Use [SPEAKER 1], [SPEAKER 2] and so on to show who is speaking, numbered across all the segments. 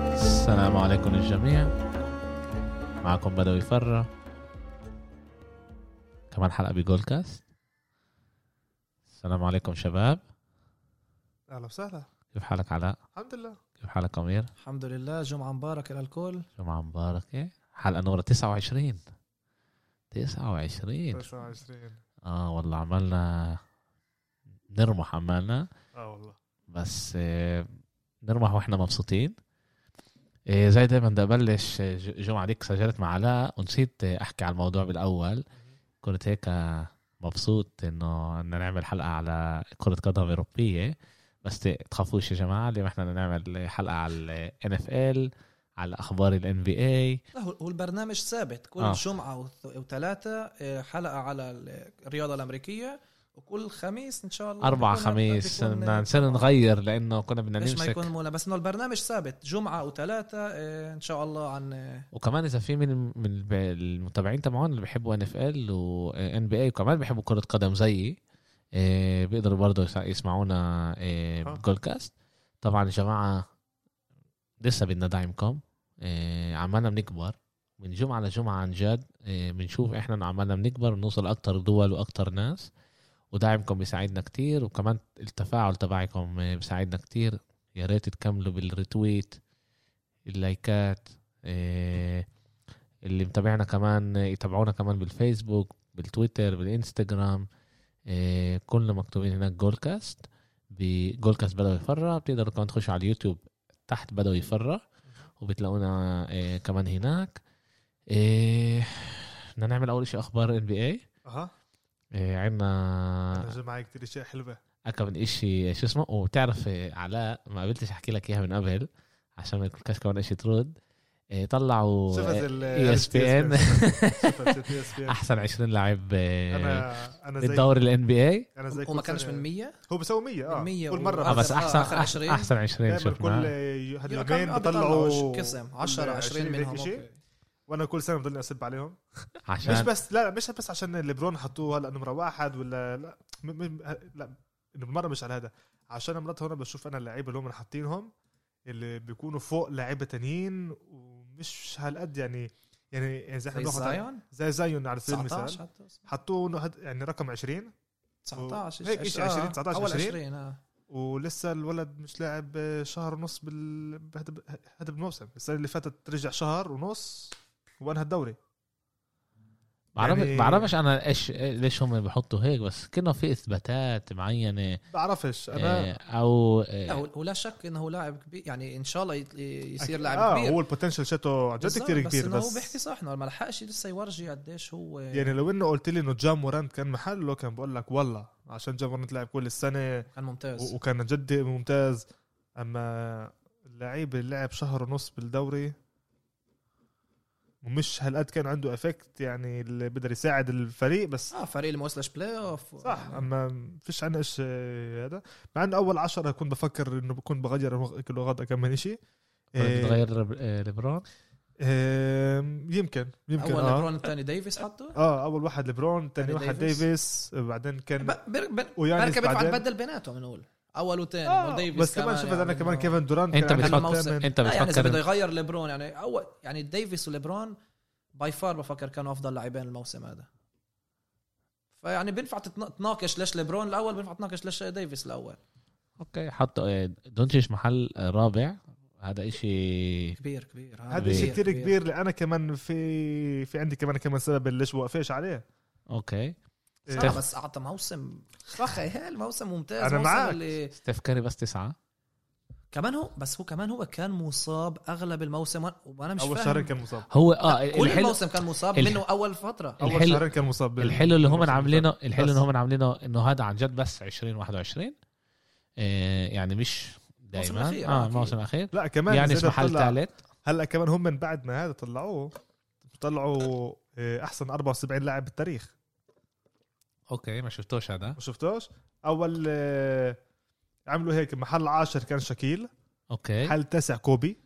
[SPEAKER 1] السلام عليكم للجميع معكم بدوي فرة كمان حلقة بجول كاست السلام عليكم شباب
[SPEAKER 2] اهلا وسهلا
[SPEAKER 1] كيف حالك علاء؟
[SPEAKER 2] الحمد لله
[SPEAKER 1] كيف حالك أمير؟
[SPEAKER 3] الحمد لله جمعة مباركة للكل
[SPEAKER 1] جمعة مباركة حلقة نمرة 29 29
[SPEAKER 2] 29
[SPEAKER 1] اه والله عملنا نرمح عمالنا
[SPEAKER 2] اه والله
[SPEAKER 1] بس آه، نرمح واحنا مبسوطين آه، زي دايما بدي ابلش آه، ج- الجمعه ديك سجلت مع علاء ونسيت آه، احكي على الموضوع بالاول كنت هيك آه، مبسوط انه بدنا نعمل حلقه على كره قدم اوروبيه بس ت- تخافوش يا جماعه اليوم احنا بدنا نعمل حلقه على الان اف ال على اخبار الان بي اي
[SPEAKER 3] لا، هو هو البرنامج ثابت كل
[SPEAKER 1] آه.
[SPEAKER 3] آه. جمعة وث- وثلاثة آه، حلقة على ال- الرياضة الأمريكية وكل خميس إن شاء الله
[SPEAKER 1] أربعة
[SPEAKER 3] بيكون-
[SPEAKER 1] خميس
[SPEAKER 3] بيكون-
[SPEAKER 1] بدنا نصير نغير لانه كنا بدنا
[SPEAKER 3] ليش ما
[SPEAKER 1] نمسك
[SPEAKER 3] يكون مولا بس إنه البرنامج ثابت جمعة وثلاثة آه، إن شاء الله عن آه،
[SPEAKER 1] وكمان اذا في من من الب- المتابعين تبعون اللي بيحبوا ان اف ال وان بي اي وكمان بيحبوا كره قدم زيي إيه، بيقدروا برضه يسا- يسمعونا إيه،
[SPEAKER 2] آه.
[SPEAKER 1] بجول كاست طبعا يا جماعه لسه بدنا دعمكم إيه، عمالنا بنكبر من جمعه لجمعه عن جد إيه، بنشوف احنا إنه عمالنا بنكبر بنوصل اكتر دول واكتر ناس ودعمكم بيساعدنا كتير وكمان التفاعل تبعكم إيه، بيساعدنا كتير يا ريت تكملوا بالريتويت اللايكات إيه، اللي متابعنا كمان إيه، يتابعونا كمان بالفيسبوك بالتويتر بالانستغرام إيه، كلنا مكتوبين هناك جول كاست بجول كاست بدوي فرة بتقدروا كمان تخشوا على اليوتيوب تحت بدوي فرة وبتلاقونا إيه، كمان هناك إيه، بدنا نعمل اول شيء اخبار ان بي اي
[SPEAKER 2] اها
[SPEAKER 1] آه، عندنا آه.
[SPEAKER 2] انا جمعة كثير اشياء حلوه
[SPEAKER 1] اكم من اشي شو اسمه وبتعرف آه، علاء ما قبلتش احكي لك اياها من قبل عشان ما يكونش كمان اشي ترد آه، طلعوا
[SPEAKER 2] شفت
[SPEAKER 1] آه، ESPN.
[SPEAKER 2] ال شفت الاس بي ان
[SPEAKER 1] احسن 20 لاعب آه،
[SPEAKER 2] انا انا زي
[SPEAKER 1] بالدوري الان بي اي
[SPEAKER 2] انا زي
[SPEAKER 3] وما
[SPEAKER 2] كل
[SPEAKER 3] كانش
[SPEAKER 2] سنة.
[SPEAKER 3] من 100
[SPEAKER 2] هو بيسوي 100 اه
[SPEAKER 3] من 100
[SPEAKER 2] كل
[SPEAKER 1] اه
[SPEAKER 2] مره
[SPEAKER 3] وأخذ-
[SPEAKER 1] بس احسن
[SPEAKER 3] آخر 20.
[SPEAKER 1] احسن 20
[SPEAKER 2] دائما كل
[SPEAKER 1] شفنا
[SPEAKER 2] هاليومين بطلعوا
[SPEAKER 3] قسم 10 20
[SPEAKER 2] هيك
[SPEAKER 3] منهم
[SPEAKER 2] شيء.
[SPEAKER 3] أوكي.
[SPEAKER 2] وانا كل سنه بضلني اسب عليهم مش
[SPEAKER 1] عشان
[SPEAKER 2] بس لا لا، مش بس عشان ليبرون حطوه هلا نمره واحد ولا لا م م لا إنه بالمره مش على هذا عشان مرات هون بشوف انا اللعيبه اللي هم حاطينهم اللي بيكونوا فوق لعيبه تانيين ومش هالقد يعني يعني يعني زي احنا
[SPEAKER 3] زي
[SPEAKER 2] بناخد
[SPEAKER 3] زايون
[SPEAKER 2] زي زايون على سبيل المثال
[SPEAKER 3] 19 حتى.
[SPEAKER 2] حطوه إنه هاد- يعني رقم 20
[SPEAKER 3] 19
[SPEAKER 2] هيك إشي، 20
[SPEAKER 3] آه،
[SPEAKER 2] 19
[SPEAKER 3] أول
[SPEAKER 2] 20.
[SPEAKER 3] 20 آه.
[SPEAKER 2] ولسه الولد مش لاعب شهر ونص بال بهذا هذا بالموسم السنه اللي فاتت رجع شهر ونص وانهى الدوري
[SPEAKER 1] بعرف
[SPEAKER 2] يعني-
[SPEAKER 1] بعرفش انا ايش ليش هم بحطوا هيك بس كنا في اثباتات معينه
[SPEAKER 2] بعرفش انا
[SPEAKER 1] آه، او
[SPEAKER 3] لا
[SPEAKER 1] آه،
[SPEAKER 3] هو- ولا شك انه لاعب كبير يعني ان شاء الله يت- يصير
[SPEAKER 2] أكيد. آه،
[SPEAKER 3] لاعب كبير
[SPEAKER 2] هو البوتنشل شاتو عن جد
[SPEAKER 3] بالظبط،
[SPEAKER 2] كثير كبير
[SPEAKER 3] إنه
[SPEAKER 2] بس
[SPEAKER 3] هو بيحكي صح انه ما لحقش لسه يورجي قديش هو
[SPEAKER 2] يعني لو انه قلت لي انه جام مورانت كان محله كان بقول لك والله عشان جام مورانت لعب كل السنه
[SPEAKER 3] كان ممتاز
[SPEAKER 2] و- وكان عن جد ممتاز اما اللعيب اللي لعب شهر ونص بالدوري ومش هالقد كان عنده افكت يعني اللي بقدر يساعد الفريق بس
[SPEAKER 3] اه فريق اللي ما وصلش بلاي اوف
[SPEAKER 2] صح اما فيش عنا ايش آه، هذا مع انه اول عشرة كنت بفكر انه بكون بغير كل غدا كم من شيء
[SPEAKER 1] طيب
[SPEAKER 2] إيه.
[SPEAKER 1] بتغير آه، ليبرون
[SPEAKER 2] آه، يمكن يمكن
[SPEAKER 3] اول
[SPEAKER 2] آه.
[SPEAKER 3] ليبرون الثاني ديفيس حطه
[SPEAKER 2] اه اول واحد ليبرون ثاني
[SPEAKER 3] تاني
[SPEAKER 2] واحد
[SPEAKER 3] ديفيس.
[SPEAKER 2] ديفيس بعدين كان
[SPEAKER 3] ب- بر- بر-
[SPEAKER 2] ويانس
[SPEAKER 3] بركب ينفع
[SPEAKER 2] بعدين.
[SPEAKER 3] نبدل بيناتهم نقول اول وثاني
[SPEAKER 2] آه
[SPEAKER 3] وديفيس
[SPEAKER 2] بس كمان شفت
[SPEAKER 3] يعني
[SPEAKER 2] انا كمان
[SPEAKER 3] إنه-
[SPEAKER 2] كيفن دورانت
[SPEAKER 1] انت
[SPEAKER 2] كان
[SPEAKER 1] بتفكر
[SPEAKER 2] عندهم
[SPEAKER 3] موسم.
[SPEAKER 2] ثامن.
[SPEAKER 1] انت
[SPEAKER 3] لا يعني اذا بده
[SPEAKER 1] بتفكر
[SPEAKER 3] يغير ليبرون يعني اول يعني ديفيس وليبرون باي فار بفكر كانوا افضل لاعبين الموسم هذا فيعني بينفع تتنا- تناقش ليش ليبرون الاول بينفع تناقش ليش ديفيس الاول
[SPEAKER 1] اوكي حطوا آه، دونتش محل آه، رابع هذا اشي
[SPEAKER 3] كبير كبير آه،
[SPEAKER 2] هذا شيء
[SPEAKER 3] كبير،
[SPEAKER 2] كثير كبير لأنا كمان في في عندي كمان كمان سبب ليش وقفش عليه
[SPEAKER 1] اوكي
[SPEAKER 2] إيه،
[SPEAKER 3] آه بس اعطى موسم خيال موسم ممتاز
[SPEAKER 2] أنا
[SPEAKER 3] موسم
[SPEAKER 2] معك.
[SPEAKER 3] اللي
[SPEAKER 1] ستيف كاري بس تسعه
[SPEAKER 3] كمان هو بس هو كمان هو كان مصاب اغلب الموسم وأنا- وانا مش
[SPEAKER 2] اول
[SPEAKER 3] فاهم
[SPEAKER 2] شهرين كان مصاب
[SPEAKER 1] هو اه
[SPEAKER 3] كل
[SPEAKER 1] الحلو
[SPEAKER 3] الموسم كان مصاب
[SPEAKER 1] الح-
[SPEAKER 3] منه اول فتره
[SPEAKER 1] الحلو-
[SPEAKER 2] اول شهرين كان مصاب بال-
[SPEAKER 1] الحلو اللي هم
[SPEAKER 2] بالموسم
[SPEAKER 1] عاملينه
[SPEAKER 2] اللي فات.
[SPEAKER 1] الحلو
[SPEAKER 2] بس.
[SPEAKER 1] اللي هم عاملينه انه هذا عن جد بس 2021 آه، يعني مش
[SPEAKER 3] الموسم
[SPEAKER 1] دائما
[SPEAKER 2] آه،
[SPEAKER 3] الأخير،
[SPEAKER 1] اه
[SPEAKER 3] أكيد.
[SPEAKER 1] الموسم الاخير
[SPEAKER 2] لا كمان
[SPEAKER 1] يعني
[SPEAKER 2] زاد
[SPEAKER 1] محل
[SPEAKER 2] طلع-
[SPEAKER 1] ثالث
[SPEAKER 2] هلا كمان هم من بعد ما هذا طلعوه طلعوا إيه، احسن 74 لاعب بالتاريخ
[SPEAKER 1] اوكي ما شفتوش هذا
[SPEAKER 2] ما شفتوش اول آه، عملوا هيك محل عاشر كان شاكيل
[SPEAKER 1] اوكي
[SPEAKER 2] محل تاسع كوبي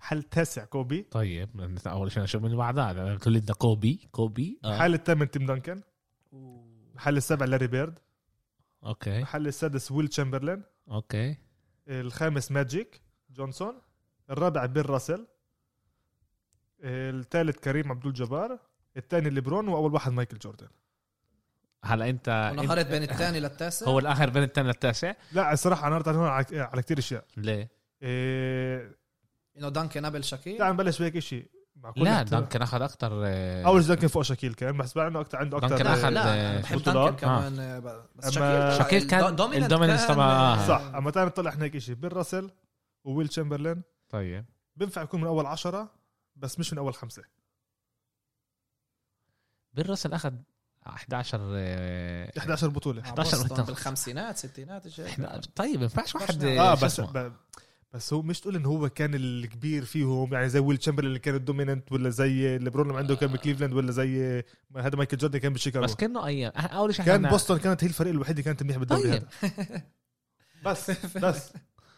[SPEAKER 2] محل تاسع كوبي
[SPEAKER 1] طيب نت- اول شيء نشوف من بعدها أنا قلت لي بدنا كوبي كوبي آه.
[SPEAKER 2] محل الثامن تيم دانكن محل السابع لاري بيرد
[SPEAKER 1] اوكي إيه؟
[SPEAKER 2] محل السادس ويل تشامبرلين
[SPEAKER 1] اوكي
[SPEAKER 2] الخامس ماجيك جونسون الرابع بيل راسل الثالث كريم عبد الجبار الثاني ليبرون واول واحد مايكل جوردن
[SPEAKER 1] هلا انت
[SPEAKER 3] ونهرت
[SPEAKER 1] انت-
[SPEAKER 3] بين الثاني للتاسع
[SPEAKER 1] آه، هو الاخر بين الثاني للتاسع
[SPEAKER 2] لا الصراحه انا قررت على على كثير اشياء
[SPEAKER 1] ليه؟
[SPEAKER 2] إيه
[SPEAKER 3] انه دانكن قبل شاكيل
[SPEAKER 2] تعال نبلش بهيك شيء مع كل
[SPEAKER 1] لا
[SPEAKER 2] احترام.
[SPEAKER 1] دانكن اخذ اكثر
[SPEAKER 2] اول شيء دانكن فوق شاكيل كان بس بعد انه اكثر عنده اكثر
[SPEAKER 1] دانكن
[SPEAKER 3] لا
[SPEAKER 1] أخذ-
[SPEAKER 3] آه،
[SPEAKER 1] آه،
[SPEAKER 3] لا أنا بحب
[SPEAKER 2] بطولات.
[SPEAKER 3] دانكن كمان آه، بس
[SPEAKER 2] أما-
[SPEAKER 3] شاكيل
[SPEAKER 1] شاكيل كان الدوميننس
[SPEAKER 3] آه،
[SPEAKER 1] تبع-
[SPEAKER 2] آه، صح اما تعال نطلع احنا هيك شيء بيل راسل وويل تشامبرلين
[SPEAKER 1] طيب
[SPEAKER 2] بينفع يكون من اول عشرة بس مش من اول خمسه
[SPEAKER 1] إيه. بيل راسل اخذ 11 آه،
[SPEAKER 2] 11 بطوله
[SPEAKER 1] 11
[SPEAKER 3] 11
[SPEAKER 1] بطولة.
[SPEAKER 3] بالخمسينات ستينات إشي.
[SPEAKER 1] إحنا- طيب ما ينفعش واحد
[SPEAKER 2] اه
[SPEAKER 1] شو
[SPEAKER 2] بس
[SPEAKER 1] اسمه؟
[SPEAKER 2] ب- بس هو مش تقول ان هو كان الكبير فيهم يعني زي ويل تشامبرلين اللي كان الدوميننت ولا زي ليبرون اللي عنده كان بكليفلاند ولا زي ما هذا مايكل جوردن كان بشيكاغو
[SPEAKER 1] آه. بس كانه ايام إحنا اول شيء
[SPEAKER 2] كان
[SPEAKER 1] إحنا-
[SPEAKER 2] بوسطن كانت هي الفريق الوحيد اللي كانت منيحه بالدوري
[SPEAKER 1] طيب.
[SPEAKER 2] هذا بس بس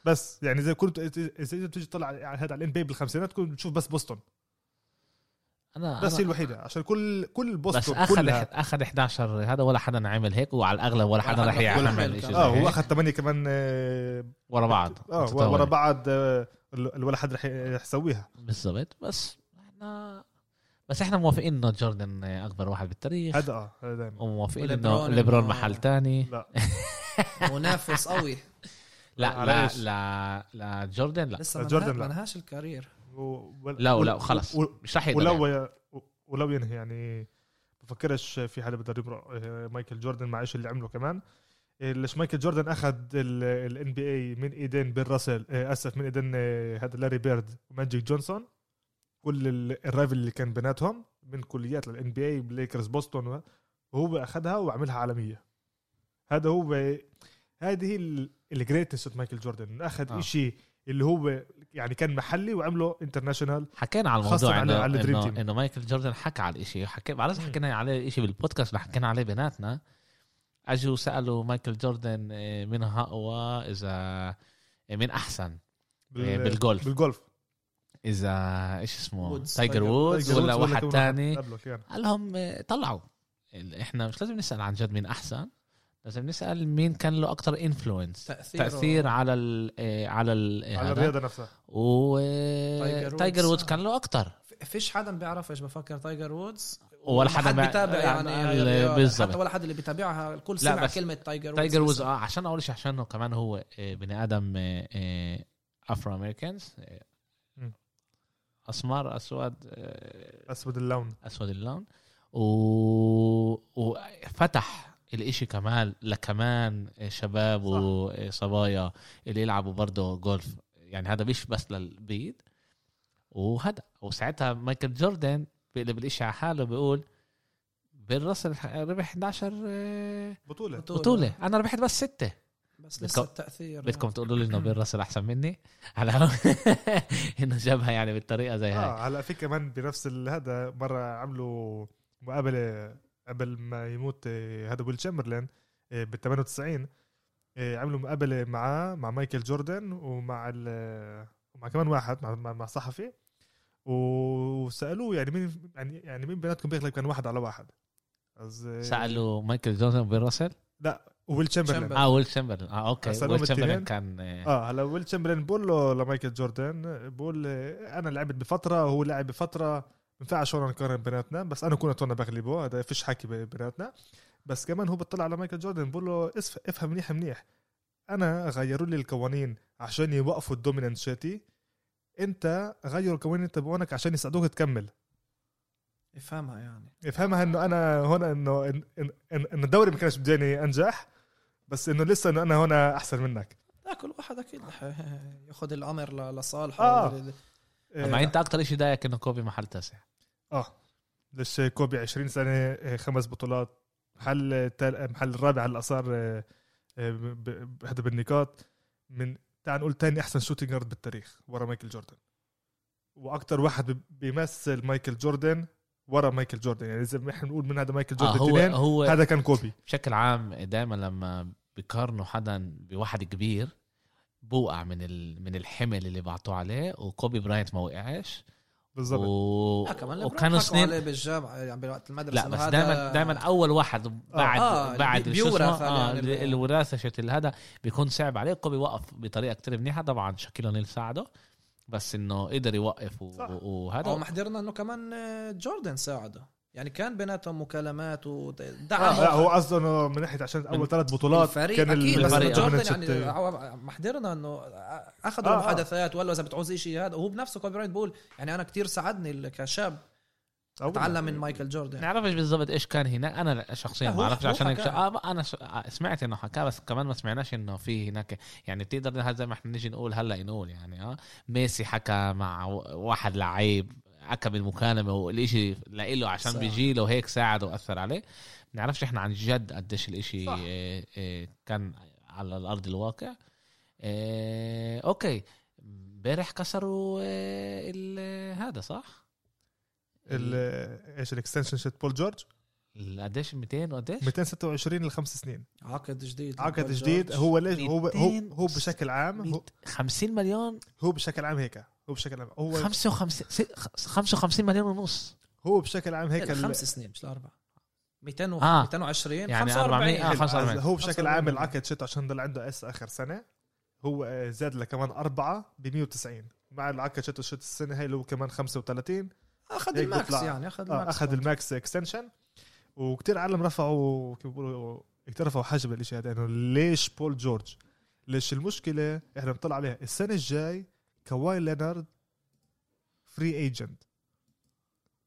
[SPEAKER 2] بس يعني زي كنت اذا إذا بتيجي تطلع على هذا على الان بي بالخمسينات كنت بتشوف بس بوسطن
[SPEAKER 1] انا
[SPEAKER 2] بس هي
[SPEAKER 1] بس
[SPEAKER 2] الوحيده عشان كل كل
[SPEAKER 1] بس
[SPEAKER 2] بوسطن
[SPEAKER 1] اخذ
[SPEAKER 2] كلها
[SPEAKER 1] اخذ 11 هذا ولا حدا عمل هيك وعلى الاغلب ولا حدا
[SPEAKER 3] ولا
[SPEAKER 1] رح
[SPEAKER 3] حدا- ولا
[SPEAKER 1] يعمل
[SPEAKER 3] حدا
[SPEAKER 1] شيء
[SPEAKER 3] كان.
[SPEAKER 2] اه هو
[SPEAKER 1] هيك.
[SPEAKER 2] اخذ ثمانيه كمان اه
[SPEAKER 1] ورا بعض
[SPEAKER 2] آه،
[SPEAKER 1] متطاول.
[SPEAKER 2] ورا بعض آه، ال- الولا حد رح يسويها
[SPEAKER 1] بالضبط بس احنا بس احنا موافقين انه جوردن اكبر واحد بالتاريخ
[SPEAKER 2] هذا اه هذا دايما
[SPEAKER 1] وموافقين انه
[SPEAKER 3] وليبرون
[SPEAKER 1] ليبرون
[SPEAKER 3] إنه-
[SPEAKER 1] محل تاني
[SPEAKER 2] لا
[SPEAKER 3] منافس قوي
[SPEAKER 1] لا
[SPEAKER 2] آه، على
[SPEAKER 1] لا
[SPEAKER 2] إيش؟
[SPEAKER 1] لا لا جوردن لا
[SPEAKER 3] لسه
[SPEAKER 2] جوردن لا.
[SPEAKER 3] ما لهاش الكارير
[SPEAKER 2] و-
[SPEAKER 1] لا
[SPEAKER 2] و-
[SPEAKER 1] لا خلص
[SPEAKER 2] و-
[SPEAKER 1] مش رح يقدر
[SPEAKER 2] ولو
[SPEAKER 1] يعني.
[SPEAKER 2] و- ولو ينهي يعني بفكرش في حدا بده يبرأ آه، مايكل جوردن مع ايش اللي عمله كمان آه، ليش مايكل جوردن اخذ الان بي اي من ايدين بيل راسل آه، اسف من ايدين آه، هذا لاري بيرد وماجيك جونسون كل ال- الرايفل اللي كان بيناتهم من كليات للان بي اي بليكرز بوسطن و- وهو اخذها وعملها عالميه هذا هو هذه الجريتست مايكل جوردن اخذ
[SPEAKER 1] آه.
[SPEAKER 2] آه. إشي اللي هو يعني كان محلي وعمله انترناشونال
[SPEAKER 1] حكينا على
[SPEAKER 2] خاصة
[SPEAKER 1] الموضوع
[SPEAKER 2] على-
[SPEAKER 1] انه
[SPEAKER 2] على الدريم
[SPEAKER 1] إنه-
[SPEAKER 2] تيم.
[SPEAKER 1] انه مايكل جوردن حكى على الشيء حكي على رأسي
[SPEAKER 2] مم.
[SPEAKER 1] حكينا عليه شيء بالبودكاست اللي حكينا عليه بيناتنا اجوا سالوا مايكل جوردن إيه، من هقوى اذا إيه، مين احسن إيه، بالجولف.
[SPEAKER 2] بالجولف
[SPEAKER 1] اذا ايش اسمه
[SPEAKER 3] وودز.
[SPEAKER 1] تايجر
[SPEAKER 3] تايجر-
[SPEAKER 1] وودز ولا واحد
[SPEAKER 2] كمان
[SPEAKER 1] تاني
[SPEAKER 2] قبلك يعني
[SPEAKER 1] قال لهم آه، طلعوا ال- احنا مش لازم نسال عن جد مين احسن لازم نسال مين كان له اكثر انفلونس
[SPEAKER 3] تاثير
[SPEAKER 1] تاثير على ال آه، على ال آه،
[SPEAKER 2] على
[SPEAKER 1] هذا.
[SPEAKER 2] الرياضه نفسها
[SPEAKER 1] و
[SPEAKER 3] تايجر
[SPEAKER 1] تايجر
[SPEAKER 3] وودز.
[SPEAKER 1] وودز كان له اكتر
[SPEAKER 3] فيش حدا بيعرف ايش بفكر تايجر وودز
[SPEAKER 1] ولا حدا
[SPEAKER 3] حد
[SPEAKER 1] ما-
[SPEAKER 3] بيتابع يعني,
[SPEAKER 1] يعني
[SPEAKER 3] الرياضة. حتى
[SPEAKER 1] بالضبط
[SPEAKER 3] ولا حد اللي بيتابعها الكل
[SPEAKER 1] لا،
[SPEAKER 3] سمع
[SPEAKER 1] بس
[SPEAKER 3] كلمه تايجر وودز
[SPEAKER 1] تايجر
[SPEAKER 3] بس.
[SPEAKER 1] وودز اه عشان اول شيء عشان هو كمان هو آه، بني ادم آه، آه، افرو امريكانز آه،
[SPEAKER 2] مم.
[SPEAKER 1] اسمر اسود آه،
[SPEAKER 2] اسود اللون
[SPEAKER 1] اسود اللون و... وفتح الاشي كمان لكمان شباب
[SPEAKER 2] صح.
[SPEAKER 1] وصبايا اللي يلعبوا برضه جولف يعني هذا مش بس للبيض وهذا وساعتها مايكل جوردن بيقلب الاشي على حاله بيقول بيل راسل ربح 11 آه،
[SPEAKER 2] بطوله
[SPEAKER 1] بطولة انا ربحت بس ستة
[SPEAKER 3] بس لسه
[SPEAKER 1] بدكم-
[SPEAKER 3] التاثير
[SPEAKER 1] بدكم تقولوا لي انه بيل راسل احسن مني على انه جابها يعني بالطريقة زي هاي
[SPEAKER 2] اه هلا في كمان بنفس ال- هذا مره عملوا مقابله قبل ما يموت آه، هذا ويل تشامبرلين بال 98 آه، عملوا مقابله معاه مع مايكل جوردن ومع ال- ومع كمان واحد مع- مع مع صحفي وسالوه يعني مين يعني يعني مين بيناتكم بيغلب كان واحد على واحد از- آه،
[SPEAKER 1] سألوا مايكل جوردن وبيل راسل
[SPEAKER 2] ويل تشامبرلين
[SPEAKER 1] اه ويل تشامبرلين اه اوكي
[SPEAKER 2] أسألهم
[SPEAKER 1] ويل تشامبرلين
[SPEAKER 2] التنين؟
[SPEAKER 1] كان آه.
[SPEAKER 2] اه هلا ويل تشامبرلين بقول له لمايكل جوردن بقول آه، انا لعبت بفتره وهو لعب بفتره ما ينفعش هون نقارن بيناتنا بس انا كنت وانا بغلبه هذا فيش حكي بي- بيناتنا بس كمان هو بيطلع على مايكل جوردن بقول له اسف افهم منيح منيح انا غيروا لي القوانين عشان يوقفوا الدوميننت شاتي انت غيروا القوانين تبعونك عشان يساعدوك تكمل
[SPEAKER 3] يفهمها يعني
[SPEAKER 2] افهمها انه انا هنا انه إن, إن, إن, ان الدوري ما كانش بداني انجح بس انه لسه انه انا هنا احسن منك
[SPEAKER 3] لا كل واحد اكيد رح ياخذ الامر ل- لصالحه
[SPEAKER 2] آه.
[SPEAKER 3] ول-
[SPEAKER 2] آه،
[SPEAKER 1] مع انت اكتر شيء ضايقك انه كوبي محل تاسع
[SPEAKER 2] اه ليش كوبي 20 سنه آه، خمس بطولات محل التال- محل الرابع على الاصار آه، آه، ب- ب- هذا بالنقاط من تعال نقول تاني احسن شوتينج جارد بالتاريخ ورا مايكل جوردن واكثر واحد ب- بيمثل مايكل جوردن ورا مايكل جوردن يعني اذا احنا بنقول من هذا مايكل
[SPEAKER 1] آه
[SPEAKER 2] جوردن
[SPEAKER 1] هو
[SPEAKER 2] اثنين
[SPEAKER 1] هو
[SPEAKER 2] هذا كان كوبي
[SPEAKER 1] بشكل عام دائما لما بيقارنوا حدا بواحد كبير بوقع من ال... من الحمل اللي بعطوه عليه وكوبي براينت ما وقعش
[SPEAKER 2] بالضبط
[SPEAKER 1] و...
[SPEAKER 3] لا آه، كمان ليبرون
[SPEAKER 1] وكانوا
[SPEAKER 3] حكوا عليه
[SPEAKER 1] اثنين
[SPEAKER 3] بالجامعه يعني بوقت المدرسه
[SPEAKER 1] لا
[SPEAKER 3] إنه
[SPEAKER 1] بس
[SPEAKER 3] هذا-
[SPEAKER 1] دائما دائما اول واحد بعد
[SPEAKER 3] آه،
[SPEAKER 1] بعد
[SPEAKER 3] بي-
[SPEAKER 1] شو اسمه؟
[SPEAKER 3] بيورث
[SPEAKER 1] آه
[SPEAKER 3] يعني ال-
[SPEAKER 1] الوراثه شت هذا بيكون صعب عليه كوبي وقف بطريقه كتير منيحه طبعا شاكيل اونيل ساعده بس انه قدر يوقف و...
[SPEAKER 2] صح.
[SPEAKER 3] هذا
[SPEAKER 1] وهذا
[SPEAKER 3] ما حضرنا انه كمان آه، جوردن ساعده يعني كان بيناتهم مكالمات ودعم
[SPEAKER 2] لا آه، هو قصده انه من ناحيه عشان اول ثلاث بطولات
[SPEAKER 3] الفريق
[SPEAKER 2] كان
[SPEAKER 3] اكيد بس
[SPEAKER 1] الفريق
[SPEAKER 2] الفريق
[SPEAKER 3] جوردن يعني عو- ما حضرنا انه اخذوا
[SPEAKER 2] آه،
[SPEAKER 3] آه
[SPEAKER 2] آه.
[SPEAKER 3] محادثات ولا اذا بتعوز شيء هذا وهو بنفسه كوبي براينت بيقول يعني انا كتير ساعدني ال- كشاب تعلم من مايكل جوردن
[SPEAKER 1] نعرفش بالضبط ايش كان هناك انا لا- شخصيا
[SPEAKER 3] لا، هو-
[SPEAKER 1] ما اعرفش
[SPEAKER 3] هو
[SPEAKER 1] عشان هيك
[SPEAKER 3] حكى.
[SPEAKER 1] آه ما- انا ش... آه، سمعت انه حكى بس كمان ما سمعناش انه في هناك يعني بتقدر إنها زي ما احنا نيجي نقول هلا نقول يعني اه ميسي حكى مع و- واحد لعيب حكى بالمكالمه والشيء لإله عشان
[SPEAKER 3] صح.
[SPEAKER 1] بيجي له هيك ساعد واثر عليه بنعرفش احنا عن جد قديش الاشي
[SPEAKER 2] صح.
[SPEAKER 1] آه، آه، كان على الارض الواقع آه، اوكي امبارح كسروا آه، ال- هذا صح؟
[SPEAKER 2] ال- ايش الاكستنشن شت بول جورج
[SPEAKER 1] ال- قديش 200 وقديش؟
[SPEAKER 2] 226 لخمس سنين
[SPEAKER 3] عقد جديد
[SPEAKER 2] عقد
[SPEAKER 3] لبول
[SPEAKER 2] جديد
[SPEAKER 3] جورج.
[SPEAKER 2] هو ليش هو هو
[SPEAKER 1] 200
[SPEAKER 2] هو بشكل عام هو,
[SPEAKER 1] 50 مليون
[SPEAKER 2] هو بشكل عام هيك هو بشكل عام هو
[SPEAKER 1] 55 س- 55 مليون ونص
[SPEAKER 2] هو بشكل عام هيك ال-
[SPEAKER 3] خمس سنين مش الاربع 200 و-
[SPEAKER 1] آه.
[SPEAKER 3] 220
[SPEAKER 1] يعني
[SPEAKER 3] 45
[SPEAKER 1] 400 آه،
[SPEAKER 2] حلو.
[SPEAKER 1] 45.
[SPEAKER 2] هو بشكل
[SPEAKER 3] 45.
[SPEAKER 2] عام العقد شت عشان ضل عنده اس اخر سنه هو آه، زاد لكمان اربعه ب 190 مع العقد شت شت السنه هي اللي هو كمان 35
[SPEAKER 3] اخذ
[SPEAKER 2] هيك
[SPEAKER 3] الماكس
[SPEAKER 2] بيطلع.
[SPEAKER 3] يعني اخذ
[SPEAKER 2] آه،
[SPEAKER 3] الماكس
[SPEAKER 2] اخذ الماكس اكستنشن وكتير عالم رفعوا كيف بيقولوا اكترفوا حجم الاشي هذا انه ليش بول جورج؟ ليش المشكله احنا بنطلع عليها السنه الجاي كواي لينارد فري ايجنت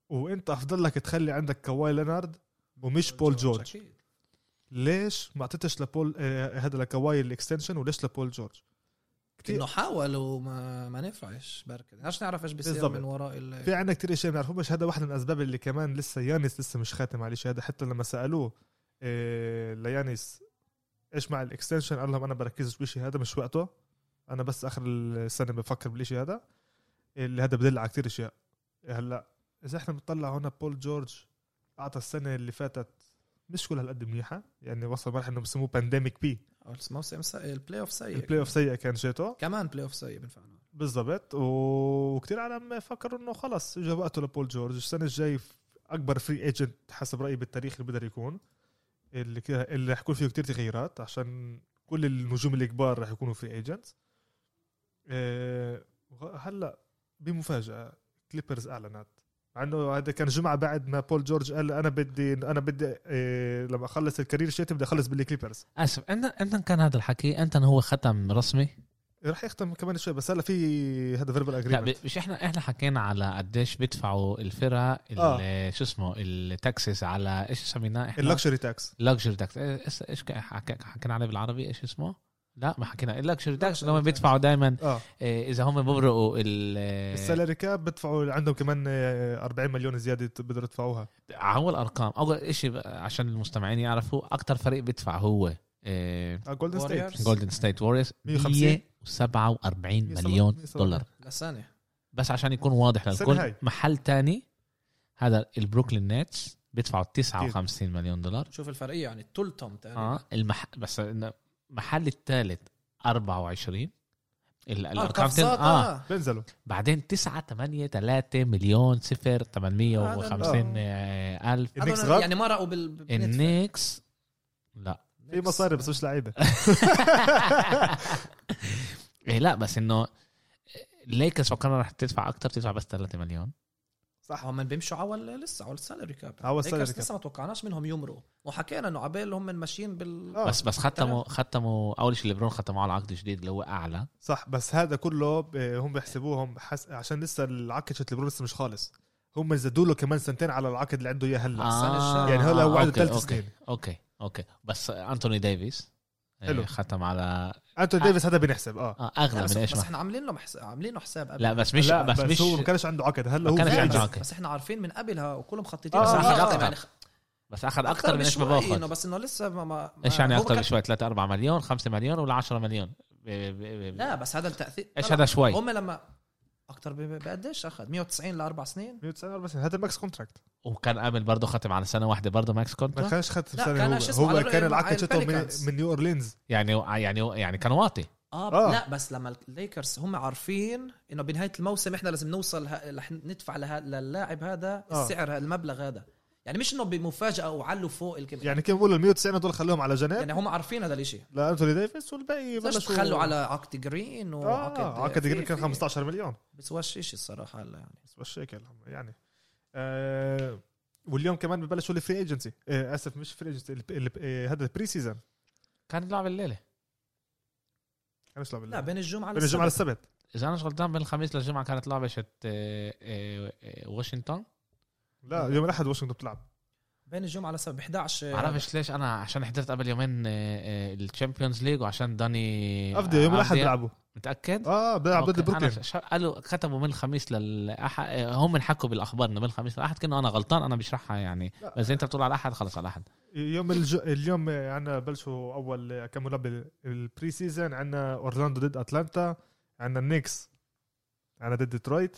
[SPEAKER 2] وانت افضل لك تخلي عندك كواي لينارد ومش بول جورج
[SPEAKER 3] أكيد.
[SPEAKER 2] ليش ما اعطيتش لبول آه، هذا لكواي الاكستنشن وليش لبول جورج؟
[SPEAKER 3] انه حاول وما ما نفعش بركة بدناش نعرف ايش بيصير
[SPEAKER 2] بالضبط.
[SPEAKER 3] من وراء ال
[SPEAKER 2] في عندنا كتير اشياء بنعرفه بس هذا واحد من الاسباب اللي كمان لسه يانس لسه مش خاتم على الشيء هذا حتى لما سالوه إيه ليانس ايش مع الاكستنشن قال لهم انا بركزش بالشيء هذا مش وقته انا بس اخر السنه بفكر بالشيء هذا اللي هذا بدل على كتير اشياء هلا اذا احنا بنطلع هون بول جورج اعطى السنه اللي فاتت مش كل هالقد منيحه يعني وصل مرحله انه بسموه بانديميك بي
[SPEAKER 3] موسم البلاي اوف سيء
[SPEAKER 2] البلاي اوف سيء كان شيته
[SPEAKER 3] كمان بلاي اوف سيء بنفع نقول.
[SPEAKER 2] بالضبط و- وكتير عالم فكروا انه خلص اجى وقته لبول جورج السنه الجاي ف- اكبر فري ايجنت حسب رايي بالتاريخ اللي بقدر يكون اللي كده اللي رح يكون فيه كتير تغييرات عشان كل النجوم الكبار رح يكونوا آه، فري ايجنت هلا بمفاجاه كليبرز اعلنت مع انه هذا كان جمعه بعد ما بول جورج قال انا بدي انا بدي إيه، لما اخلص الكارير شيتي بدي اخلص بالكليبرز
[SPEAKER 1] اسف انت انت كان هذا الحكي انت هو ختم رسمي
[SPEAKER 2] رح يختم كمان شوي بس هلا في هذا فيربال
[SPEAKER 1] لا
[SPEAKER 2] اجريمنت
[SPEAKER 1] ب- مش احنا احنا حكينا على قديش بيدفعوا الفرق ال- شو اسمه التاكسس على ايش سميناه احنا
[SPEAKER 2] اللكشري تاكس
[SPEAKER 1] لكجري تاكس ايش إيه، إيش كان- حكي- حكينا عليه بالعربي ايش اسمه لا ما حكينا اللكجري تاكس اللي هم
[SPEAKER 3] Luxury tax.
[SPEAKER 1] بيدفعوا دائما
[SPEAKER 2] اه
[SPEAKER 1] اذا هم بيبرقوا ال-
[SPEAKER 2] السالري كاب بدفعوا عندهم كمان آه، 40 مليون زياده بيقدروا يدفعوها
[SPEAKER 1] هو الارقام اول شيء عشان المستمعين يعرفوا اكثر فريق بيدفع هو إيه،
[SPEAKER 2] جولدن ستيت
[SPEAKER 3] Warriors.
[SPEAKER 1] جولدن ستيت ووريرز
[SPEAKER 2] 150.
[SPEAKER 1] 147 مليون
[SPEAKER 2] 147.
[SPEAKER 1] دولار
[SPEAKER 3] لسنه
[SPEAKER 1] بس عشان يكون واضح
[SPEAKER 2] السنة
[SPEAKER 1] للكل
[SPEAKER 2] هاي.
[SPEAKER 1] محل تاني هذا البروكلين نيتس بيدفعوا 59 مليون دولار
[SPEAKER 3] شوف الفرقيه يعني تلتم تقريبا
[SPEAKER 1] اه المح... بس إنه المحل الثالث 24 ال-
[SPEAKER 3] آه،
[SPEAKER 1] الارقام تن-
[SPEAKER 3] قفزات،
[SPEAKER 1] اه
[SPEAKER 2] بينزلوا
[SPEAKER 1] بعدين 9 8 3 مليون صفر 850
[SPEAKER 2] هذا-
[SPEAKER 1] آه، الف
[SPEAKER 2] النكس
[SPEAKER 3] هذول
[SPEAKER 2] غاب؟
[SPEAKER 3] يعني مرقوا بال بالنت-
[SPEAKER 1] النكس لا
[SPEAKER 2] في مصاري بس مش لعيبه
[SPEAKER 1] إيه لا بس انه ليكرز فكرنا رح تدفع اكثر تدفع بس 3 مليون
[SPEAKER 2] صح
[SPEAKER 3] هم آه، بيمشوا عول لسه عول السالري كاب
[SPEAKER 2] عول salary
[SPEAKER 3] ليكرز
[SPEAKER 2] cap.
[SPEAKER 3] لسه ما توقعناش منهم يمرقوا وحكينا انه عبال هم ماشيين بال
[SPEAKER 2] آه.
[SPEAKER 1] بس بس ختموا ختموا اول شيء ليبرون ختموا على عقد جديد اللي هو اعلى
[SPEAKER 2] صح بس هذا كله ب- هم بيحسبوهم حس... عشان لسه العقد شت لبرون لسه مش خالص هم زادوا له كمان سنتين على العقد اللي عنده اياه هلا
[SPEAKER 3] السنة آه، الشهر.
[SPEAKER 2] يعني هلا هو
[SPEAKER 1] آه،
[SPEAKER 2] عنده
[SPEAKER 1] أوكي،
[SPEAKER 2] ثلاث
[SPEAKER 1] أوكي،
[SPEAKER 2] سنين
[SPEAKER 1] اوكي اوكي بس انتوني ديفيس إيه،
[SPEAKER 2] حلو.
[SPEAKER 1] ختم على
[SPEAKER 2] انتوني
[SPEAKER 1] آه.
[SPEAKER 2] ديفيس هذا بنحسب اه
[SPEAKER 1] آه اغلى
[SPEAKER 3] بس,
[SPEAKER 1] من ايش
[SPEAKER 3] بس
[SPEAKER 1] ما-
[SPEAKER 3] احنا عاملين له حساب عاملين له حساب قبل
[SPEAKER 1] لا بس مش
[SPEAKER 2] لا
[SPEAKER 1] بس, مش
[SPEAKER 2] هو ما كانش عنده عقد هلا هو
[SPEAKER 1] ما كانش
[SPEAKER 2] free
[SPEAKER 1] عنده
[SPEAKER 2] agent.
[SPEAKER 1] عقد.
[SPEAKER 3] بس احنا عارفين من قبلها وكلهم مخططين
[SPEAKER 2] آه،
[SPEAKER 3] بس
[SPEAKER 2] آه،
[SPEAKER 3] احنا
[SPEAKER 2] آه،
[SPEAKER 3] خططنا
[SPEAKER 1] آه.
[SPEAKER 3] يعني
[SPEAKER 1] بس اخذ اكثر من ايش ما
[SPEAKER 3] بشوي
[SPEAKER 1] باخذ
[SPEAKER 3] إيه، إنه بس انه لسه ما, ما ما-
[SPEAKER 1] ايش يعني
[SPEAKER 3] هو
[SPEAKER 1] اكثر
[SPEAKER 3] كان-
[SPEAKER 1] بشوي 3 4 مليون 5 مليون ولا 10 مليون ب- ب- ب-
[SPEAKER 3] لا بس هذا التاثير
[SPEAKER 1] ايش
[SPEAKER 3] طلع.
[SPEAKER 1] هذا شوي
[SPEAKER 3] هم لما اكثر بقديش اخذ 190 لاربع سنين
[SPEAKER 2] 194 سنة، هذا الماكس كونتراكت
[SPEAKER 1] وكان قبل برضه ختم على سنه واحده برضه ماكس
[SPEAKER 2] ما
[SPEAKER 1] كونتراكت
[SPEAKER 2] كانش خد
[SPEAKER 3] لا،
[SPEAKER 2] سنه
[SPEAKER 3] كان
[SPEAKER 2] هو,
[SPEAKER 3] شو اسمه،
[SPEAKER 2] هو
[SPEAKER 3] قالوا
[SPEAKER 2] كان
[SPEAKER 3] له مع
[SPEAKER 2] العقد شته من,
[SPEAKER 3] البليكانز.
[SPEAKER 2] من نيو اورلينز
[SPEAKER 1] يعني يعني يعني كان واطي
[SPEAKER 3] آه,
[SPEAKER 2] آه.
[SPEAKER 3] اه لا بس لما الليكرز هم عارفين انه بنهايه الموسم احنا لازم نوصل ه... رح ندفع له... للاعب هذا
[SPEAKER 2] آه.
[SPEAKER 3] السعر آه. المبلغ هذا يعني مش انه بمفاجاه وعلوا فوق الكم
[SPEAKER 2] يعني كيف بقولوا ال 190 دول خلوهم على جنب
[SPEAKER 3] يعني هم عارفين هذا الاشي
[SPEAKER 2] لانتوني ديفيس والباقي
[SPEAKER 3] ليش
[SPEAKER 2] بلشوا
[SPEAKER 3] خلوا على عقد جرين وعقد
[SPEAKER 2] اه عقد جرين
[SPEAKER 3] في-
[SPEAKER 2] كان
[SPEAKER 3] في-
[SPEAKER 2] 15 مليون
[SPEAKER 3] بسواش اشي الصراحه هلا يعني
[SPEAKER 2] بس مش هيك الهم- يعني آه واليوم كمان ببلشوا الفري ايجنسي آه اسف مش فري ايجنسي إيه، هذا البري سيزون
[SPEAKER 1] كان يلعب الليله
[SPEAKER 2] كان يلعب
[SPEAKER 3] لا
[SPEAKER 2] بين
[SPEAKER 3] بين الجمعه
[SPEAKER 2] الجمعه
[SPEAKER 3] للسبت.
[SPEAKER 2] للسبت
[SPEAKER 1] اذا انا مش غلطان بين الخميس للجمعه كانت لعبه شت آه، آه، آه، واشنطن
[SPEAKER 2] لا يوم الاحد واشنطن بتلعب
[SPEAKER 3] بين الجمعه للسبت ب
[SPEAKER 2] إيه.
[SPEAKER 3] 11
[SPEAKER 1] بعرفش ليش انا عشان حضرت قبل يومين آه، الشامبيونز ليج وعشان داني
[SPEAKER 2] افضل يوم الاحد
[SPEAKER 1] عبدي-
[SPEAKER 2] بيلعبوا
[SPEAKER 1] متاكد؟
[SPEAKER 2] اه بيلعب ضد
[SPEAKER 1] أوكي، أنا
[SPEAKER 2] بروكلين
[SPEAKER 1] ش- قالوا كتبوا من الخميس للاحد هم انحكوا بالاخبار انه من الخميس للاحد كانه انا غلطان انا بشرحها يعني
[SPEAKER 2] لا.
[SPEAKER 1] بس انت بتقول على الاحد خلص على الاحد
[SPEAKER 2] يوم الج... اليوم عندنا بلشوا اول كم ملعب البري سيزون عندنا اورلاندو ضد اتلانتا عندنا النيكس عندنا ضد ديترويت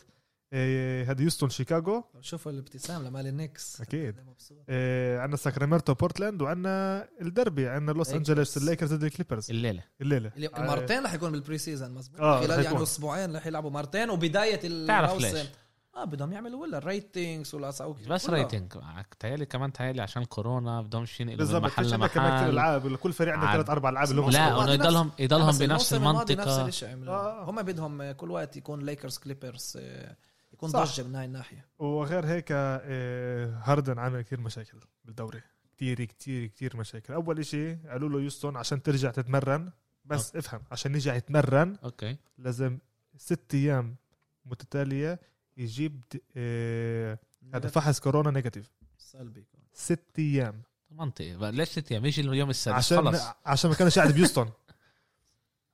[SPEAKER 2] آه، هذا يوستون شيكاغو
[SPEAKER 3] شوفوا الابتسام لمال النكس
[SPEAKER 2] أكيد.
[SPEAKER 3] مبسوط
[SPEAKER 2] آه، عندنا ساكرامنتو بورتلاند وعندنا الدربي عندنا لوس
[SPEAKER 3] ليكرز.
[SPEAKER 2] انجلوس الليكرز ضد الكليبرز
[SPEAKER 1] الليله
[SPEAKER 2] الليله
[SPEAKER 3] اللي- المرتين رح يكون بالبري سيزون مزبوط
[SPEAKER 2] آه، رح
[SPEAKER 3] خلال يعني
[SPEAKER 2] يكون.
[SPEAKER 3] اسبوعين رح يلعبوا مرتين وبدايه
[SPEAKER 1] تعرف
[SPEAKER 3] الموسم
[SPEAKER 1] ليش.
[SPEAKER 3] اه بدهم يعملوا ولا ريتنجز ولا سعوكي
[SPEAKER 1] بس ريتنج تهيألي كمان تهيألي عشان كورونا بدهمش ينقلوا من
[SPEAKER 2] بالضبط
[SPEAKER 1] محل
[SPEAKER 2] فيش عندنا كمان كثير
[SPEAKER 1] لمحل
[SPEAKER 2] العاب كل فريق عنده
[SPEAKER 1] عاد.
[SPEAKER 2] ثلاث اربع العاب اللي
[SPEAKER 1] لا
[SPEAKER 2] هم
[SPEAKER 3] بس
[SPEAKER 1] انه
[SPEAKER 3] الموضوع
[SPEAKER 1] يضلهم يضلهم
[SPEAKER 3] بس
[SPEAKER 1] بنفس
[SPEAKER 3] الموسم الماضي نفس
[SPEAKER 1] المنطقه
[SPEAKER 3] الشيء
[SPEAKER 2] آه.
[SPEAKER 3] عملوه هم بدهم آه، كل وقت يكون ليكرز كليبرز آه، يكون
[SPEAKER 2] صح.
[SPEAKER 3] ضجه من هاي الناحيه
[SPEAKER 2] وغير هيك آه، هاردن عامل كثير مشاكل بالدوري كثير كثير كثير مشاكل اول شيء قالوا له يوستون عشان ترجع تتمرن
[SPEAKER 1] آه.
[SPEAKER 2] بس افهم عشان يرجع يتمرن
[SPEAKER 1] اوكي
[SPEAKER 2] لازم ست ايام متتاليه يجيب د- آه، هذا فحص كورونا نيجاتيف
[SPEAKER 3] سلبي
[SPEAKER 2] ست ايام
[SPEAKER 1] منطقي بقى ليش ست ايام يجي اليوم السادس
[SPEAKER 2] عشان
[SPEAKER 1] خلص
[SPEAKER 2] عشان ما كانش قاعد بيوستون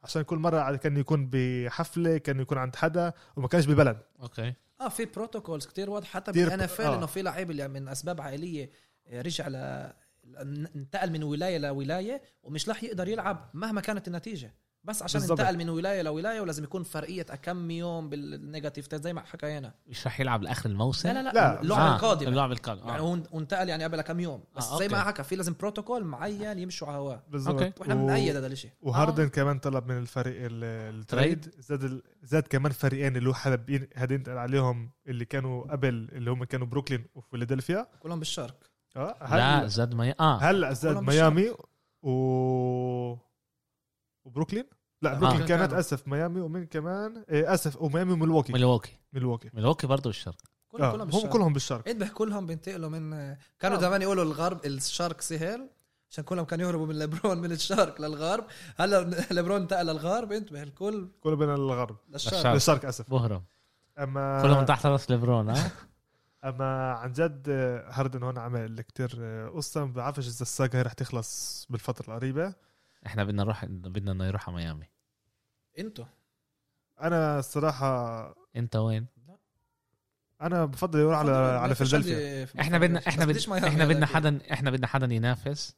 [SPEAKER 2] عشان كل مره كان يكون بحفله كان يكون عند حدا وما كانش ببلد
[SPEAKER 1] اوكي
[SPEAKER 3] اه في بروتوكولز كتير واضح حتى
[SPEAKER 2] كتير
[SPEAKER 3] بالان اف
[SPEAKER 2] آه.
[SPEAKER 3] انه في لعيب اللي من اسباب عائليه آه، رجع ل انتقل من ولايه لولايه ومش رح يقدر يلعب مهما كانت النتيجه بس عشان
[SPEAKER 2] بالضبط.
[SPEAKER 3] انتقل من ولايه لولايه ولازم يكون فرقيه كم يوم بالنيجاتيف تيست زي ما حكينا
[SPEAKER 1] مش رح يلعب لاخر الموسم
[SPEAKER 3] لا
[SPEAKER 2] لا،
[SPEAKER 3] لا لا, لا اللعبه
[SPEAKER 1] آه،
[SPEAKER 3] القادمه
[SPEAKER 1] اللعب القادم
[SPEAKER 3] يعني
[SPEAKER 1] آه.
[SPEAKER 3] هو انتقل يعني قبل كم يوم بس
[SPEAKER 1] آه،
[SPEAKER 3] زي ما
[SPEAKER 1] أوكي.
[SPEAKER 3] حكى في لازم بروتوكول معين يمشوا على هواه
[SPEAKER 1] أوكي.
[SPEAKER 2] بالضبط
[SPEAKER 3] واحنا بنأيد هذا الشيء
[SPEAKER 2] وهاردن كمان طلب من الفريق ال- التريد زاد ال... زاد كمان فريقين اللي هو حابب ين- هاد ينتقل عليهم اللي كانوا قبل اللي هم كانوا بروكلين وفيلادلفيا
[SPEAKER 3] كلهم بالشرق
[SPEAKER 2] اه
[SPEAKER 1] لا
[SPEAKER 2] هلا
[SPEAKER 1] زاد ما ي- اه
[SPEAKER 2] هلا زاد
[SPEAKER 3] كلهم
[SPEAKER 2] ميامي و وبروكلين لا
[SPEAKER 3] آه.
[SPEAKER 2] بروكلين
[SPEAKER 1] آه.
[SPEAKER 2] كانت اسف ميامي ومين كمان إيه اسف وميامي وملواكي
[SPEAKER 1] ملواكي
[SPEAKER 2] ملواكي
[SPEAKER 1] ملواكي برضه الشرق
[SPEAKER 3] كلهم
[SPEAKER 2] آه.
[SPEAKER 3] كلهم
[SPEAKER 2] هم
[SPEAKER 3] بالشرق
[SPEAKER 2] كلهم بالشرق
[SPEAKER 3] انتبه كلهم بينتقلوا من كانوا زمان يقولوا الغرب الشرق سهل عشان كلهم كانوا يهربوا من لبرون من الشرق للغرب هلا لبرون انتقل للغرب انتبه الكل
[SPEAKER 2] كلهم بين الغرب
[SPEAKER 3] للشرق
[SPEAKER 1] للشرق.
[SPEAKER 2] بالشرق اسف
[SPEAKER 1] بهرم
[SPEAKER 2] اما
[SPEAKER 1] كلهم تحت راس ليبرون اه
[SPEAKER 2] اما عن جد آه، هاردن هون عمل كتير آه، قصه ما بعرفش اذا الساقه هي رح تخلص بالفتره القريبه
[SPEAKER 1] احنا بدنا نروح بدنا انه يروح على ميامي
[SPEAKER 3] انتوا
[SPEAKER 2] انا الصراحه
[SPEAKER 1] انت وين؟
[SPEAKER 2] انا بفضل يروح على على
[SPEAKER 3] إيه،
[SPEAKER 2] فيلادلفيا
[SPEAKER 1] احنا بدنا احنا بدنا احنا بدنا حدا احنا بدنا حدا ينافس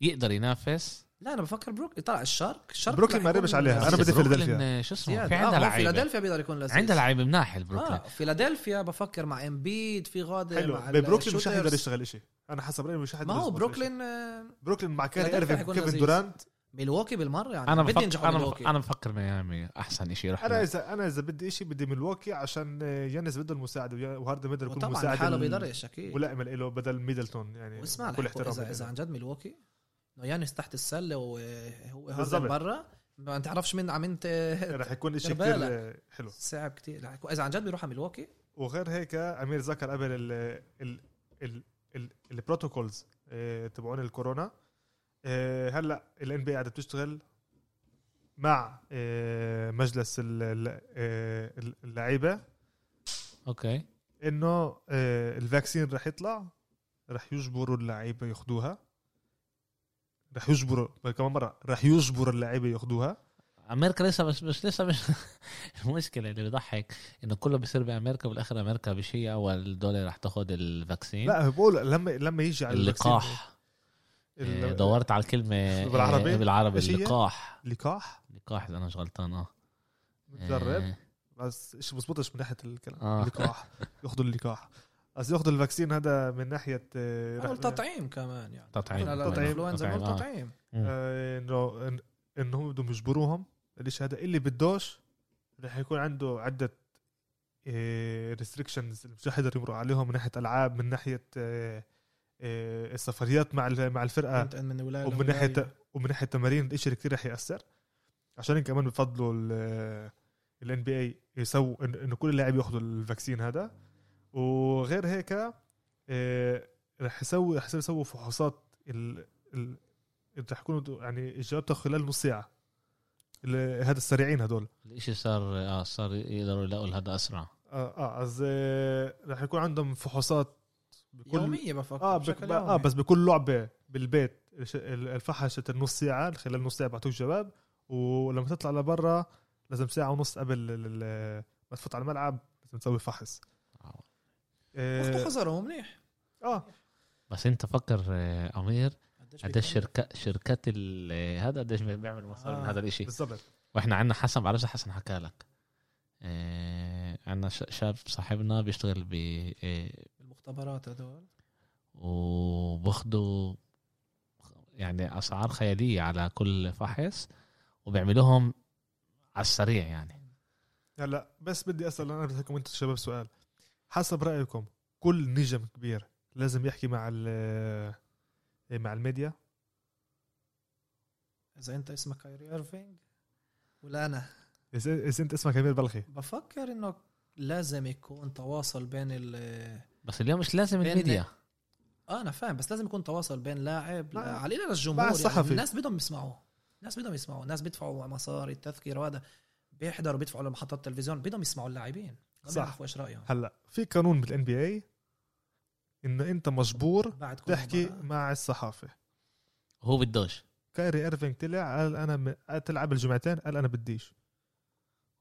[SPEAKER 1] يقدر ينافس
[SPEAKER 3] لا انا بفكر بروك طلع الشرق الشرق
[SPEAKER 2] بروكلين ما
[SPEAKER 3] رح يكون
[SPEAKER 2] قربش عليها. أنا
[SPEAKER 1] بس
[SPEAKER 2] بدي
[SPEAKER 1] بروكلين،
[SPEAKER 2] فيلادلفيا.
[SPEAKER 1] آه، شو اسمه في
[SPEAKER 3] زيادة. آه،
[SPEAKER 1] عندها
[SPEAKER 3] هو
[SPEAKER 1] لعيبه
[SPEAKER 3] فيلادلفيا بيقدر يكون لذيذ
[SPEAKER 1] عندها لعيبه مناحل بروكلين
[SPEAKER 3] اه فيلادلفيا بفكر مع امبيد في غادة
[SPEAKER 2] حلو
[SPEAKER 3] مع
[SPEAKER 2] ببروكلين مش رح يقدر
[SPEAKER 3] الشوترز.
[SPEAKER 2] يشتغل شيء انا حسب رايي مش رح يقدر
[SPEAKER 3] ما هو
[SPEAKER 2] يشتغل شيء.
[SPEAKER 3] بروكلين آه،
[SPEAKER 2] بروكلين مع كاري
[SPEAKER 3] فيلادلفيا
[SPEAKER 2] ايرفين
[SPEAKER 3] حيكون
[SPEAKER 2] كيفن
[SPEAKER 3] لذيذ.
[SPEAKER 2] دورانت
[SPEAKER 3] ميلواكي بالمره يعني
[SPEAKER 1] انا
[SPEAKER 3] بدي
[SPEAKER 1] بفكر
[SPEAKER 3] ينجحوا
[SPEAKER 1] انا بفكر
[SPEAKER 3] ميلواكي
[SPEAKER 1] انا بفكر ميامي احسن شيء يروح
[SPEAKER 2] انا
[SPEAKER 1] له.
[SPEAKER 2] اذا انا اذا بدي شيء بدي ملواكي عشان آه، يانس بده المساعده ويا- وهاردن بده يكون
[SPEAKER 3] وطبعا
[SPEAKER 2] مساعد
[SPEAKER 3] حاله
[SPEAKER 2] ال-
[SPEAKER 3] بيقدرش اكيد
[SPEAKER 2] ملائم له بدل ميدلتون يعني
[SPEAKER 3] واسمع
[SPEAKER 2] كل
[SPEAKER 3] لك
[SPEAKER 2] احترام
[SPEAKER 3] اذا اذا عن جد ميلواكي انه يانس تحت السله وهو هذا
[SPEAKER 2] بالظبط.
[SPEAKER 3] برا ما تعرفش مين عم انت
[SPEAKER 2] رح يكون شيء
[SPEAKER 3] دير
[SPEAKER 2] كثير
[SPEAKER 3] بالك.
[SPEAKER 2] آه، حلو
[SPEAKER 3] صعب كتير رح يكون- اذا عن جد بيروح على ميلواكي
[SPEAKER 2] وغير هيك امير ذكر قبل ال ال ال ال البروتوكولز آه، تبعون الكورونا آه، هلا الان بي قاعده بتشتغل مع آه، مجلس ال- ال- آه، اللعيبه
[SPEAKER 1] اوكي
[SPEAKER 2] انه آه، الفاكسين رح يطلع رح يجبروا اللعيبه ياخذوها رح يجبروا بل كمان مره رح يجبروا اللعيبه ياخذوها
[SPEAKER 1] امريكا لسه بس مش لسه مش المشكله اللي بضحك انه كله بيصير بامريكا بالاخر امريكا مش هي اول دوله رح تاخذ الفاكسين
[SPEAKER 2] لا بقول لما لما يجي على الفاكسين-
[SPEAKER 1] اللقاح
[SPEAKER 2] ال-
[SPEAKER 1] آه، دورت على الكلمه
[SPEAKER 2] بالعربي؟
[SPEAKER 1] آه، بالعربي
[SPEAKER 2] إيش هي؟
[SPEAKER 1] اللقاح
[SPEAKER 2] لقاح
[SPEAKER 1] لقاح اذا انا مش غلطان اه
[SPEAKER 2] متدرب
[SPEAKER 1] آه،
[SPEAKER 2] بس ايش بزبطش من ناحيه الكلام
[SPEAKER 1] آه.
[SPEAKER 2] اللقاح ياخذوا اللقاح بس ياخذوا الفاكسين هذا من ناحيه آه،
[SPEAKER 3] اول
[SPEAKER 2] رح-
[SPEAKER 3] تطعيم كمان يعني
[SPEAKER 1] تطعيم.
[SPEAKER 3] لا، لا،
[SPEAKER 2] تطعيم.
[SPEAKER 3] الانفلونزا
[SPEAKER 1] تطعيم،
[SPEAKER 3] بقول
[SPEAKER 1] آه.
[SPEAKER 3] تطعيم
[SPEAKER 2] آه، انه إن- انهم بدهم يجبروهم الشيء هذا اللي بدوش رح يكون عنده عده ريستريكشنز آه، اللي مش حيقدر يمرق عليهم من ناحيه العاب من ناحيه آه، آه، السفريات مع ال- مع الفرقه
[SPEAKER 3] كنت من ولايه
[SPEAKER 2] آه. ومن
[SPEAKER 3] لولاية.
[SPEAKER 2] ناحيه ومن ناحيه التمارين الشيء كتير رح ياثر عشان هيك كمان بفضلوا ال ان بي اي يسووا إن- انه كل اللاعب ياخذوا الفاكسين هذا وغير هيك آه، رح يسوي رح يسووا فحوصات ال ال رح يكونوا يعني اجابته خلال نص ساعه ال- هذا السريعين هدول
[SPEAKER 1] الاشي صار اه صار يقدروا يلاقوا هذا اسرع
[SPEAKER 2] اه اه از آه، رح يكون عندهم فحوصات
[SPEAKER 3] يوميه بفكر
[SPEAKER 2] اه بك...
[SPEAKER 3] بشكل
[SPEAKER 2] اه
[SPEAKER 3] يومي.
[SPEAKER 2] بس بكل لعبه بالبيت الش- ال- الفحصة النص ساعه خلال نص ساعه بعطوك جواب ولما تطلع لبرا لازم ساعه ونص قبل ال- ال- ما تفوت على الملعب لازم تسوي فحص اه,
[SPEAKER 3] اخذوا حذرهم منيح
[SPEAKER 2] آه
[SPEAKER 1] بس انت فكر آه، امير قديش
[SPEAKER 3] بيكمل؟
[SPEAKER 1] شركه شركات ال- آه، هذا قديش بيعمل مصاري من
[SPEAKER 3] آه.
[SPEAKER 1] هذا الاشي
[SPEAKER 2] بالضبط
[SPEAKER 1] واحنا عندنا حسن بعرفش حسن حكى لك آه، عندنا ش- شاب صاحبنا بيشتغل ب آه،
[SPEAKER 3] المختبرات هذول
[SPEAKER 1] وباخدوا يعني اسعار خياليه على كل فحص وبيعملوهم على السريع يعني
[SPEAKER 2] هلا بس بدي اسال انا بدكم انتم الشباب سؤال حسب رايكم كل نجم كبير لازم يحكي مع ال- إيه، مع الميديا
[SPEAKER 3] اذا انت اسمك كايري ايرفينج ولا انا
[SPEAKER 2] اذا إذا انت اسمك امير بلخي
[SPEAKER 3] بفكر انه لازم يكون تواصل بين ال
[SPEAKER 1] بس اليوم مش لازم
[SPEAKER 3] بين-
[SPEAKER 1] الميديا
[SPEAKER 3] اه انا فاهم بس لازم يكون تواصل بين لاعب
[SPEAKER 2] لا.
[SPEAKER 3] لا على الأقل للجمهور
[SPEAKER 2] مع
[SPEAKER 3] يعني
[SPEAKER 2] آه. الصحفي.
[SPEAKER 3] الناس بدهم يسمعوه الناس بدهم يسمعوه الناس بيدفعوا مصاري التذكره وهذا بيحضروا بيدفعوا لمحطات التلفزيون بدهم يسمعوا اللاعبين بدهم
[SPEAKER 2] صح.
[SPEAKER 3] يعرفوا ايش رايهم
[SPEAKER 2] هلا في قانون بالان بي اي انه انت مجبور
[SPEAKER 3] بعد كل
[SPEAKER 2] تحكي
[SPEAKER 3] مباراة.
[SPEAKER 2] مع الصحافه
[SPEAKER 1] هو بدوش
[SPEAKER 2] كايري ايرفينج طلع قال انا م... تلعب الجمعتين قال انا بديش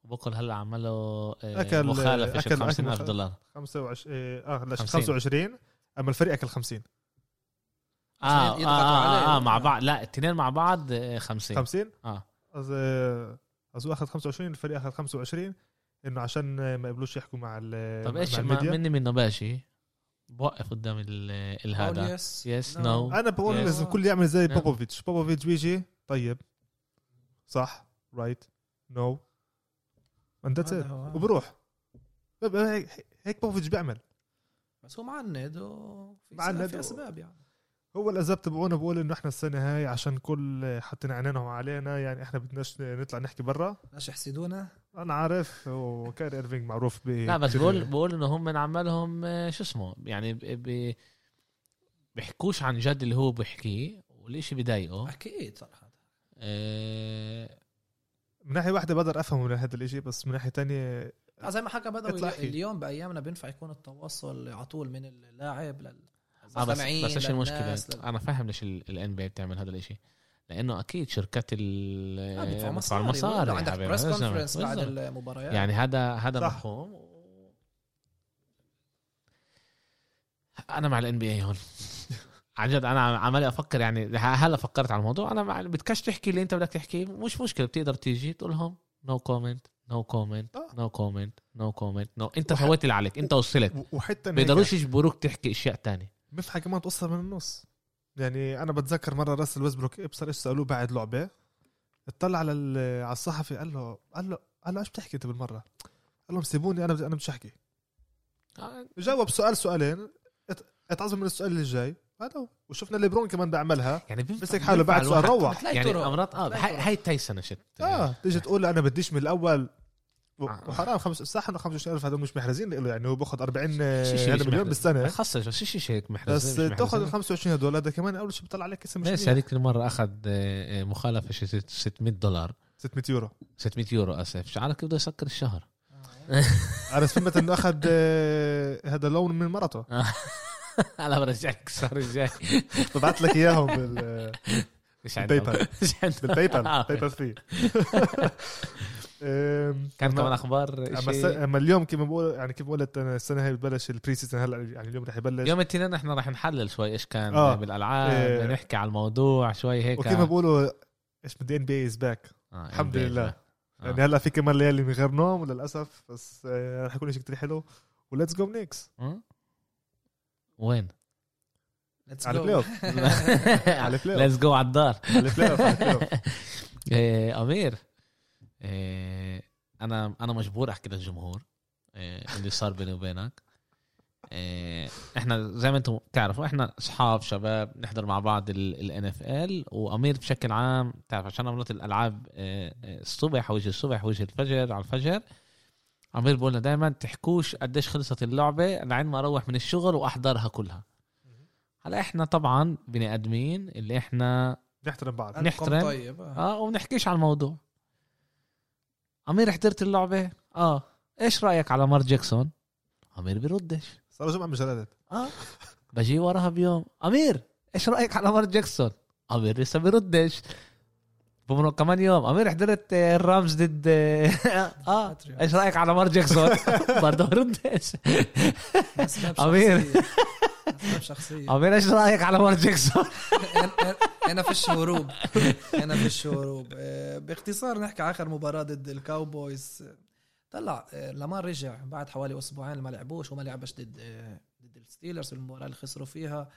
[SPEAKER 1] بكل هلا عمله آه،
[SPEAKER 2] أكل-
[SPEAKER 1] مخالفه
[SPEAKER 2] أكل-
[SPEAKER 1] شي
[SPEAKER 2] أكل
[SPEAKER 1] 50000
[SPEAKER 2] مخالفة.
[SPEAKER 1] دولار
[SPEAKER 2] 25 اه لا
[SPEAKER 1] 50.
[SPEAKER 2] 25 اما الفريق اكل 50
[SPEAKER 1] آه,
[SPEAKER 3] عشان
[SPEAKER 1] آه,
[SPEAKER 3] يضغطوا
[SPEAKER 1] آه,
[SPEAKER 3] عليه.
[SPEAKER 1] اه مع بعض لا الاثنين مع بعض آه، 50
[SPEAKER 2] 50
[SPEAKER 1] اه
[SPEAKER 2] از از هو اخذ 25 الفريق اخذ 25 انه عشان آه، ما يقبلوش يحكوا مع ال
[SPEAKER 1] طب
[SPEAKER 2] مع
[SPEAKER 1] ايش ما
[SPEAKER 2] الميديا
[SPEAKER 1] مني منه باشي بوقف قدام ال-
[SPEAKER 3] أقول
[SPEAKER 1] الهذا
[SPEAKER 3] يس
[SPEAKER 1] يس
[SPEAKER 3] no.
[SPEAKER 1] نو
[SPEAKER 2] انا بقول
[SPEAKER 1] Yes.
[SPEAKER 2] لازم الكل يعمل زي
[SPEAKER 1] No.
[SPEAKER 2] بوبوفيتش بوبوفيتش بيجي طيب صح رايت نو اند ذاتس
[SPEAKER 1] آه.
[SPEAKER 3] هذا هو.
[SPEAKER 2] وبروح بيبقى هيك- هيك بوفيتش بيعمل
[SPEAKER 3] بس هو معند وفي
[SPEAKER 2] معند
[SPEAKER 3] معند في
[SPEAKER 2] و-
[SPEAKER 3] اسباب يعني
[SPEAKER 2] هو الأزاب تبعونا بقول انه احنا السنه هاي عشان كل حاطين عينينهم علينا يعني احنا بدناش نطلع نحكي برا
[SPEAKER 3] ناس يحسدونا
[SPEAKER 2] انا عارف وكاري ايرفينج معروف ب
[SPEAKER 1] لا بس بقول بقول انه هم من عمالهم آه، شو اسمه يعني ب... ب... بيحكوش عن جد اللي هو بيحكيه والشيء بضايقه
[SPEAKER 3] اكيد صراحه
[SPEAKER 1] آه،
[SPEAKER 2] من ناحيه واحده بقدر افهم من هذا الاشي بس من ناحيه تانية
[SPEAKER 3] آه، زي ما حكى
[SPEAKER 2] اطلع
[SPEAKER 3] بدوي
[SPEAKER 2] احكي.
[SPEAKER 3] اليوم بايامنا بينفع يكون التواصل على طول من اللاعب لل
[SPEAKER 1] اه بس
[SPEAKER 3] للمستمعين،
[SPEAKER 1] بس ايش المشكله؟
[SPEAKER 3] للناس، لل-
[SPEAKER 1] انا فاهم ليش الان بي بتعمل هذا الاشي لانه اكيد شركات
[SPEAKER 3] آه، بيدفعوا
[SPEAKER 1] ال
[SPEAKER 3] مصاري
[SPEAKER 1] المصاري
[SPEAKER 3] ولا
[SPEAKER 1] يا
[SPEAKER 3] عندك
[SPEAKER 1] إيه، حبيبي.
[SPEAKER 3] بريس
[SPEAKER 1] بالظبط،
[SPEAKER 3] كونفرنس بعد
[SPEAKER 1] بالظبط.
[SPEAKER 3] المباريات
[SPEAKER 1] يعني هذا هذا
[SPEAKER 2] صح.
[SPEAKER 1] مفهوم و- انا مع الان بي اي هون عن جد انا عمالي افكر يعني ه- هلا فكرت على الموضوع انا مع بدكش تحكي اللي انت بدك تحكيه مش مشكله بتقدر تيجي تقول لهم نو كومنت نو كومنت
[SPEAKER 2] آه.
[SPEAKER 1] نو كومنت نو كومنت نو انت
[SPEAKER 2] وح-
[SPEAKER 1] سويت اللي عليك انت وصلت
[SPEAKER 2] و- وحتى إن هيك
[SPEAKER 1] بيقدروش يجبروك تحكي اشياء تانية
[SPEAKER 2] بنفع كمان تقصها من النص يعني انا بتذكر مره راسل ويزبروك ابصر ايش سالوه بعد لعبه اطلع على ال- على الصحفي قال له قال له قال له ايش بتحكي انت بالمره؟ قال لهم سيبوني انا بدي انا مش احكي
[SPEAKER 1] آه،
[SPEAKER 2] جاوب سؤال سؤالين ات- اتعظم من السؤال اللي جاي هذا هو. وشفنا ليبرون كمان بيعملها
[SPEAKER 1] يعني بينفع-
[SPEAKER 2] مسك حاله بعد
[SPEAKER 1] بينفع
[SPEAKER 2] سؤال
[SPEAKER 1] الواحد-
[SPEAKER 2] روح
[SPEAKER 3] بتلاقي
[SPEAKER 1] يعني
[SPEAKER 3] طرق.
[SPEAKER 1] امرات اه
[SPEAKER 3] بتلاقي
[SPEAKER 1] هاي
[SPEAKER 3] طرق.
[SPEAKER 1] هاي تايسون شت
[SPEAKER 2] اه تيجي تقول انا بديش من الاول و-
[SPEAKER 1] آه.
[SPEAKER 2] وحرام خمس صح انه 25000 هذول مش محرزين له يعني هو باخذ 40
[SPEAKER 1] شي- شي
[SPEAKER 2] هذا
[SPEAKER 1] مش
[SPEAKER 2] يعني مليون
[SPEAKER 1] محرز.
[SPEAKER 2] بالسنه
[SPEAKER 1] خاصة شو شيء هيك
[SPEAKER 2] بس
[SPEAKER 1] محرز
[SPEAKER 2] تاخذ ال 25 هذول هذا كمان اول شيء بيطلع عليك اسم مش
[SPEAKER 1] ماشي
[SPEAKER 2] منيح.
[SPEAKER 1] هذيك المرة اخذ آه، آه، مخالفة شي ست- 600 دولار 600
[SPEAKER 2] 600 يورو
[SPEAKER 1] 600 يورو اسف شعرك بده يسكر الشهر
[SPEAKER 3] آه.
[SPEAKER 2] عرفت فهمت انه اخذ آه، هذا لون من مرته
[SPEAKER 1] انا برجع لك الشهر الجاي
[SPEAKER 2] ببعث لك اياهم بال آه،
[SPEAKER 1] مش عندنا
[SPEAKER 2] بالبايبال.
[SPEAKER 1] مش عندنا
[SPEAKER 2] بالباي بال
[SPEAKER 1] آه.
[SPEAKER 2] باي بال فري
[SPEAKER 1] كان كمان اخبار
[SPEAKER 2] اما الس-
[SPEAKER 1] شيء
[SPEAKER 2] اما اليوم كيف بقول يعني كيف قلت انا السنه هاي بتبلش البري سيزون هلا يعني اليوم رح يبلش
[SPEAKER 1] يوم الاثنين احنا راح نحلل شوي ايش كان
[SPEAKER 2] آه.
[SPEAKER 1] بالالعاب
[SPEAKER 2] إيه.
[SPEAKER 1] نحكي على الموضوع شوي هيك
[SPEAKER 2] وكيف بقولوا ايش بدي ان بي اي از باك
[SPEAKER 1] آه،
[SPEAKER 2] الحمد
[SPEAKER 1] NBA.
[SPEAKER 2] لله.
[SPEAKER 1] آه.
[SPEAKER 2] يعني هلا في كمان ليالي من غير نوم للاسف بس آه، رح يكون شيء كثير حلو وليتس جو نيكس
[SPEAKER 1] أه؟ وين؟
[SPEAKER 3] Let's
[SPEAKER 2] على
[SPEAKER 3] go.
[SPEAKER 2] بلاي اوف على بلاي اوف
[SPEAKER 1] ليتس جو على الدار
[SPEAKER 2] على بلاي اوف على بلاي اوف
[SPEAKER 1] إيه، امير إيه، انا انا مجبور احكي للجمهور آه، اللي صار بيني وبينك آه، احنا زي ما انتم تعرفوا احنا اصحاب شباب نحضر مع بعض الان اف ال وامير بشكل عام تعرف عشان عملت الالعاب آه، آه، الصبح وجه الصبح وجه الفجر على الفجر امير بقولنا دائما تحكوش قديش خلصت اللعبه لعين ما اروح من الشغل واحضرها كلها هلا احنا طبعا بني ادمين اللي احنا
[SPEAKER 2] نحترم بعض
[SPEAKER 1] أنا- نحترم.
[SPEAKER 3] طيب آه.
[SPEAKER 1] اه وبنحكيش على الموضوع امير حضرت اللعبه اه ايش رايك على مار جاكسون امير بيردش
[SPEAKER 2] صار جمعه مش ردت
[SPEAKER 1] اه بجي وراها بيوم امير ايش رايك على مار جاكسون امير لسه بيردش بمرق كمان يوم امير حضرت آه، الرامز ضد آه، اه ايش رايك على مار جاكسون برضه بيردش
[SPEAKER 3] أسباب
[SPEAKER 1] أمير.
[SPEAKER 3] شخصية. أسباب شخصية
[SPEAKER 1] امير ايش رايك على مار جاكسون
[SPEAKER 3] هنا- هنا فيش هروب هنا فيش هروب آه، باختصار نحكي على آخر مباراة ضد الكاوبويز آه، طلع آه، لما رجع بعد حوالي أسبوعين ما لعبوش وما لعبش ضد آه، ضد الستيلرز المباراة اللي خسروا فيها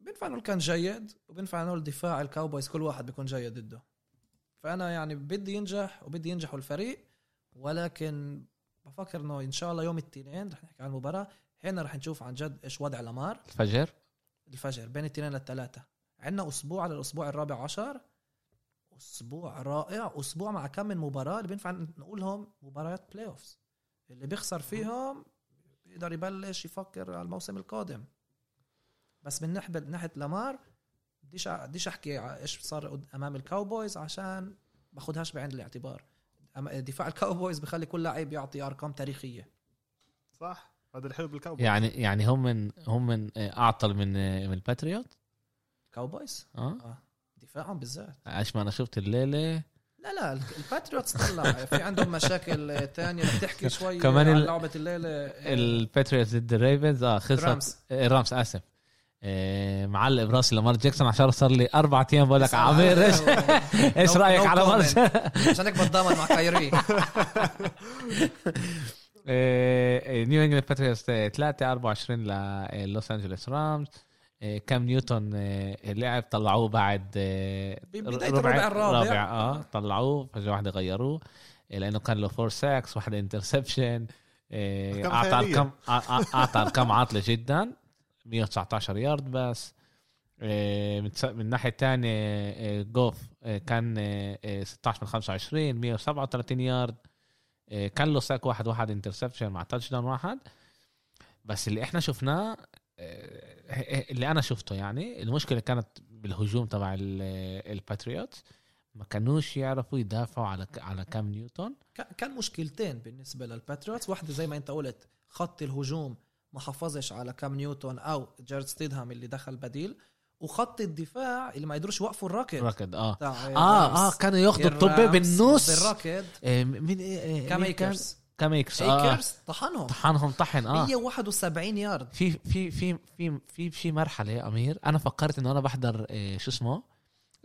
[SPEAKER 3] بينفع نقول كان جيد وبينفع نقول دفاع الكاوبويز كل واحد بيكون جيد ضده فأنا يعني بدي ينجح وبدي ينجحوا الفريق ولكن بفكر انه ان شاء الله يوم الاثنين رح نحكي عن المباراه هنا رح نشوف عن جد ايش وضع لامار
[SPEAKER 1] الفجر
[SPEAKER 3] الفجر بين الاثنين للثلاثة عندنا أسبوع على الأسبوع الرابع عشر أسبوع رائع أسبوع مع كم من مباراة اللي بينفع نقولهم مباريات بلاي أوفز اللي بيخسر فيهم بيقدر يبلش يفكر على الموسم القادم بس من ناحية من ناحية لامار بديش أ- بديش أحكي ع- إيش صار قد- أمام الكاوبويز عشان باخدهاش بعين الاعتبار أما- دفاع الكاوبويز بخلي كل لعيب يعطي أرقام تاريخية
[SPEAKER 2] صح هذا الحلو بالكاوبوي
[SPEAKER 1] يعني يعني هم من هم من آه، اعطل من آه، من الباتريوت
[SPEAKER 3] كاوبويز
[SPEAKER 1] اه
[SPEAKER 3] آه. دفاعهم بالذات
[SPEAKER 1] عشان انا شفت الليله
[SPEAKER 3] لا لا الباتريوتس طلع في عندهم مشاكل تانية بتحكي شوي
[SPEAKER 1] كمان
[SPEAKER 3] كمان عن
[SPEAKER 1] ال-
[SPEAKER 3] لعبة الليلة
[SPEAKER 1] الباتريوتس ضد الريفنز اه خسرت
[SPEAKER 3] الرامز.
[SPEAKER 1] آه، الرامز اسف آه، معلق براسي لامار جاكسون عشان صار لي اربع ايام بقول لك عمير ايش ايش
[SPEAKER 3] No-
[SPEAKER 1] رايك
[SPEAKER 3] no
[SPEAKER 1] على مار
[SPEAKER 3] comment. عشان هيك بتضامن مع كايري
[SPEAKER 1] نيو انجلاند باتريوتس 3 24 للوس انجلوس رامز آه، كام نيوتن آه، لعب طلعوه بعد آه،
[SPEAKER 3] ببداية الربع الرابع.
[SPEAKER 1] رابع اه طلعوه فجاه واحده غيروه آه، لانه كان له فور ساكس واحده انترسبشن
[SPEAKER 2] أرقام
[SPEAKER 1] اعطى
[SPEAKER 2] خيالية.
[SPEAKER 1] ارقام أع- أع- اعطى ارقام عاطله جدا 119 يارد بس آه، من تس- من الناحيه الثانيه جوف آه، كان آه، آه، 16 من 25 137 يارد آه، كان له ساك واحد واحد انترسبشن مع تاتش داون واحد بس اللي احنا شفناه آه، اللي انا شفته يعني المشكله كانت بالهجوم تبع ال- الباتريوت ما كانوش يعرفوا يدافعوا على على كام نيوتن
[SPEAKER 3] كان- كان مشكلتين بالنسبة للباتريوتس واحدة زي ما انت قلت خط الهجوم ما حافظش على كام نيوتن او جارد ستيدهام اللي دخل بديل وخط الدفاع اللي ما قدروش يوقفوا الراكد
[SPEAKER 1] ركض اه
[SPEAKER 3] بتاع طيب، الرامز.
[SPEAKER 1] اه اه كانوا ياخذوا الطبه
[SPEAKER 3] الرامز
[SPEAKER 1] بالنص
[SPEAKER 3] بالراكد
[SPEAKER 1] آه، مين آه، آه، مين كان
[SPEAKER 3] كاميكرز أيوة.
[SPEAKER 1] كاميكرز اه
[SPEAKER 3] ايكرز طحنهم
[SPEAKER 1] طحنهم طحن اه
[SPEAKER 3] 171 يارد
[SPEAKER 1] في في في في في في مرحله يا امير انا فكرت انه انا بحضر آه، شو اسمه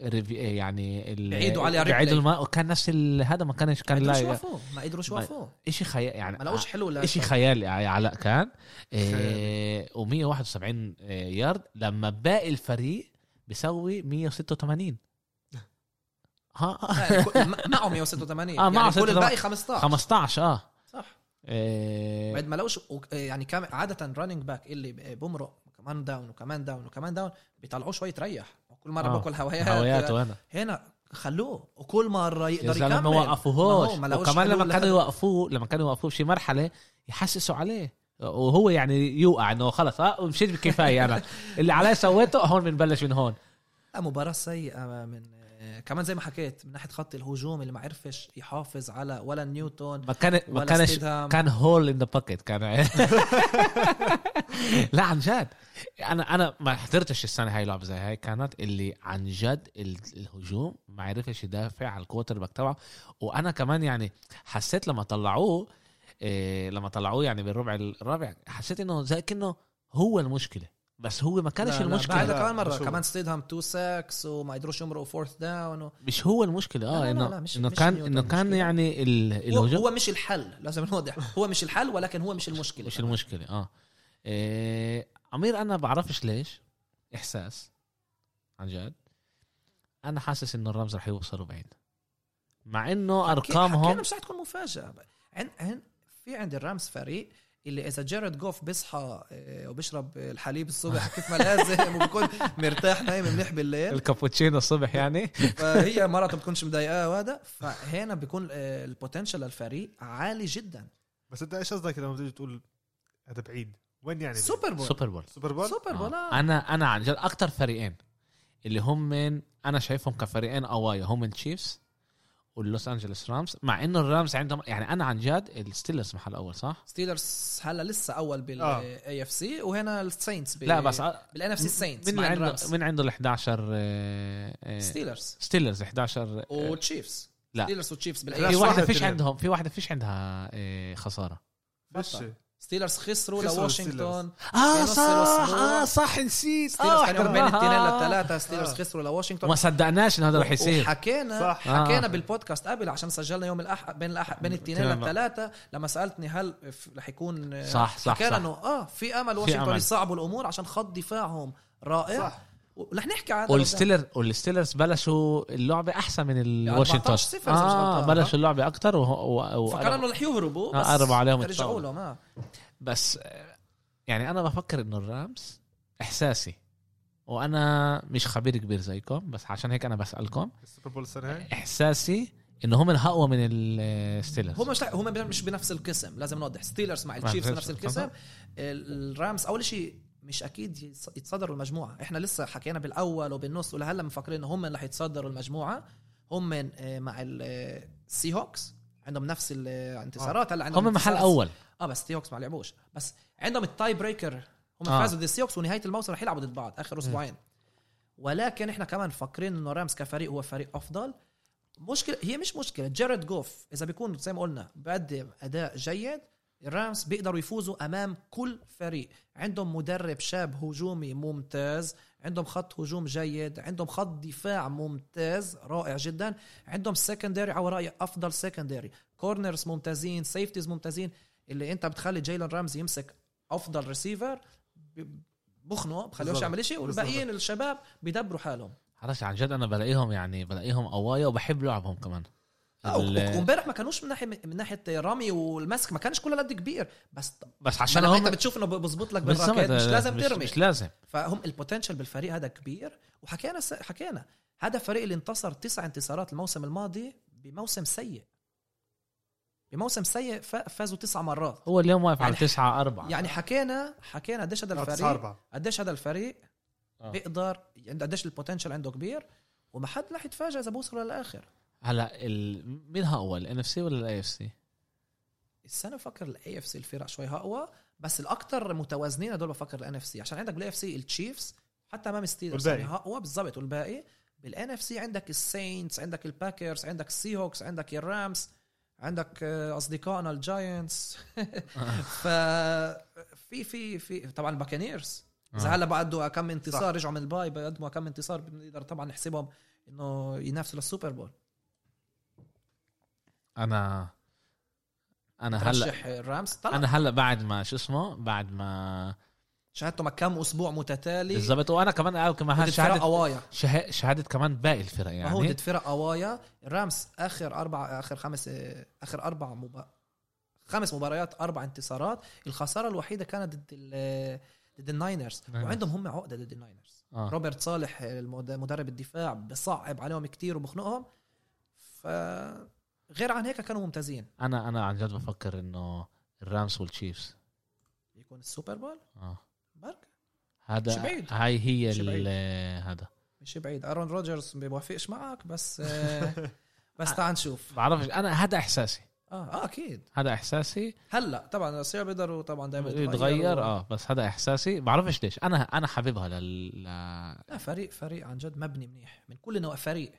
[SPEAKER 1] ريفي- آه، يعني ال-
[SPEAKER 3] بيعيدوا عليها
[SPEAKER 1] بيعيدوا
[SPEAKER 3] replay.
[SPEAKER 1] الما وكان نفس ال- هذا ما كانش كان
[SPEAKER 3] ما قدروش
[SPEAKER 1] لا
[SPEAKER 3] يوقفوه ما قدروش
[SPEAKER 1] ما-
[SPEAKER 3] يوقفوه
[SPEAKER 1] شيء خيال يعني
[SPEAKER 3] ما لقوش حلول
[SPEAKER 1] شيء خيالي يا علاء كان آه، و 171 آه، يارد لما باقي الفريق بيسوي 186 ها
[SPEAKER 3] يعني كل- م- معه 186
[SPEAKER 1] آه، معه
[SPEAKER 3] اه معه يعني كل
[SPEAKER 1] 186.
[SPEAKER 3] الباقي 15
[SPEAKER 1] 15 اه
[SPEAKER 3] صح
[SPEAKER 1] إيه،
[SPEAKER 3] بعد ما لقوش وك- يعني كام عاده رننج باك اللي ب- بمرق كمان داون وكمان داون وكمان داون بيطلعوه شوي يتريح وكل مره
[SPEAKER 1] آه.
[SPEAKER 3] باكل هوايات
[SPEAKER 1] هوايات وانا
[SPEAKER 3] هنا خلوه وكل مره
[SPEAKER 1] يا
[SPEAKER 3] يقدر يكمل
[SPEAKER 1] زلمه ما وقفوهوش
[SPEAKER 3] ما لقوش
[SPEAKER 1] وكمان
[SPEAKER 3] حلول
[SPEAKER 1] لما كانوا
[SPEAKER 3] لحد-
[SPEAKER 1] يوقفوه لما كانوا يوقفوه بشي مرحله يحسسوا عليه وهو يعني يوقع انه خلص اه مشيت بكفايه انا اللي علي سويته هون بنبلش من هون
[SPEAKER 3] لا، مباراة سيئة من آه، كمان زي ما حكيت من ناحية خط الهجوم اللي ما عرفش يحافظ على ولا نيوتن
[SPEAKER 1] ما كان ما
[SPEAKER 3] ولا
[SPEAKER 1] كانش
[SPEAKER 3] ستيدهام.
[SPEAKER 1] كان هول ان ذا باكيت كان لا عن جد انا انا ما حضرتش السنه هاي لعبه زي هاي كانت اللي عن جد ال- الهجوم ما عرفش يدافع على الكوتر باك تبعه وانا كمان يعني حسيت لما طلعوه إيه لما طلعوه يعني بالربع الرابع حسيت انه زي كانه هو المشكله بس هو ما
[SPEAKER 3] لا،
[SPEAKER 1] كانش
[SPEAKER 3] لا،
[SPEAKER 1] المشكله
[SPEAKER 3] بعدها
[SPEAKER 2] لا،
[SPEAKER 3] كمان مرة
[SPEAKER 2] مش هو.
[SPEAKER 3] كمان ستيدهام 2 ساكس وما قدروش يمرقوا فورث داون و...
[SPEAKER 1] مش هو المشكله
[SPEAKER 3] لا،
[SPEAKER 1] اه
[SPEAKER 3] لا، لا،
[SPEAKER 1] انه
[SPEAKER 3] لا، مش-
[SPEAKER 1] انه
[SPEAKER 3] مش
[SPEAKER 1] كان
[SPEAKER 3] نيوتن
[SPEAKER 1] انه كان
[SPEAKER 3] المشكلة.
[SPEAKER 1] يعني ال-
[SPEAKER 3] هو,
[SPEAKER 1] الهجوم
[SPEAKER 3] هو مش الحل لازم نوضح هو مش الحل ولكن هو مش المشكله
[SPEAKER 1] مش المشكله اه إيه امير انا بعرفش ليش احساس عن جد انا حاسس انه الرمز رح يوصلوا بعيد مع انه
[SPEAKER 3] حكي- حكينا
[SPEAKER 1] ارقامهم
[SPEAKER 3] مش رح تكون مفاجاه عن عن في عند الرامز فريق اللي اذا جيرد جوف بيصحى آه، وبيشرب الحليب الصبح كيف ما لازم وبكون مرتاح نايم منيح بالليل
[SPEAKER 1] الكابوتشينو الصبح يعني
[SPEAKER 3] فهي مرته بتكونش مضايقاه وهذا فهنا بيكون آه، البوتنشال للفريق عالي جدا
[SPEAKER 2] بس انت ايش قصدك لما بتيجي تقول هذا بعيد وين يعني بعيد؟
[SPEAKER 3] سوبر بول
[SPEAKER 1] سوبر بول
[SPEAKER 2] سوبر بول
[SPEAKER 3] سوبر بول
[SPEAKER 1] آه.
[SPEAKER 3] آه.
[SPEAKER 1] انا انا عن جد اكتر فريقين اللي هم من انا شايفهم كفريقين قوايا هم التشيفز واللوس انجلوس رامز مع انه الرامز عندهم يعني انا عن جد الستيلرز محل اول صح؟
[SPEAKER 3] ستيلرز هلا لسه اول
[SPEAKER 2] آه.
[SPEAKER 3] بالاي اف سي وهنا الساينتس بال...
[SPEAKER 1] لا بس
[SPEAKER 3] بالان اف سي ساينتس
[SPEAKER 1] من
[SPEAKER 3] مع
[SPEAKER 1] عنده
[SPEAKER 3] الرامز
[SPEAKER 1] من عنده ال آه، 11
[SPEAKER 3] ستيلرز
[SPEAKER 1] ستيلرز 11 آه،
[SPEAKER 3] وتشيفز
[SPEAKER 1] لا.
[SPEAKER 3] ستيلرز وتشيفز
[SPEAKER 1] في
[SPEAKER 2] بس
[SPEAKER 3] بالاي
[SPEAKER 1] واحده
[SPEAKER 2] واحد
[SPEAKER 1] إيه، فيش
[SPEAKER 2] تنين.
[SPEAKER 1] عندهم في واحده فيش عندها آه، خساره
[SPEAKER 2] فش
[SPEAKER 3] بطل. ستيلرز خسروا
[SPEAKER 2] خسروا
[SPEAKER 3] لواشنطن
[SPEAKER 1] اه
[SPEAKER 3] نص
[SPEAKER 1] صح
[SPEAKER 3] الأسبوع.
[SPEAKER 1] اه صح نسيت
[SPEAKER 3] ستيلرز
[SPEAKER 1] اه
[SPEAKER 3] كانوا آه، بين الاثنين
[SPEAKER 1] احترناها.
[SPEAKER 3] للثلاثه ستيلرز
[SPEAKER 2] آه.
[SPEAKER 3] خسروا لواشنطن
[SPEAKER 1] وما صدقناش ان هذا رح يصير
[SPEAKER 3] وحكينا
[SPEAKER 2] صح.
[SPEAKER 3] حكينا
[SPEAKER 1] آه.
[SPEAKER 3] بالبودكاست قبل عشان سجلنا يوم الاحد بين الاحد بين الاثنين
[SPEAKER 1] تمام.
[SPEAKER 3] للثلاثه لما سالتني هل ف- رح يكون آه،
[SPEAKER 1] صح صح
[SPEAKER 3] حكينا
[SPEAKER 1] صح
[SPEAKER 3] انه اه في امل واشنطن
[SPEAKER 1] أمل.
[SPEAKER 3] يصعبوا الامور عشان خط دفاعهم
[SPEAKER 1] آه،
[SPEAKER 3] رائع
[SPEAKER 2] صح
[SPEAKER 3] رح نحكي عن
[SPEAKER 1] والستيلر والستيلرز بلشوا اللعبه احسن من الواشنطن
[SPEAKER 3] 14-0 إذا مش
[SPEAKER 1] اه
[SPEAKER 3] غلطان.
[SPEAKER 1] بلشوا اللعبه اكثر وهو- و... و...
[SPEAKER 3] فكرنا انه رح يهربوا
[SPEAKER 1] آه، قربوا عليهم
[SPEAKER 3] رجعوا
[SPEAKER 1] يتطوروا.
[SPEAKER 3] لهم اه
[SPEAKER 1] بس آه، يعني انا بفكر انه الرامز احساسي وانا مش خبير كبير زيكم بس عشان هيك انا بسالكم
[SPEAKER 2] السوبر بول السنه هاي
[SPEAKER 1] احساسي ان هم اقوى من الستيلرز
[SPEAKER 3] هم مش هم مش بنفس القسم لازم نوضح ستيلرز مع التشيفز
[SPEAKER 1] بنفس
[SPEAKER 3] بنفس
[SPEAKER 1] القسم.
[SPEAKER 3] القسم ال- الرامز اول شيء مش اكيد يتص- يتصدروا المجموعه احنا لسه حكينا بالاول وبالنص ولهلا مفكرين ان هم اللي حيتصدروا المجموعه هم من آه، مع السي هوكس عندهم نفس الانتصارات هلا عندهم
[SPEAKER 1] آه. هم محل
[SPEAKER 3] انتصار.
[SPEAKER 1] اول
[SPEAKER 3] اه بس السي هوكس ما لعبوش بس عندهم التاي بريكر هم
[SPEAKER 1] آه.
[SPEAKER 3] فازوا ضد السي هوكس ونهايه الموسم رح يلعبوا ضد بعض اخر اسبوعين ولكن احنا كمان مفكرين انه رامز كفريق هو فريق افضل مشكله هي مش مشكله جيرد جوف اذا بيكون زي ما قلنا بقدم اداء جيد الرامز بيقدروا يفوزوا امام كل فريق عندهم مدرب شاب هجومي ممتاز عندهم خط هجوم جيد عندهم خط دفاع ممتاز رائع جدا عندهم سكندري على رايي افضل سكندري كورنرز ممتازين سيفتيز ممتازين اللي انت بتخلي جايلن رامزي يمسك افضل ريسيفر ب- بخنقه بخليهوش
[SPEAKER 2] بالظبط.
[SPEAKER 3] يعمل شيء والباقيين الشباب بيدبروا حالهم
[SPEAKER 1] عرفت عن جد انا بلاقيهم يعني بلاقيهم قوايا وبحب لعبهم كمان
[SPEAKER 3] لا،
[SPEAKER 1] ال-
[SPEAKER 3] وامبارح ما كانوش من ناحيه من ناحيه رمي والمسك ما كانش كل قد كبير بس
[SPEAKER 1] بس عشان
[SPEAKER 3] عشان
[SPEAKER 1] هم
[SPEAKER 3] لما انت بتشوف انه بظبط لك
[SPEAKER 1] بالظبط،
[SPEAKER 3] بالراكت مش لازم
[SPEAKER 1] مش-
[SPEAKER 3] ترمي
[SPEAKER 1] مش لازم
[SPEAKER 3] فهم البوتنشال بالفريق هذا كبير وحكينا س... حكينا هذا الفريق اللي انتصر تسع انتصارات الموسم الماضي بموسم سيء بموسم سيء ف... فازوا تسع مرات
[SPEAKER 1] هو اليوم واقف على
[SPEAKER 3] يعني-
[SPEAKER 1] 9 4
[SPEAKER 3] يعني حكينا حكينا قديش هذا
[SPEAKER 2] آه، تسعة
[SPEAKER 3] الفريق
[SPEAKER 2] أربعة.
[SPEAKER 3] قديش هذا الفريق
[SPEAKER 1] آه.
[SPEAKER 3] بيقدر عنده قديش البوتنشال عنده كبير وما حد رح يتفاجئ اذا بوصلوا للاخر
[SPEAKER 1] هلا ال... مين هقوى الان اف سي ولا الاي اف سي؟
[SPEAKER 3] السنه بفكر الاي اف سي الفرق شوي اقوى بس الاكثر متوازنين هدول بفكر الان اف سي عشان عندك بالاي اف سي التشيفز حتى امام ستيلرز
[SPEAKER 2] والباقي.
[SPEAKER 3] يعني اقوى بالضبط والباقي بالان اف سي عندك الساينتس عندك الباكرز عندك السي هوكس عندك الرامز عندك آه، اصدقائنا الجاينتس ف في في في طبعا الباكانيرز اذا
[SPEAKER 1] آه.
[SPEAKER 3] هلا بعده كم انتصار رجعوا من الباي بقدموا كم انتصار بنقدر طبعا نحسبهم انه ينافسوا للسوبر بول
[SPEAKER 1] انا انا هلا
[SPEAKER 3] ترشح الرامز طلع
[SPEAKER 1] انا هلا بعد ما شو اسمه بعد ما
[SPEAKER 3] شهادتهم كم اسبوع متتالي
[SPEAKER 1] بالضبط وانا كمان آه، كمان
[SPEAKER 3] ضد
[SPEAKER 1] هاي
[SPEAKER 3] فرق
[SPEAKER 1] شهاده
[SPEAKER 3] قوايا
[SPEAKER 1] شه... شهاده كمان باقي الفرق
[SPEAKER 3] ما هو
[SPEAKER 1] يعني
[SPEAKER 3] ضد فرق قوايا الرامز اخر اربع اخر خمس اخر اربع مبا... خمس مباريات اربع انتصارات الخساره الوحيده كانت ضد ال- ضد الناينرز
[SPEAKER 1] ناينرز.
[SPEAKER 3] وعندهم هم عقده ضد الناينرز
[SPEAKER 1] آه.
[SPEAKER 3] روبرت صالح المد- مدرب الدفاع بصعب عليهم كتير وبخنقهم ف غير عن هيك كانوا ممتازين
[SPEAKER 1] انا انا عن جد بفكر انه الرامز والتشيفز
[SPEAKER 3] يكون السوبر بول
[SPEAKER 1] اه
[SPEAKER 3] برك مش
[SPEAKER 1] هذا
[SPEAKER 3] بعيد.
[SPEAKER 1] هاي هي
[SPEAKER 3] مش بعيد.
[SPEAKER 1] ال- هذا
[SPEAKER 3] مش بعيد ارون روجرز ما بيوافقش معك بس آه، بس تعال نشوف
[SPEAKER 1] بعرفش انا هذا احساسي
[SPEAKER 3] اه اه اكيد
[SPEAKER 1] هذا احساسي
[SPEAKER 3] هلا طبعا السير بيقدروا طبعا دائما
[SPEAKER 1] يتغير اه بس هذا احساسي بعرفش ليش انا انا حاببها لل ل-
[SPEAKER 3] لا فريق فريق عن جد مبني منيح من كل نوع فريق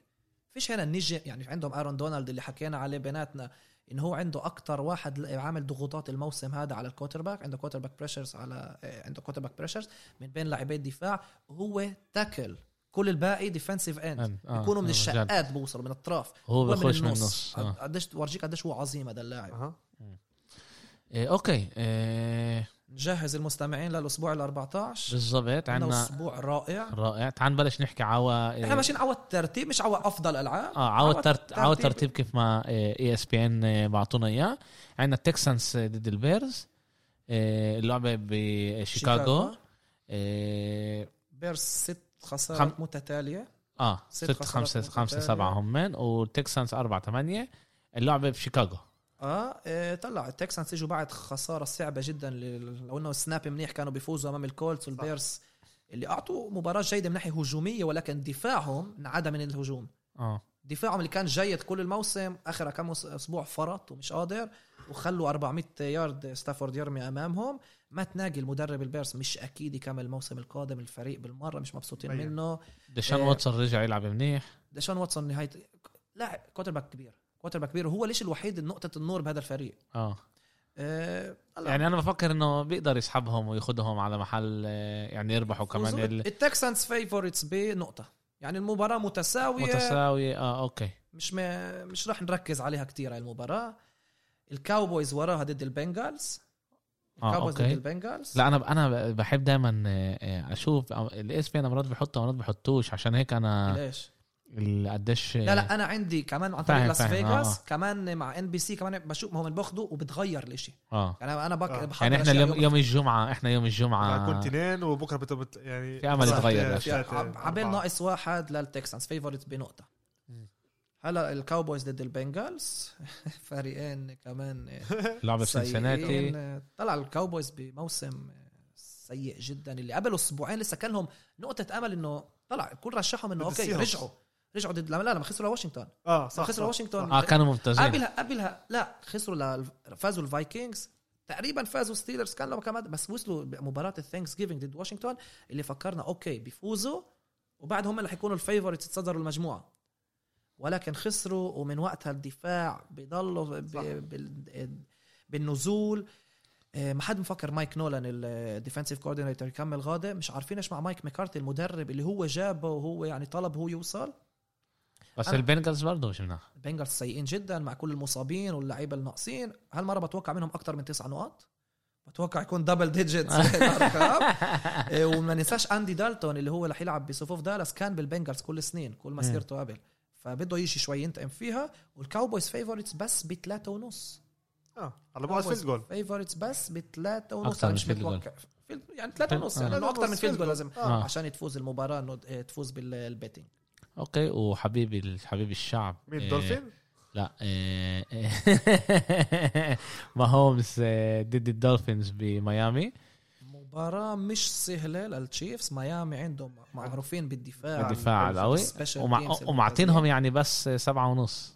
[SPEAKER 3] فيش هنا نجي يعني عندهم ارون دونالد اللي حكينا عليه بيناتنا ان هو عنده اكتر واحد ل- عامل ضغوطات الموسم هذا على الكوتر باك عنده كوتر باك بريشرز على آه، عنده كوتر باك بريشرز من بين لاعبي الدفاع هو تاكل كل الباقي ديفنسيف اند
[SPEAKER 1] end. آه،
[SPEAKER 3] بيكونوا من
[SPEAKER 1] آه،
[SPEAKER 3] الشقات بوصلوا من اطراف
[SPEAKER 1] هو بيخش من النص آه.
[SPEAKER 3] قد- قديش تورجيك قديش هو عظيم هذا اللاعب
[SPEAKER 2] اها
[SPEAKER 1] إيه، اوكي إيه،
[SPEAKER 3] نجهز المستمعين للاسبوع ال 14
[SPEAKER 1] بالضبط
[SPEAKER 3] عندنا
[SPEAKER 1] عندنا
[SPEAKER 3] اسبوع رائع
[SPEAKER 1] رائع تعال نبلش نحكي عوا إيه،
[SPEAKER 3] احنا ماشيين على الترتيب مش على افضل العاب
[SPEAKER 1] اه عاود
[SPEAKER 3] عوض
[SPEAKER 1] ترت... عاود
[SPEAKER 3] ترتيب.
[SPEAKER 1] ترتيب كيف ما إيه، E اي اس بي ان بعطونا اياه عندنا التكسانس ضد البيرز آه، اللعبه بشيكاغو اه
[SPEAKER 3] بيرز ست خسارات
[SPEAKER 1] خم-
[SPEAKER 3] متتاليه
[SPEAKER 1] آه،
[SPEAKER 3] ست
[SPEAKER 1] ست
[SPEAKER 3] خسارات
[SPEAKER 1] خمسة خمسة
[SPEAKER 3] متتالية.
[SPEAKER 1] سبعة هم والتكسانس أربعة ثمانية اللعبة بشيكاغو
[SPEAKER 3] اه إيه، طلع التكسانس اجوا بعد خساره صعبه جدا لل- لو انه سناب منيح كانوا بيفوزوا امام الكولتس والبيرز اللي اعطوا مباراه جيده من ناحيه هجوميه ولكن دفاعهم انعدم من الهجوم
[SPEAKER 1] اه
[SPEAKER 3] دفاعهم اللي كان جيد كل الموسم اخر كم أس- اسبوع فرط ومش قادر وخلوا 400 يارد ستافورد يرمي امامهم ما تناجي المدرب البيرس مش اكيد يكمل الموسم القادم الفريق بالمره مش مبسوطين
[SPEAKER 2] بين.
[SPEAKER 3] منه
[SPEAKER 1] ديشان
[SPEAKER 3] آه.
[SPEAKER 1] واتسون رجع يلعب منيح
[SPEAKER 3] ديشان واتسون نهايه لاعب كوتر باك كبير كوتر باك كبير وهو ليش الوحيد نقطه النور بهذا الفريق
[SPEAKER 1] اه
[SPEAKER 3] أه هلا
[SPEAKER 1] يعني انا بفكر انه بيقدر يسحبهم وياخذهم على محل آه، يعني يربحوا كمان
[SPEAKER 3] فوزوا
[SPEAKER 1] ال-
[SPEAKER 3] التكسانس فيفورتس بنقطه يعني المباراه متساويه
[SPEAKER 1] متساوية اه اوكي
[SPEAKER 3] مش ما مش راح نركز عليها كتير على المباراه الكاوبويز وراها ضد البنجالز
[SPEAKER 1] آه،
[SPEAKER 3] الكاوبويز ضد
[SPEAKER 1] أوكي.
[SPEAKER 3] البنجالز
[SPEAKER 1] لا انا انا بحب آه، دائما اشوف الاس بي انا مرات بحطه ومرات بحطوش عشان هيك انا
[SPEAKER 3] ليش
[SPEAKER 1] ال- قديش
[SPEAKER 3] لا لا انا عندي كمان عن طريق
[SPEAKER 1] آه. فاهم،
[SPEAKER 3] لاس
[SPEAKER 1] فاهم،
[SPEAKER 3] فيغاس
[SPEAKER 1] آه.
[SPEAKER 3] كمان مع ان بي سي كمان بشوف ما هم بياخذوا وبتغير الاشي
[SPEAKER 1] اه
[SPEAKER 3] يعني انا بك
[SPEAKER 2] آه.
[SPEAKER 3] بحضر
[SPEAKER 1] يعني احنا
[SPEAKER 3] أشياء
[SPEAKER 1] اليوم يوم الجمعه احنا يوم
[SPEAKER 2] آه.
[SPEAKER 1] الجمعه
[SPEAKER 2] كنت اثنين وبكره بت... بت- يعني
[SPEAKER 1] في أمل
[SPEAKER 2] صح،
[SPEAKER 1] يتغير
[SPEAKER 2] آه،
[SPEAKER 1] يا
[SPEAKER 2] ثلاثة،
[SPEAKER 3] عب- عبال
[SPEAKER 2] أربعة.
[SPEAKER 3] ناقص واحد للتكسانس فيفورت بنقطة
[SPEAKER 1] مم.
[SPEAKER 3] هلا الكاوبويز ضد البنجالز فريقين كمان
[SPEAKER 1] لعبه في سنسناتي
[SPEAKER 3] سيئين طلع الكاوبويز بموسم سيء جدا اللي قبل اسبوعين لسه كان لهم نقطة امل انه طلع الكل رشحهم انه
[SPEAKER 2] ضد
[SPEAKER 3] اوكي
[SPEAKER 2] السيهوكس.
[SPEAKER 3] رجعوا رجعوا ضد لا لا لما خسروا لواشنطن
[SPEAKER 2] اه صح
[SPEAKER 3] خسر
[SPEAKER 2] صح،
[SPEAKER 3] واشنطن.
[SPEAKER 2] صح.
[SPEAKER 1] اه كانوا ممتازين
[SPEAKER 3] قبلها قبلها آه، لا خسروا لل... فازوا الفايكنجز تقريبا فازوا ستيلرز كان لو كمان بس وصلوا مباراه الثانكس جيفنج ضد واشنطن اللي فكرنا اوكي بيفوزوا وبعد هم اللي حيكونوا الفيفورتس يتصدروا المجموعه ولكن خسروا ومن وقتها الدفاع بيضلوا ب...
[SPEAKER 2] صح.
[SPEAKER 3] بال... بالنزول آه، ما حد مفكر مايك نولان الديفنسيف كوردينيتور يكمل غادة مش عارفين ايش مع مايك مكارتي المدرب اللي هو جابه وهو يعني طلب هو يوصل
[SPEAKER 1] بس
[SPEAKER 3] أنا-
[SPEAKER 1] البنجلز برضه مش منها
[SPEAKER 3] البنجرز سيئين جدا مع كل المصابين واللعيبه الناقصين هالمره بتوقع منهم اكثر من تسع نقاط بتوقع يكون دبل ديجيتس الارقام إيه، وما ننساش اندي دالتون اللي هو رح يلعب بصفوف دالاس كان بالبنجرز كل سنين كل مسيرته قبل فبده يجي شوي ينتقم فيها والكاوبويز فيفورتس بس بثلاثة ونص
[SPEAKER 2] اه على
[SPEAKER 1] آه.
[SPEAKER 2] بعد فيلد جول
[SPEAKER 3] فيفورتس بس بثلاثة ونص
[SPEAKER 1] أكتر من
[SPEAKER 3] أنا مش
[SPEAKER 1] field goal.
[SPEAKER 3] متوقع field- يعني ثلاثة ونص
[SPEAKER 1] آه.
[SPEAKER 3] يعني انه اكثر من فيلد جول
[SPEAKER 2] آه.
[SPEAKER 3] لازم
[SPEAKER 1] آه.
[SPEAKER 3] عشان تفوز المباراة انه إيه، تفوز بالبيتنج
[SPEAKER 1] اوكي وحبيبي ال- حبيب الشعب
[SPEAKER 2] مين
[SPEAKER 1] آه،
[SPEAKER 2] الدولفين؟
[SPEAKER 1] لا آه، آه، ماهومز آه، ضد الدولفينز بميامي
[SPEAKER 3] مباراة مش سهلة للتشيفز ميامي عندهم معروفين بالدفاع
[SPEAKER 1] الدفاع القوي
[SPEAKER 3] Special
[SPEAKER 1] ومع-
[SPEAKER 3] games
[SPEAKER 1] ومعطينهم يعني بس سبعة ونص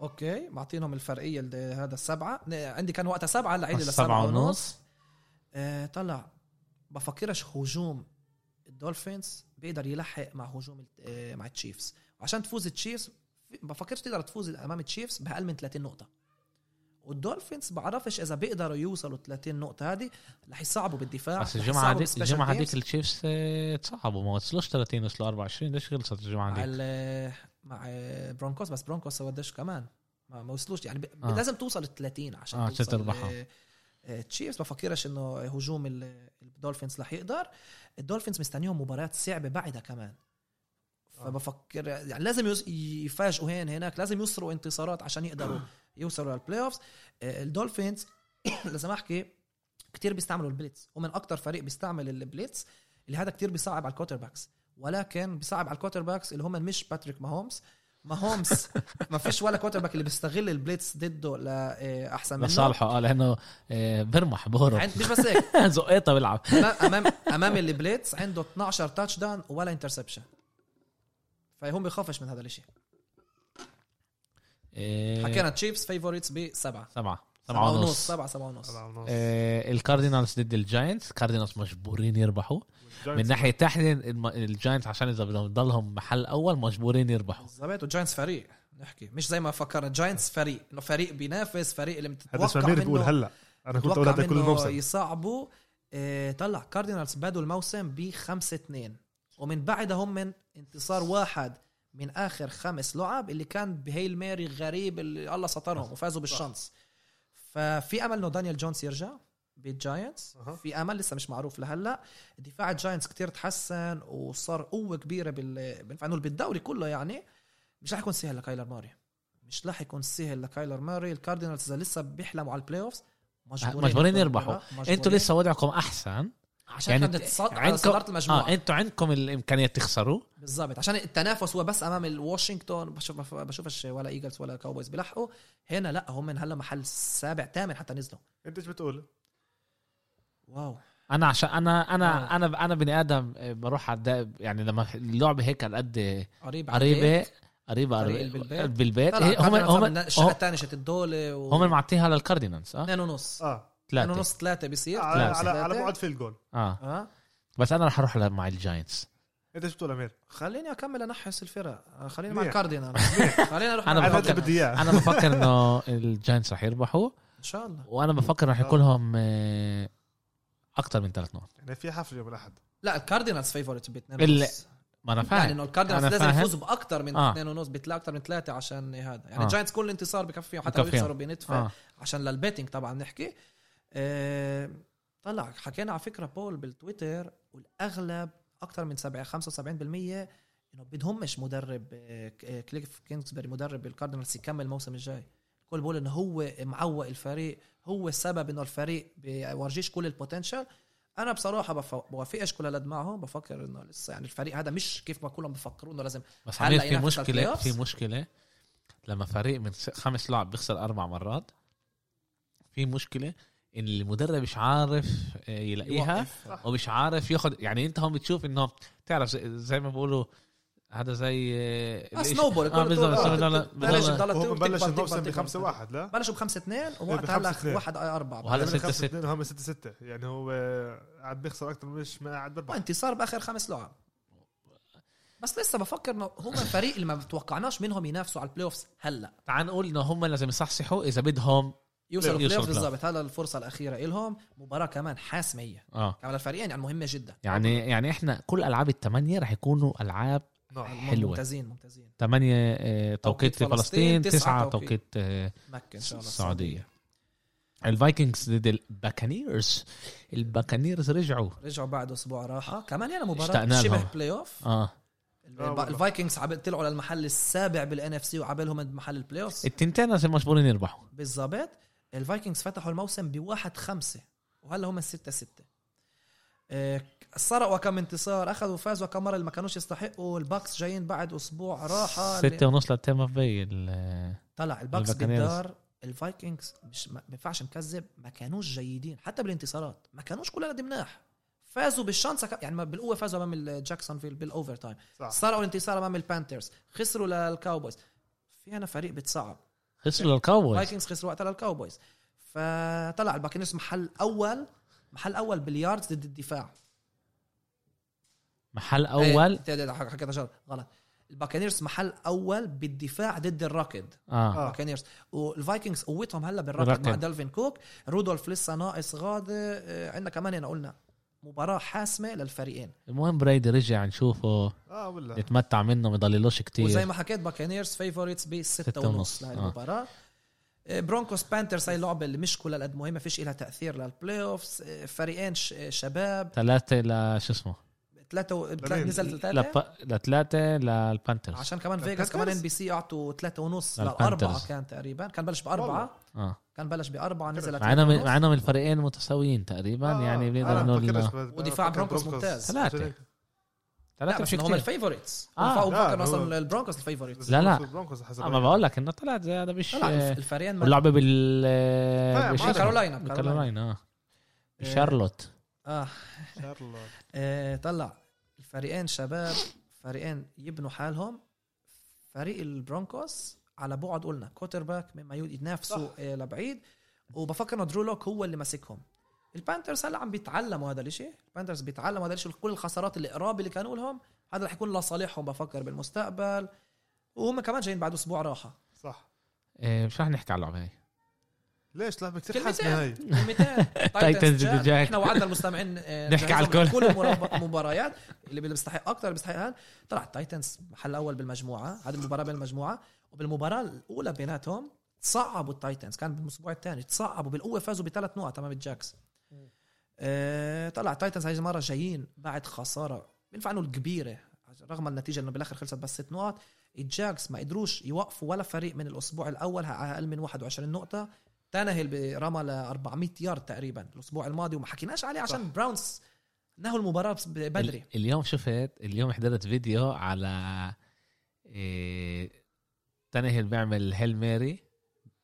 [SPEAKER 3] اوكي معطينهم الفرقية ال- هذا السبعة ن- عندي كان وقتها سبعة لعيلة
[SPEAKER 1] بس
[SPEAKER 3] لسبعة
[SPEAKER 1] أيوة، سبعة
[SPEAKER 3] ونص
[SPEAKER 1] ونص
[SPEAKER 3] آه طلع بفكرش هجوم الدولفينز بيقدر يلحق مع هجوم الت- آه مع التشيفز وعشان تفوز التشيفز في- بفكرش تقدر تفوز امام التشيفز باقل من 30 نقطة والدولفينز بعرفش اذا بيقدروا يوصلوا 30 نقطة هذه رح يصعبوا بالدفاع
[SPEAKER 1] بس
[SPEAKER 3] رح
[SPEAKER 1] الجمعة
[SPEAKER 3] يصعبوا
[SPEAKER 1] هذيك
[SPEAKER 3] بالspecial
[SPEAKER 1] الجمعة
[SPEAKER 3] games.
[SPEAKER 1] هذيك التشيفز آه، تصعبوا ما وصلوش 30 وصلوا 24 ليش خلصت الجمعة هذيك؟
[SPEAKER 3] على مع برونكوس بس برونكوس ودش كمان ما, ما وصلوش يعني ب...
[SPEAKER 1] آه.
[SPEAKER 3] آه. لازم توصل ال 30 عشان
[SPEAKER 1] آه،
[SPEAKER 3] آه
[SPEAKER 1] عشان
[SPEAKER 3] توصل
[SPEAKER 1] تربحها.
[SPEAKER 3] آه، آه، تشيفز بفكرش انه هجوم ال- الدولفينز رح يقدر الدولفينز مستنيهم مباريات صعبه بعدها كمان
[SPEAKER 1] آه.
[SPEAKER 3] فبفكر يعني لازم يز- يفاجئوا هين هناك لازم يصروا انتصارات عشان يقدروا يوصلوا للبلاي اوفز الدولفينز لازم احكي كتير بيستعملوا البلitz ومن اكتر فريق بيستعمل البليتس اللي هذا كتير بيصعب على الكوتر باكس ولكن بيصعب على الكوتر باكس اللي هم مش باتريك ماهومز ماهومز ما فيش ولا كوتر باك اللي بيستغل البليتس ضده لاحسن منه
[SPEAKER 1] لصالحه اه لانه آه، برمح بهرب
[SPEAKER 3] عند- مش بس هيك
[SPEAKER 1] زقيطه بيلعب
[SPEAKER 3] أمام- امام امام البليتس عنده 12 تاتش داون ولا انترسبشن فهم بيخافش من هذا الشيء
[SPEAKER 1] آه،
[SPEAKER 3] حكينا تشيبس فيفوريتس بسبعه
[SPEAKER 1] سبعة سبعة ونص
[SPEAKER 3] سبعه سبعه ونص
[SPEAKER 2] سبعة ونص.
[SPEAKER 1] آه، الكاردينالز ضد الجاينتس الكاردينالز مجبورين يربحوا من ناحيه تحت الجاينتس عشان اذا بدهم يضلهم محل اول مجبورين يربحوا
[SPEAKER 3] بالضبط والجاينتس فريق نحكي مش زي ما فكرنا جاينتس فريق انه فريق بينافس فريق اللي
[SPEAKER 2] هذا اسمه
[SPEAKER 3] متوقع
[SPEAKER 2] ميري
[SPEAKER 3] منه
[SPEAKER 2] بيقول هلا انا كنت اقول
[SPEAKER 3] متوقع
[SPEAKER 2] هذا كل
[SPEAKER 3] منه
[SPEAKER 2] الموسم
[SPEAKER 3] يصعبوا آه، طلع كاردينالز بدوا الموسم ب 5 2 ومن بعدها هم من انتصار واحد من اخر خمس لعب اللي كان بهيل ماري غريب اللي الله سطرهم وفازوا بالشانس ففي امل انه دانيال جونز يرجع بالجاينتس
[SPEAKER 2] أها.
[SPEAKER 3] في امل لسه مش معروف لهلا دفاع الجاينتس كتير تحسن وصار قوه كبيره بال بينفع نقول بالدوري كله يعني مش رح يكون سهل لكايلر ماري مش رح يكون سهل لكايلر ماري الكاردينالز إذا لسه بيحلموا على البلاي اوفز
[SPEAKER 1] مجبورين يربحوا.
[SPEAKER 3] مجبورين.
[SPEAKER 1] انتوا لسه وضعكم احسن
[SPEAKER 3] عشان
[SPEAKER 1] يعني
[SPEAKER 3] يعني
[SPEAKER 1] ت-
[SPEAKER 3] على
[SPEAKER 1] عندكم-
[SPEAKER 3] صداره المجموعه
[SPEAKER 1] اه انتوا عندكم الامكانيه تخسروا
[SPEAKER 3] بالضبط عشان التنافس هو بس امام الواشنطن بشوف بشوفش ولا ايجلز ولا كاوبويز بيلحقوا هنا لا هم من هلا محل سابع ثامن حتى نزلوا
[SPEAKER 2] انت ايش بتقول؟
[SPEAKER 3] واو
[SPEAKER 1] انا عشان انا انا
[SPEAKER 3] آه.
[SPEAKER 1] انا انا بني ادم آه، بروح على الدائب- يعني لما اللعبه هيك على قد
[SPEAKER 3] قريب
[SPEAKER 1] قريبه قريبه
[SPEAKER 3] فريق
[SPEAKER 1] قريبة-
[SPEAKER 3] بالبيت.
[SPEAKER 1] بالبيت هي-
[SPEAKER 3] هم
[SPEAKER 1] إيه، هم هم
[SPEAKER 3] الشقه الثانيه شت الدوله و...
[SPEAKER 1] هم اللي معطيها للكاردينالز اه
[SPEAKER 3] اثنين ونص
[SPEAKER 2] اه
[SPEAKER 3] اثنين
[SPEAKER 1] ثلاثه
[SPEAKER 3] ونص ثلاثه بيصير
[SPEAKER 2] على على,
[SPEAKER 3] ثلاثة.
[SPEAKER 2] على بعد في الجول
[SPEAKER 1] اه
[SPEAKER 3] اه
[SPEAKER 1] بس انا رح اروح ل- مع الجاينتس
[SPEAKER 2] انت ايش بتقول امير؟
[SPEAKER 3] خليني اكمل انحس الفرق آه، خلينا مع
[SPEAKER 2] ليه؟
[SPEAKER 3] الكاردينال خلينا نروح
[SPEAKER 1] أنا
[SPEAKER 2] انا
[SPEAKER 1] بفكر-
[SPEAKER 2] اللي بدي اياه
[SPEAKER 1] انا بفكر انه الجاينتس رح يربحوا
[SPEAKER 3] ان شاء الله
[SPEAKER 1] وانا بفكر
[SPEAKER 3] آه.
[SPEAKER 1] رح يكون لهم اكثر من ثلاث نقط
[SPEAKER 2] يعني في حفل يوم الاحد
[SPEAKER 3] لا الكاردينالز فيفورت باثنين
[SPEAKER 1] ال-
[SPEAKER 3] ونص
[SPEAKER 1] ما انا
[SPEAKER 3] يعني
[SPEAKER 1] فاهم
[SPEAKER 3] انه الكاردينالز
[SPEAKER 1] أنا
[SPEAKER 3] لازم
[SPEAKER 1] فاهم.
[SPEAKER 3] يفوزوا باكثر من
[SPEAKER 1] آه.
[SPEAKER 3] اثنين ونص بيطلع اكثر من ثلاثه عشان هذا يعني
[SPEAKER 1] آه.
[SPEAKER 3] الجاينتس كل انتصار بكفيهم حتى لو
[SPEAKER 1] بكفيهم.
[SPEAKER 3] يخسروا بندفع
[SPEAKER 1] آه.
[SPEAKER 3] عشان للبيتنج طبعا نحكي آه، طلع حكينا على فكره بول بالتويتر والاغلب اكثر من 70 75% انه بدهمش مدرب آه، ك- آه، كليف كينجزبري مدرب الكاردينالز يكمل الموسم الجاي الكل بقول انه هو معوق الفريق هو السبب انه الفريق بيورجيش كل البوتنشال انا بصراحه بف- بوافقش كل هالقد معهم بفكر انه لسه يعني الفريق هذا مش كيف ما كلهم بفكروا انه لازم
[SPEAKER 1] بس
[SPEAKER 3] هلا
[SPEAKER 1] عمير في
[SPEAKER 3] ينافس
[SPEAKER 1] مشكله
[SPEAKER 3] البلاي-أوفس؟
[SPEAKER 1] في مشكله لما فريق من س- خمس لعب بيخسر اربع مرات في مشكله ان المدرب مش عارف آه، يلاقيها
[SPEAKER 3] يوقف.
[SPEAKER 2] صح.
[SPEAKER 1] ومش عارف ياخد يعني انت هون بتشوف انه تعرف زي, زي ما بيقولوا هذا زي آه،
[SPEAKER 3] آه،
[SPEAKER 1] الإيش-
[SPEAKER 3] snowball،
[SPEAKER 1] آه،
[SPEAKER 3] الكرة
[SPEAKER 1] بالضبط،
[SPEAKER 2] بتقول-
[SPEAKER 1] بضل-
[SPEAKER 2] آه،
[SPEAKER 1] بضل-
[SPEAKER 3] بلش الضل-
[SPEAKER 2] وهم
[SPEAKER 3] تكبر-
[SPEAKER 2] بلش
[SPEAKER 3] تكبر-
[SPEAKER 2] الموسم
[SPEAKER 3] تكبر-
[SPEAKER 2] بخمسة واحد لا
[SPEAKER 3] بلشوا بخمسة اثنين ووقت
[SPEAKER 2] إيه، بخمسة
[SPEAKER 3] هلا
[SPEAKER 2] اثنين.
[SPEAKER 3] واحد اربعة
[SPEAKER 1] وهلا
[SPEAKER 2] يعني
[SPEAKER 1] ستة
[SPEAKER 2] خمسة
[SPEAKER 1] ستة
[SPEAKER 2] اثنين وهم ستة ستة يعني هو آه، قاعد بيخسر اكثر مش ما قاعد بربح
[SPEAKER 3] انتصار باخر خمس لعب بس لسه بفكر انه هم الفريق اللي ما توقعناش منهم ينافسوا على البلاي اوفز هلا
[SPEAKER 1] تعال نقول انه هم لازم يصحصحوا اذا بدهم
[SPEAKER 3] يوصلوا
[SPEAKER 1] يوصلوا
[SPEAKER 3] البلاي اوفز
[SPEAKER 1] playoff.
[SPEAKER 3] بالضبط هلا الفرصه الاخيره إلهم مباراه كمان حاسميه
[SPEAKER 1] اه
[SPEAKER 3] على الفريقين يعني مهمه جدا
[SPEAKER 1] يعني يعني احنا كل العاب الثمانيه رح يكونوا العاب
[SPEAKER 2] نعم
[SPEAKER 1] حلوة.
[SPEAKER 3] ممتازين ممتازين
[SPEAKER 1] ثمانيه آه، توقيت في فلسطين تسعه توقيت آه،
[SPEAKER 3] مكة ان شاء الله
[SPEAKER 1] السعوديه الفايكنجز ضد الباكانيرز الباكانيرز رجعوا
[SPEAKER 3] رجعوا بعد اسبوع راحه كمان هنا مباراه
[SPEAKER 1] اشتقنا
[SPEAKER 3] شبه
[SPEAKER 1] لهم.
[SPEAKER 3] بلاي اوف
[SPEAKER 1] اه
[SPEAKER 3] الب-
[SPEAKER 2] آه والله.
[SPEAKER 3] الفايكنجز عب- طلعوا للمحل السابع بالان اف سي وعبالهم عند محل البلاي
[SPEAKER 1] إيه،
[SPEAKER 3] اوف
[SPEAKER 1] التنتين لازم مجبورين يربحوا
[SPEAKER 3] بالظبط الفايكنجز فتحوا الموسم بواحد خمسة وهلا هم ستة ستة آه، سرقوا كم انتصار اخذوا فازوا كم مره اللي ما كانوش يستحقوا الباكس جايين بعد اسبوع راحه
[SPEAKER 1] ستة ونص لتامة باي ال-
[SPEAKER 3] طلع الباكس
[SPEAKER 1] الباكانيرز.
[SPEAKER 3] بالدار الفايكنجز مش ما بينفعش نكذب ما كانوش جيدين حتى بالانتصارات ما كانوش كلها قد مناح فازوا بالشانس أك- يعني ما- بالقوه فازوا امام الجاكسونفيل بالاوفر تايم
[SPEAKER 2] صح
[SPEAKER 3] سرقوا الانتصار امام البانترز خسروا للكاوبويز في انا فريق بتصعب إيه.
[SPEAKER 1] خسروا للكاوبويز
[SPEAKER 3] الفايكنجز خسروا وقتها للكاوبويز فطلع الباكنيرز محل اول محل اول بالياردز ضد الدفاع
[SPEAKER 1] محل اول
[SPEAKER 3] إيه، ت- ت- حكيت عشان غلط الباكنيرز محل اول بالدفاع ضد الركض
[SPEAKER 1] اه
[SPEAKER 3] الباكنيرز والفايكنجز قوتهم هلا بالركض مع
[SPEAKER 1] الركض.
[SPEAKER 3] دالفين كوك رودولف لسه ناقص غاده إيه، عندنا كمان هنا قلنا مباراه حاسمه للفريقين
[SPEAKER 1] المهم برايدي رجع نشوفه
[SPEAKER 2] اه ولا
[SPEAKER 1] نتمتع منه ما يضللوش
[SPEAKER 3] وزي
[SPEAKER 1] كتير
[SPEAKER 3] ما حكيت باكانيرز فيفوريتس
[SPEAKER 1] ستة
[SPEAKER 3] بستة
[SPEAKER 1] ونص،
[SPEAKER 3] ونص
[SPEAKER 1] آه.
[SPEAKER 3] لهي المباراة آه، برونكوس بانترز هاي اللعبة اللي مش كلها قد مهمة فيش إلها تأثير للبلاي اوفز آه، فريقين ش- آه، شباب
[SPEAKER 1] ثلاثة ل شو اسمه
[SPEAKER 3] ثلاثة و-
[SPEAKER 2] لمين؟
[SPEAKER 3] نزل ثلاثة
[SPEAKER 1] لب- لثلاثة للبانترز
[SPEAKER 3] عشان كمان فيجاس
[SPEAKER 2] للبانترز؟
[SPEAKER 3] كمان ان بي سي أعطوا ثلاثة ونص
[SPEAKER 1] للبانترز.
[SPEAKER 3] لأربعة كان تقريبا كان بلش
[SPEAKER 2] والله.
[SPEAKER 3] بأربعة
[SPEAKER 1] اه
[SPEAKER 3] كان بلش بأربعة نزل
[SPEAKER 1] مع انهم
[SPEAKER 3] لثلاثة
[SPEAKER 1] مع
[SPEAKER 3] ونص. آه.
[SPEAKER 1] انهم الفريقين متساويين تقريبا يعني بنقدر نقول
[SPEAKER 3] ودفاع برونكوس ممتاز.
[SPEAKER 1] ثلاثة.
[SPEAKER 3] لا
[SPEAKER 1] ثلاثة
[SPEAKER 3] بس
[SPEAKER 1] مش
[SPEAKER 3] إنه هم
[SPEAKER 1] كتير
[SPEAKER 3] الفيفوريتس
[SPEAKER 1] آه.
[SPEAKER 3] آه.
[SPEAKER 2] لا،
[SPEAKER 3] مفكر
[SPEAKER 2] هو-
[SPEAKER 3] أصلا البرونكوس الفيفوريتس
[SPEAKER 1] لا، لا.
[SPEAKER 2] برونكوس
[SPEAKER 1] اما بقول لك انه طلعت زي هذا مش
[SPEAKER 3] آه. لا الف- الفريقين ما-
[SPEAKER 1] اللعبة بال
[SPEAKER 2] طيب،
[SPEAKER 1] بالش-
[SPEAKER 2] ما أدري.
[SPEAKER 3] كارولاينا كارولاينا
[SPEAKER 1] بكارولاينا اه شارلوت
[SPEAKER 3] آه
[SPEAKER 2] شارلوت
[SPEAKER 3] آه، طلع الفريقين شباب فريقين يبنوا حالهم فريق البرونكوس على بعد قلنا كوتر باك مما يود- يتنافسوا آه، لبعيد وبفكر انه درو لوك هو اللي ماسكهم البانترز هلا عم بيتعلموا هذا الشيء البانترز بيتعلموا هذا الشيء كل الخسارات اللي قراب اللي كانوا لهم هذا رح يكون لصالحهم بفكر بالمستقبل وهم كمان جايين بعد اسبوع راحه
[SPEAKER 2] صح
[SPEAKER 1] آه، مش رح نحكي على اللعبة هاي
[SPEAKER 2] ليش لعبه كثير
[SPEAKER 3] كلمتين.
[SPEAKER 2] حاسمه هاي
[SPEAKER 3] كلمتين
[SPEAKER 1] تايتنز
[SPEAKER 3] تايتنز
[SPEAKER 1] ضد
[SPEAKER 3] جاك.
[SPEAKER 1] جاك.
[SPEAKER 3] احنا وعدنا المستمعين آه،
[SPEAKER 1] نحكي على
[SPEAKER 3] نجهزهم
[SPEAKER 1] الكل.
[SPEAKER 3] كل المرا- المباريات اللي بده بيستحق اكثر بيستحق اقل طلع تايتنز محل اول بالمجموعه هذه المباراه بالمجموعه وبالمباراه الاولى بيناتهم تصعبوا التايتنز كان بالاسبوع الثاني تصعبوا بالقوه فازوا بثلاث نقط امام الجاكس آه، طلع التايتنز هاي المره جايين بعد خساره بينفع انه الكبيره رغم النتيجه انه بالاخر خلصت بس ست نقط الجاكس ما قدروش يوقفوا ولا فريق من الاسبوع الاول على اقل من 21 نقطه تانهل رمى ل 400 يارد تقريبا الاسبوع الماضي وما حكيناش عليه عشان
[SPEAKER 2] صح.
[SPEAKER 3] براونز نهوا المباراه بس- بدري
[SPEAKER 1] ال- اليوم شفت اليوم حضرت فيديو على إيه تانيهل بيعمل هيل ماري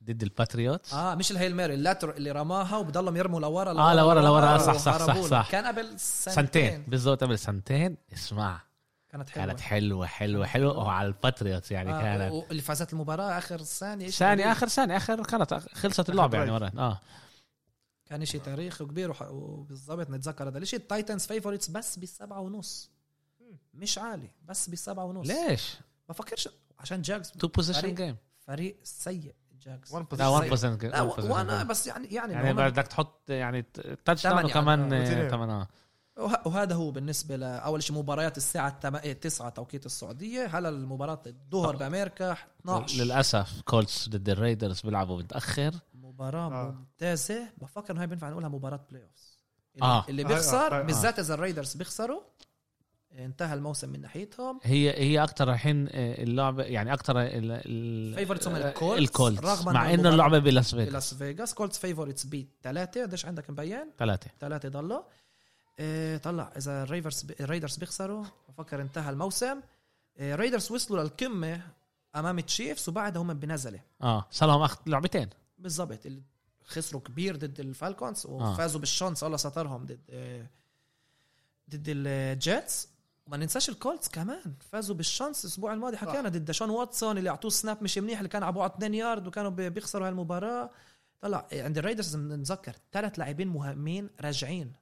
[SPEAKER 1] ضد الباتريوتس
[SPEAKER 3] اه مش الهيل ماري اللاتر اللي رماها وبضلهم يرموا لورا
[SPEAKER 1] آه، لورا، لورا، صح، صح،
[SPEAKER 3] وهربونا.
[SPEAKER 1] صح، صح.
[SPEAKER 3] كان قبل
[SPEAKER 1] سنتين
[SPEAKER 3] سنتين
[SPEAKER 1] بالضبط قبل سنتين اسمع
[SPEAKER 3] كانت حلوه
[SPEAKER 1] كانت حلوه حلوه حلوه وعلى الباتريوتس يعني
[SPEAKER 3] آه،
[SPEAKER 1] كانت
[SPEAKER 3] واللي فازت المباراه اخر ثانيه إيش
[SPEAKER 1] ثاني
[SPEAKER 3] تاريخ.
[SPEAKER 1] اخر ثاني اخر خلص آخر- خلصت اللعبه يعني
[SPEAKER 2] drive.
[SPEAKER 1] مرات اه
[SPEAKER 3] كان شيء تاريخ كبير وح- وبالضبط نتذكر هذا الشيء التايتنز فيفورتس بس بالسبعة ونص مش عالي بس بالسبعة ونص
[SPEAKER 1] ليش؟
[SPEAKER 3] بفكرش عشان جاكس
[SPEAKER 1] تو بوزيشن
[SPEAKER 3] فريق.
[SPEAKER 1] جيم
[SPEAKER 3] فريق سيء جاكس
[SPEAKER 2] One position.
[SPEAKER 1] لا 1 بوزيشن
[SPEAKER 3] لا و- وانا بس يعني يعني,
[SPEAKER 1] يعني
[SPEAKER 3] إنه هم-
[SPEAKER 1] بدك تحط يعني تاتش
[SPEAKER 3] تمن
[SPEAKER 1] داون
[SPEAKER 3] يعني،
[SPEAKER 1] وكمان
[SPEAKER 2] آه، وزيادة.
[SPEAKER 1] كمان اه
[SPEAKER 3] وه- وهذا هو بالنسبه لاول شيء مباريات الساعه 9 توقيت السعوديه هلا المباراه الظهر بامريكا 12
[SPEAKER 1] للاسف كولتس ضد الريدرز بيلعبوا متاخر
[SPEAKER 3] مباراه
[SPEAKER 2] آه.
[SPEAKER 3] ممتازه بفكر انه هاي بينفع نقولها مباراه بلاي اوف
[SPEAKER 1] آه.
[SPEAKER 3] اللي
[SPEAKER 2] آه،
[SPEAKER 3] بيخسر
[SPEAKER 2] آه، آه.
[SPEAKER 3] بالذات اذا الريدرز بيخسروا انتهى الموسم من ناحيتهم
[SPEAKER 1] هي هي اكثر الحين آه، اللعبه يعني اكثر ال- ال-
[SPEAKER 3] Favorites هم
[SPEAKER 1] آه،
[SPEAKER 3] الكولتس،
[SPEAKER 1] الكولتس
[SPEAKER 3] رغم
[SPEAKER 1] مع
[SPEAKER 3] إنه
[SPEAKER 1] انه اللعبه
[SPEAKER 3] المباراة-
[SPEAKER 1] بلاس فيغاس
[SPEAKER 3] بلاس فيغاس كولتس فيفورتس بي ثلاثة قديش عندك مبين؟
[SPEAKER 1] ثلاثه
[SPEAKER 3] ثلاثة ضلوا إيه طلع إذا الريفرز الريدرز بيخسروا بفكر انتهى الموسم إيه ريدرز وصلوا للقمة أمام تشيفز وبعدها هم بنزلة
[SPEAKER 1] اه صار لهم أخ... لعبتين
[SPEAKER 3] بالضبط اللي خسروا كبير ضد الفالكونز وفازوا بالشانس الله سترهم ضد إيه ضد الجيتس وما ننساش الكولتس كمان فازوا بالشانس الاسبوع الماضي حكينا ضد شون واتسون اللي اعطوه سناب مش منيح اللي كان عبوه 2 يارد وكانوا بي- بيخسروا هالمباراه طلع إيه، عند الريدرز نتذكر ثلاث لاعبين مهمين راجعين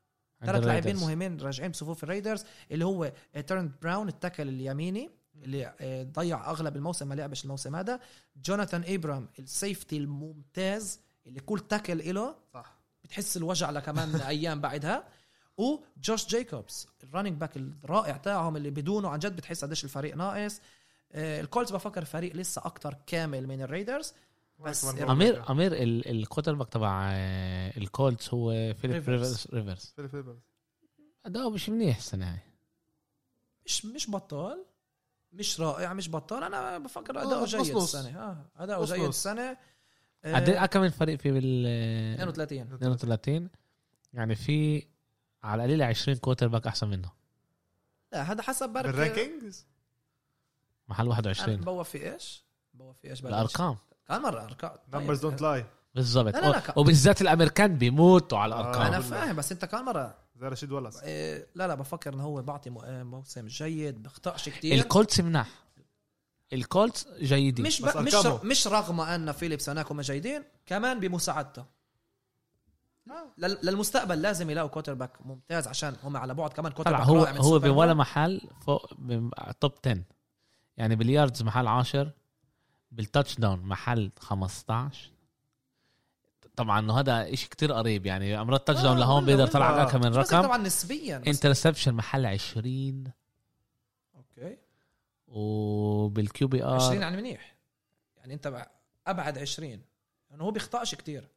[SPEAKER 1] عند
[SPEAKER 3] ثلاث
[SPEAKER 1] ال
[SPEAKER 3] لاعبين
[SPEAKER 1] Raiders.
[SPEAKER 3] مهمين راجعين بصفوف الريدرز اللي هو تيرن براون التكل اليميني اللي آه، ضيع اغلب الموسم ما لعبش الموسم هذا جوناثان ابرام السيفتي الممتاز اللي كل تاكل له
[SPEAKER 2] صح
[SPEAKER 3] بتحس الوجع لكمان ايام بعدها وجوش جايكوبس الرننج باك الرائع تاعهم اللي بدونه عن جد بتحس قديش الفريق ناقص آه، الكولتس بفكر فريق لسه اكتر كامل من الريدرز بس
[SPEAKER 2] وين كمان
[SPEAKER 3] أمير-
[SPEAKER 1] امير
[SPEAKER 2] برضه.
[SPEAKER 1] امير ال- الكوتر باك تبع آه، الكولتس هو فيليب
[SPEAKER 3] ريفرز.
[SPEAKER 1] ريفرز ريفرز
[SPEAKER 2] فيلي فيبرز.
[SPEAKER 1] اداؤه مش منيح السنه هاي
[SPEAKER 3] مش مش بطال مش رائع مش بطال انا بفكر
[SPEAKER 2] آه،
[SPEAKER 3] اداؤه
[SPEAKER 2] نص
[SPEAKER 3] جيد
[SPEAKER 2] نص.
[SPEAKER 3] السنه اه اداؤه
[SPEAKER 2] نص
[SPEAKER 3] جيد
[SPEAKER 2] نص.
[SPEAKER 3] السنه آه،
[SPEAKER 1] قد كم الفريق في بال آه،
[SPEAKER 3] 32
[SPEAKER 1] 32 يعني في على القليله 20 كوتر باك احسن منه
[SPEAKER 3] لا هذا حسب بركة
[SPEAKER 2] بالرانكينجز
[SPEAKER 1] محل
[SPEAKER 3] انا
[SPEAKER 1] 21
[SPEAKER 3] بوفي ايش؟ بوفي ايش بلاش.
[SPEAKER 1] الارقام
[SPEAKER 3] كان مرة ارقام
[SPEAKER 2] نمبرز دونت لاي
[SPEAKER 1] بالضبط
[SPEAKER 3] لا، لا، لا، ك-
[SPEAKER 1] وبالذات الامريكان بيموتوا على
[SPEAKER 2] آه.
[SPEAKER 1] الارقام
[SPEAKER 3] انا
[SPEAKER 2] آه.
[SPEAKER 3] فاهم بس انت كان مرة
[SPEAKER 2] زي رشيد ولس
[SPEAKER 3] إيه، لا لا بفكر انه هو بعطي مو- آه، موسم جيد بخطأش كتير
[SPEAKER 1] الكولتس منح الكولتس جيدين
[SPEAKER 3] مش
[SPEAKER 2] بس
[SPEAKER 3] ب... مش
[SPEAKER 2] أرقامه.
[SPEAKER 3] مش رغم ان فيليبس هناك هم جيدين كمان بمساعدته لل- للمستقبل لازم يلاقوا كوتر باك ممتاز عشان هم على بعد كمان كوتر
[SPEAKER 1] طلع
[SPEAKER 3] باك
[SPEAKER 1] هو
[SPEAKER 3] رائع من
[SPEAKER 1] هو
[SPEAKER 3] سوبر
[SPEAKER 1] بولا
[SPEAKER 3] بول.
[SPEAKER 1] محل فوق توب 10 يعني بالياردز محل 10 بالتاتش داون محل 15 طبعا هذا شيء كتير قريب يعني امراض التاتش
[SPEAKER 3] آه،
[SPEAKER 1] داون لهون
[SPEAKER 3] ولا-
[SPEAKER 1] بيقدر
[SPEAKER 3] ولا.
[SPEAKER 1] طلع على
[SPEAKER 2] آه.
[SPEAKER 1] اكثر من
[SPEAKER 3] مش بس
[SPEAKER 1] رقم
[SPEAKER 3] طبعا نسبيا بس
[SPEAKER 1] انترسبشن محل 20
[SPEAKER 3] اوكي
[SPEAKER 1] وبالكيو بي
[SPEAKER 3] 20
[SPEAKER 1] ار
[SPEAKER 3] عن منيح يعني انت بع- ابعد 20 انه هو بيخطأش كتير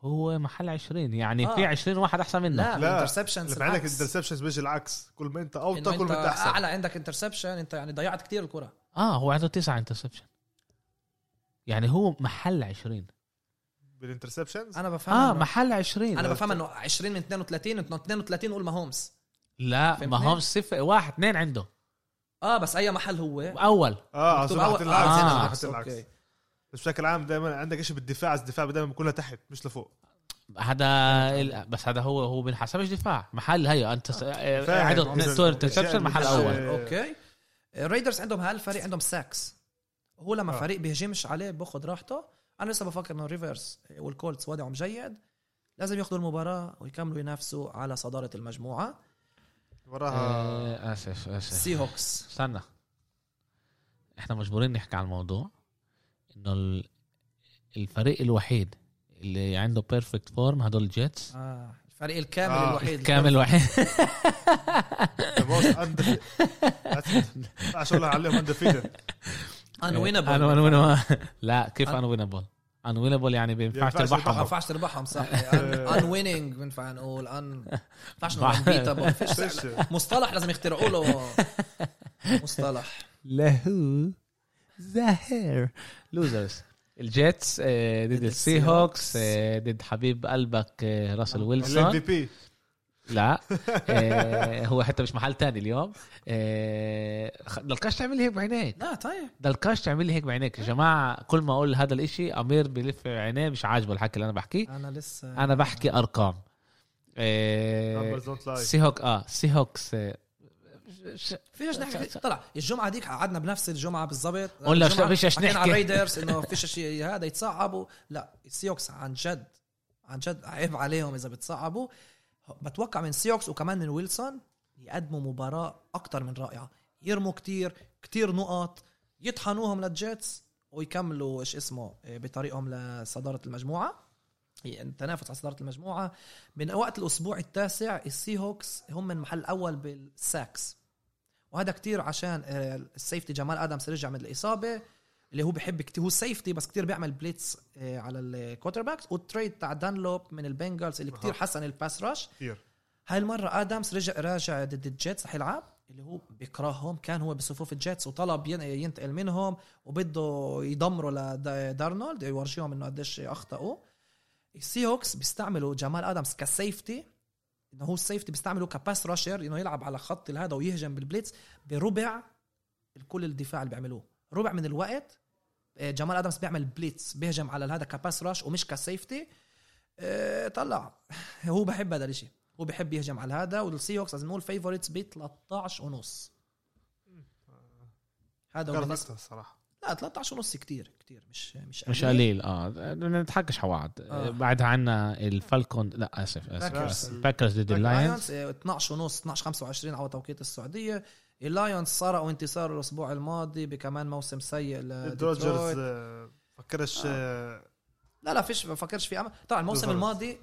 [SPEAKER 1] هو محل 20 يعني
[SPEAKER 3] آه.
[SPEAKER 1] في 20 واحد احسن منه
[SPEAKER 3] لا
[SPEAKER 2] لا.
[SPEAKER 3] الانترسبشن
[SPEAKER 2] اللي عندك الانترسبشنز بيجي العكس كل ما انت اوطى كل ما انت احسن
[SPEAKER 3] اعلى عندك انترسبشن انت يعني ضيعت كتير الكره
[SPEAKER 1] اه هو عنده تسعة انترسبشن يعني هو محل 20
[SPEAKER 2] بالانترسبشنز
[SPEAKER 3] انا بفهم
[SPEAKER 1] اه
[SPEAKER 3] إنه-
[SPEAKER 1] محل 20
[SPEAKER 3] انا بفهم انه 20 من 32 انه 32 قول ما هومس
[SPEAKER 1] لا ما
[SPEAKER 3] فهمتني؟
[SPEAKER 1] هم صفر واحد اثنين عنده
[SPEAKER 3] اه بس اي محل هو
[SPEAKER 1] اول
[SPEAKER 2] اه
[SPEAKER 3] مكتوب
[SPEAKER 2] عشان
[SPEAKER 3] أول-
[SPEAKER 2] حاطين العكس
[SPEAKER 1] آه، آه،
[SPEAKER 2] عشان حاطين العكس
[SPEAKER 3] اوكي
[SPEAKER 2] بس بشكل عام دائما عندك شيء بالدفاع الدفاع دائما بيكون لتحت مش لفوق
[SPEAKER 1] هذا ال- بس هذا هو هو بنحسبش دفاع محل هي انت
[SPEAKER 3] آه.
[SPEAKER 2] فاهم.
[SPEAKER 1] عنده اثنين
[SPEAKER 2] مش-
[SPEAKER 1] تو
[SPEAKER 3] يعني
[SPEAKER 1] انترسبشن محل
[SPEAKER 2] مش-
[SPEAKER 1] اول
[SPEAKER 3] اوكي الريدرز آه، عندهم هالفريق عندهم ساكس هو لما
[SPEAKER 2] آه.
[SPEAKER 3] فريق بيهجمش عليه بياخذ راحته انا لسه بفكر انه الريفرز والكولتس وضعهم جيد لازم ياخذوا المباراه ويكملوا ينافسوا على صداره المجموعه
[SPEAKER 2] وراها
[SPEAKER 1] آه، اسف اسف
[SPEAKER 3] السي هوكس
[SPEAKER 1] استنى احنا مجبورين نحكي عن الموضوع انه ال- الفريق الوحيد اللي عنده بيرفكت فورم هدول الجيتس
[SPEAKER 3] آه. الفريق الكامل
[SPEAKER 2] آه،
[SPEAKER 3] الوحيد
[SPEAKER 1] كامل الوحيد
[SPEAKER 2] the most undefeated عشان اقولها عليهم undefeated
[SPEAKER 3] انوينبل
[SPEAKER 1] انا انا وينبل لا كيف انا وينبل انويلبل يعني بينفعش
[SPEAKER 2] ينفعش
[SPEAKER 3] ما
[SPEAKER 1] تربحهم
[SPEAKER 2] تربحهم.
[SPEAKER 3] ينفعش تربحهم صح ان ويننج بينفع نقول ان ما ينفعش نقول
[SPEAKER 1] بح-
[SPEAKER 3] unbeatable. فيش
[SPEAKER 2] فيش
[SPEAKER 3] مصطلح لازم يخترعوا له مصطلح
[SPEAKER 1] لهو زهير لوزرز الجيتس آه، ضد
[SPEAKER 3] ضد
[SPEAKER 1] السي هوكس آه، ضد حبيب قلبك آه، راسل
[SPEAKER 2] الام في
[SPEAKER 1] ويلسون
[SPEAKER 2] بي
[SPEAKER 1] لا آه، هو حتى مش محل تاني اليوم آه، خ- ضلكش تعمل لي هيك بعينيك
[SPEAKER 3] لا طيب
[SPEAKER 1] ضلكش تعمل لي هيك بعينيك يا جماعه كل ما اقول هذا الاشي امير بلف عينيه مش عاجبه الحكي اللي انا بحكيه
[SPEAKER 3] انا لسه
[SPEAKER 1] انا بحكي ارقام آه،
[SPEAKER 2] Numbers don't lie.
[SPEAKER 1] سي هوك اه سي هوكس آه، ش-
[SPEAKER 3] فيش نحكي طلع الجمعه ديك قعدنا بنفس الجمعه بالضبط
[SPEAKER 1] قلنا
[SPEAKER 3] الجمعة
[SPEAKER 1] فيش إيش
[SPEAKER 3] حكينا
[SPEAKER 1] نحكي.
[SPEAKER 3] على الريدرز انه فيش شيء هذا يتصعبوا لا السيوكس عن جد عن جد عيب عليهم اذا بتصعبوا بتوقع من سيوكس وكمان من ويلسون يقدموا مباراه اكثر من رائعه يرموا كتير كتير نقط يطحنوهم للجيتس ويكملوا ايش اسمه إيه، بطريقهم لصداره المجموعه يعني التنافس على صداره المجموعه من وقت الاسبوع التاسع السي هوكس هم من محل اول بالساكس وهذا كتير عشان آه، السيفتي جمال ادمز رجع من الاصابه اللي هو بحب كتير هو سيفتي بس كتير بيعمل بليتس آه، على الكوتر باكس والتريد تاع دانلوب من البنجلز اللي كتير
[SPEAKER 2] أها.
[SPEAKER 3] حسن الباس راش
[SPEAKER 2] كثير
[SPEAKER 3] هاي المرة ادمز رجع راجع ضد الجيتس رح يلعب اللي هو بيكرههم كان هو بصفوف الجيتس وطلب ين- ينتقل منهم وبده يدمره لدارنولد يورجيهم انه قديش اخطأوا السي هوكس بيستعملوا جمال ادمز كسيفتي انه هو السيفتي بيستعمله كباس راشر انه يلعب على خط الهذا ويهجم بالبليتس بربع كل الدفاع اللي بيعملوه ربع من الوقت آه، جمال ادمز بيعمل بليتس بيهجم على هذا كباس راش ومش كسيفتي آه، طلع هو بحب هذا الشيء هو بحب يهجم على هذا والسي هوكس لازم نقول فيفورتس ب 13 ونص هذا هو
[SPEAKER 2] كانت
[SPEAKER 3] بالنسبة-
[SPEAKER 2] اكثر الصراحه
[SPEAKER 3] لا 13 ونص كتير كتير مش مش
[SPEAKER 1] مش قليل اه بدنا نتحكش حواعد
[SPEAKER 3] آه.
[SPEAKER 1] بعدها عنا الفالكون لا اسف
[SPEAKER 3] Packers.
[SPEAKER 1] اسف باكرز ضد اللاينز
[SPEAKER 3] اللايونز 12 آه، ونص 12 25 على توقيت السعوديه اللايونز سرقوا انتصار الاسبوع الماضي بكمان موسم سيء
[SPEAKER 2] الدوجرز
[SPEAKER 3] لديترويت
[SPEAKER 2] آه، فكرش آه،
[SPEAKER 3] لا لا فيش ما فكرش في امل طبعا الموسم
[SPEAKER 2] بالضبط.
[SPEAKER 3] الماضي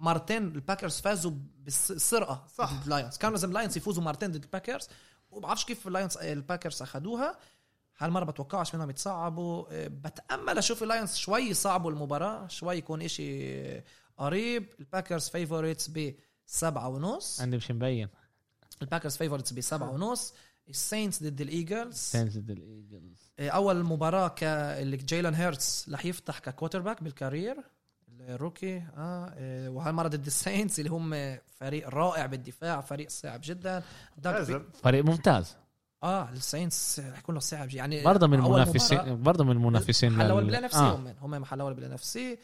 [SPEAKER 3] مرتين الباكرز فازوا بالسرقه
[SPEAKER 2] صح.
[SPEAKER 3] ضد اللايونز كانوا لازم اللايونز يفوزوا مرتين ضد الباكرز وبعرفش كيف اللايونز الباكرز اخذوها هالمره بتوقعش منهم يتصعبوا إيه، بتامل اشوف اللايونز شوي يصعبوا المباراه شوي يكون إشي قريب الباكرز فيفوريتس ب سبعة ونص
[SPEAKER 1] عندي مش مبين
[SPEAKER 3] الباكرز فيفورتس بسبعة ونص السينتس ضد الايجلز
[SPEAKER 1] سينز ضد الايجلز
[SPEAKER 3] إيه، اول مباراه ك اللي جايلان هيرتس رح يفتح ككوتر باك بالكارير الروكي اه إيه، وهالمره ضد السينتس اللي هم فريق رائع بالدفاع فريق صعب جدا داك بي...
[SPEAKER 2] لازم
[SPEAKER 1] فريق ممتاز
[SPEAKER 3] اه السينتس رح يكون له صعب يعني
[SPEAKER 1] برضه من
[SPEAKER 3] أول مباراة-
[SPEAKER 1] المنافسين برضه من المنافسين
[SPEAKER 3] محل اول
[SPEAKER 1] لل-
[SPEAKER 3] بالان اف سي
[SPEAKER 1] آه.
[SPEAKER 3] هم هم محل اول بالان اف سي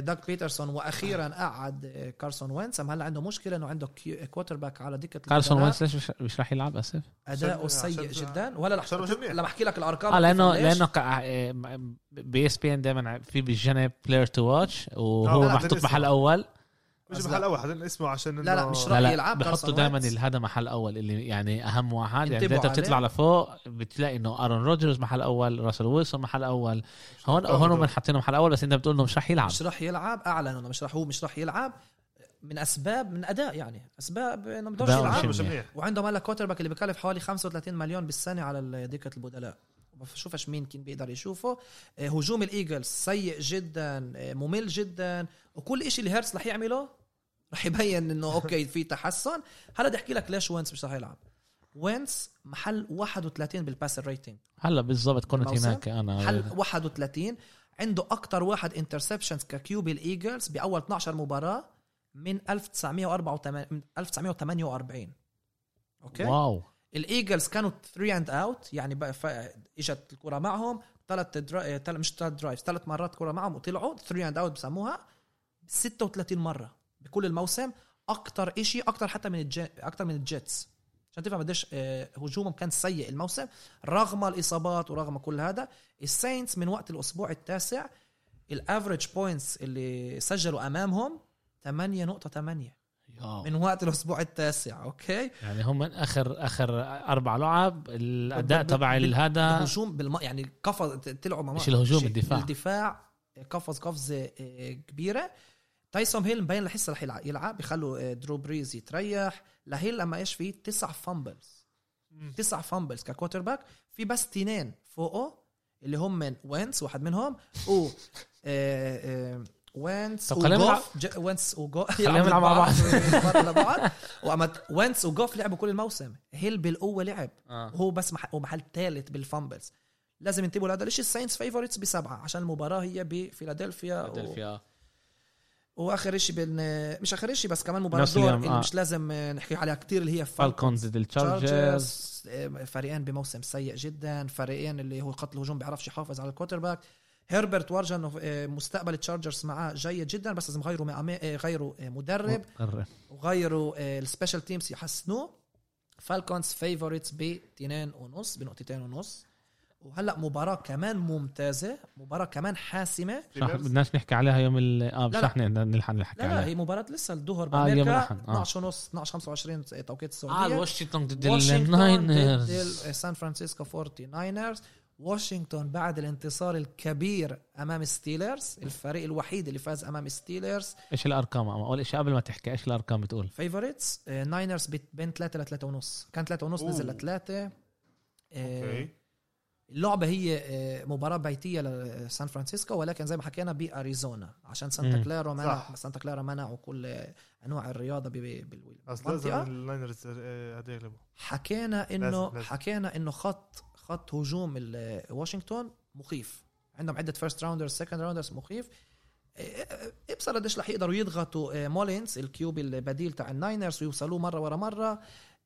[SPEAKER 3] داك بيترسون واخيرا قعد آه، كارسون وينس أم هلا عنده مشكله انه عنده كيو- كوتر باك على دكه
[SPEAKER 1] كارسون
[SPEAKER 3] القرار.
[SPEAKER 1] وينس ليش مش- مش راح يلعب اسف
[SPEAKER 3] اداؤه
[SPEAKER 2] عشان-
[SPEAKER 3] سيء
[SPEAKER 2] عشان-
[SPEAKER 3] جدا ولا رح
[SPEAKER 2] عشان مش منيح.
[SPEAKER 3] لما احكي لك الارقام
[SPEAKER 1] اه لانه
[SPEAKER 3] ليش؟
[SPEAKER 1] لانه قا- آه، م- بي اس بي ان دائما في بالجنب بلاير تو واتش
[SPEAKER 3] آه،
[SPEAKER 1] وهو
[SPEAKER 2] لا، لا،
[SPEAKER 1] محطوط
[SPEAKER 2] بالاسم.
[SPEAKER 1] محل اول
[SPEAKER 2] مش
[SPEAKER 3] بس
[SPEAKER 2] محل
[SPEAKER 3] لا.
[SPEAKER 2] اول حدين اسمه عشان
[SPEAKER 3] لا، لا،
[SPEAKER 2] إنه-
[SPEAKER 3] مش رأي.
[SPEAKER 1] لا لا
[SPEAKER 3] يلعب
[SPEAKER 1] بيحطوا
[SPEAKER 3] كارسون
[SPEAKER 1] دائما
[SPEAKER 3] وينتز.
[SPEAKER 1] هذا محل اول اللي يعني اهم واحد يعني
[SPEAKER 3] انتبهوا
[SPEAKER 1] انت
[SPEAKER 3] عليه.
[SPEAKER 1] بتطلع لفوق بتلاقي انه ارون روجرز محل اول راسل ويلسون محل اول هون هون هم حاطينه محل اول بس انت بتقول انه مش رح يلعب
[SPEAKER 3] مش راح يلعب اعلن انه مش راح هو مش راح يلعب من اسباب من اداء يعني اسباب انه ما بدوش
[SPEAKER 1] أداء
[SPEAKER 2] مش-
[SPEAKER 3] يلعب
[SPEAKER 2] مش منيح
[SPEAKER 3] وعندهم هلا كوتر باك اللي بكلف حوالي 35 مليون بالسنه على ال- دكه البدلاء بشوفش مين كان بيقدر يشوفه آه، هجوم الايجلز سيء جدا آه، ممل جدا وكل إشي اللي هيرتس رح يعمله رح يبين انه اوكي في تحسن هلا بدي احكي لك ليش وينس مش رح يلعب وينس محل 31 بالباس الريتنج
[SPEAKER 1] هلا بالضبط كنت
[SPEAKER 3] الموسم؟
[SPEAKER 1] هناك
[SPEAKER 3] حل
[SPEAKER 1] انا
[SPEAKER 3] 31 عنده اكتر واحد انترسبشنز ككيوبي الايجلز باول 12 مباراه من 1984 من 1948 اوكي
[SPEAKER 1] واو
[SPEAKER 3] الايجلز كانوا 3 اند اوت يعني بقى ف... اجت الكره معهم ثلاث درا... تل... مش ثلاث درايفز ثلاث مرات كره معهم وطلعوا 3 اند اوت بسموها 36 مره بكل الموسم اكثر إشي اكثر حتى من الج... اكثر من الجيتس عشان تفهم قديش آه، هجومهم كان سيء الموسم رغم الاصابات ورغم كل هذا الساينتس من وقت الاسبوع التاسع الافريج بوينتس اللي سجلوا امامهم 8.8
[SPEAKER 1] ياو.
[SPEAKER 3] من وقت الاسبوع التاسع اوكي
[SPEAKER 1] يعني هم من اخر اخر اربع لعب الاداء
[SPEAKER 3] بال- بال-
[SPEAKER 1] تبع
[SPEAKER 3] بال-
[SPEAKER 1] هذا
[SPEAKER 3] الهجوم بالم... يعني قفز طلعوا مع
[SPEAKER 1] مش الهجوم،
[SPEAKER 3] شيء.
[SPEAKER 1] الدفاع.
[SPEAKER 3] الدفاع قفز قفزه آه، كبيره تايسون هيل مبين لحسه رح يلعب- يلعب بخلوا آه، درو بريز يتريح لهيل لما ايش فيه تسع فامبلز
[SPEAKER 2] مم.
[SPEAKER 3] تسع فامبلز ككوتر باك في بس تنين فوقه اللي هم من وينس واحد منهم و آه، آه، وينس
[SPEAKER 1] طب خلينا نلعب-
[SPEAKER 3] وجوف ج- وينس وجوف
[SPEAKER 1] خلينا نلعب مع بعض.
[SPEAKER 3] مرة لبعض وأما وينس وجوف لعبوا كل الموسم هيل بالقوه لعب
[SPEAKER 4] آه.
[SPEAKER 3] هو بس مح... هو محل ثالث بالفامبلز لازم ينتبهوا لهذا الشيء الساينس فيفورتس بسبعه عشان المباراه هي بفيلادلفيا و...
[SPEAKER 1] فيلادلفيا
[SPEAKER 3] واخر شيء بين مش اخر شيء بس كمان مباراه
[SPEAKER 1] نفس
[SPEAKER 3] دور
[SPEAKER 1] اليوم،
[SPEAKER 3] اللي
[SPEAKER 1] آه.
[SPEAKER 3] مش لازم نحكي عليها كتير اللي هي
[SPEAKER 1] فالكونز ضد التشارجرز
[SPEAKER 3] تشارجرز فريقين بموسم سيء جدا فريقين اللي هو قتل هجوم بيعرفش يحافظ على الكوتر باك هربرت ورجى انه آه، مستقبل التشارجرز معاه جيد جدا بس لازم يغيروا مع- آه، غيروا آه، مدرب
[SPEAKER 1] قرب.
[SPEAKER 3] وغيروا آه، السبيشال تيمز يحسنوه فالكونز فيفورتس بتنين ونص بنقطتين ونص وهلا مباراه كمان ممتازه مباراه كمان حاسمه
[SPEAKER 1] صح بدناش نحكي عليها يوم ال اه مش
[SPEAKER 3] لا.
[SPEAKER 1] رح ن- نلحق نحكي
[SPEAKER 3] لا لا
[SPEAKER 1] عليها
[SPEAKER 3] هي مباراة لسه الظهر
[SPEAKER 1] يوم
[SPEAKER 3] بامريكا
[SPEAKER 1] الأحد، آه.
[SPEAKER 3] 12 ونص 12 25 آه، توقيت
[SPEAKER 1] اه
[SPEAKER 3] السعودية
[SPEAKER 1] واشنطن ضد
[SPEAKER 3] واشنطن ضد
[SPEAKER 1] الناينرز
[SPEAKER 3] ال- سان فرانسيسكو 49 واشنطن بعد الانتصار الكبير امام ستيلرز الفريق الوحيد اللي فاز امام ستيلرز
[SPEAKER 1] ايش الارقام اول شيء آه، قبل ما تحكي ايش الارقام بتقول
[SPEAKER 3] فيفورتس ناينرز uh, بين 3 ل 3 ونص كان 3 ونص
[SPEAKER 2] أوه.
[SPEAKER 3] نزل ل 3
[SPEAKER 2] اوكي
[SPEAKER 3] اللعبة هي آه، مباراة بيتية لسان فرانسيسكو ولكن زي ما حكينا بأريزونا عشان سانتا
[SPEAKER 1] مم.
[SPEAKER 3] كلارا منع
[SPEAKER 2] صح.
[SPEAKER 3] سانتا كلارا منعوا كل آه، أنواع الرياضة ب- ب- بال-
[SPEAKER 2] بس لازم
[SPEAKER 3] بالمنطقة
[SPEAKER 2] اللاينرز آه، هدول يغلبوا
[SPEAKER 3] حكينا انه
[SPEAKER 2] لازم.
[SPEAKER 3] حكينا انه خط خط هجوم ال- واشنطن مخيف عندهم عده فيرست راوندرز سكند راوندرز مخيف إيه- إيه- ابصر قديش رح يقدروا يضغطوا إيه، مولينز الكيوب البديل تاع الناينرز ويوصلوه مره ورا مره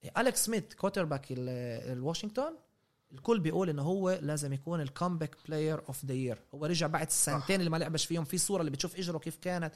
[SPEAKER 3] إيه، اليكس سميث كوتر باك ال- الواشنطن الكل بيقول انه هو لازم يكون الكامباك بلاير اوف ذا يير هو رجع بعد السنتين اللي ما لعبش فيهم في صوره اللي بتشوف اجره كيف كانت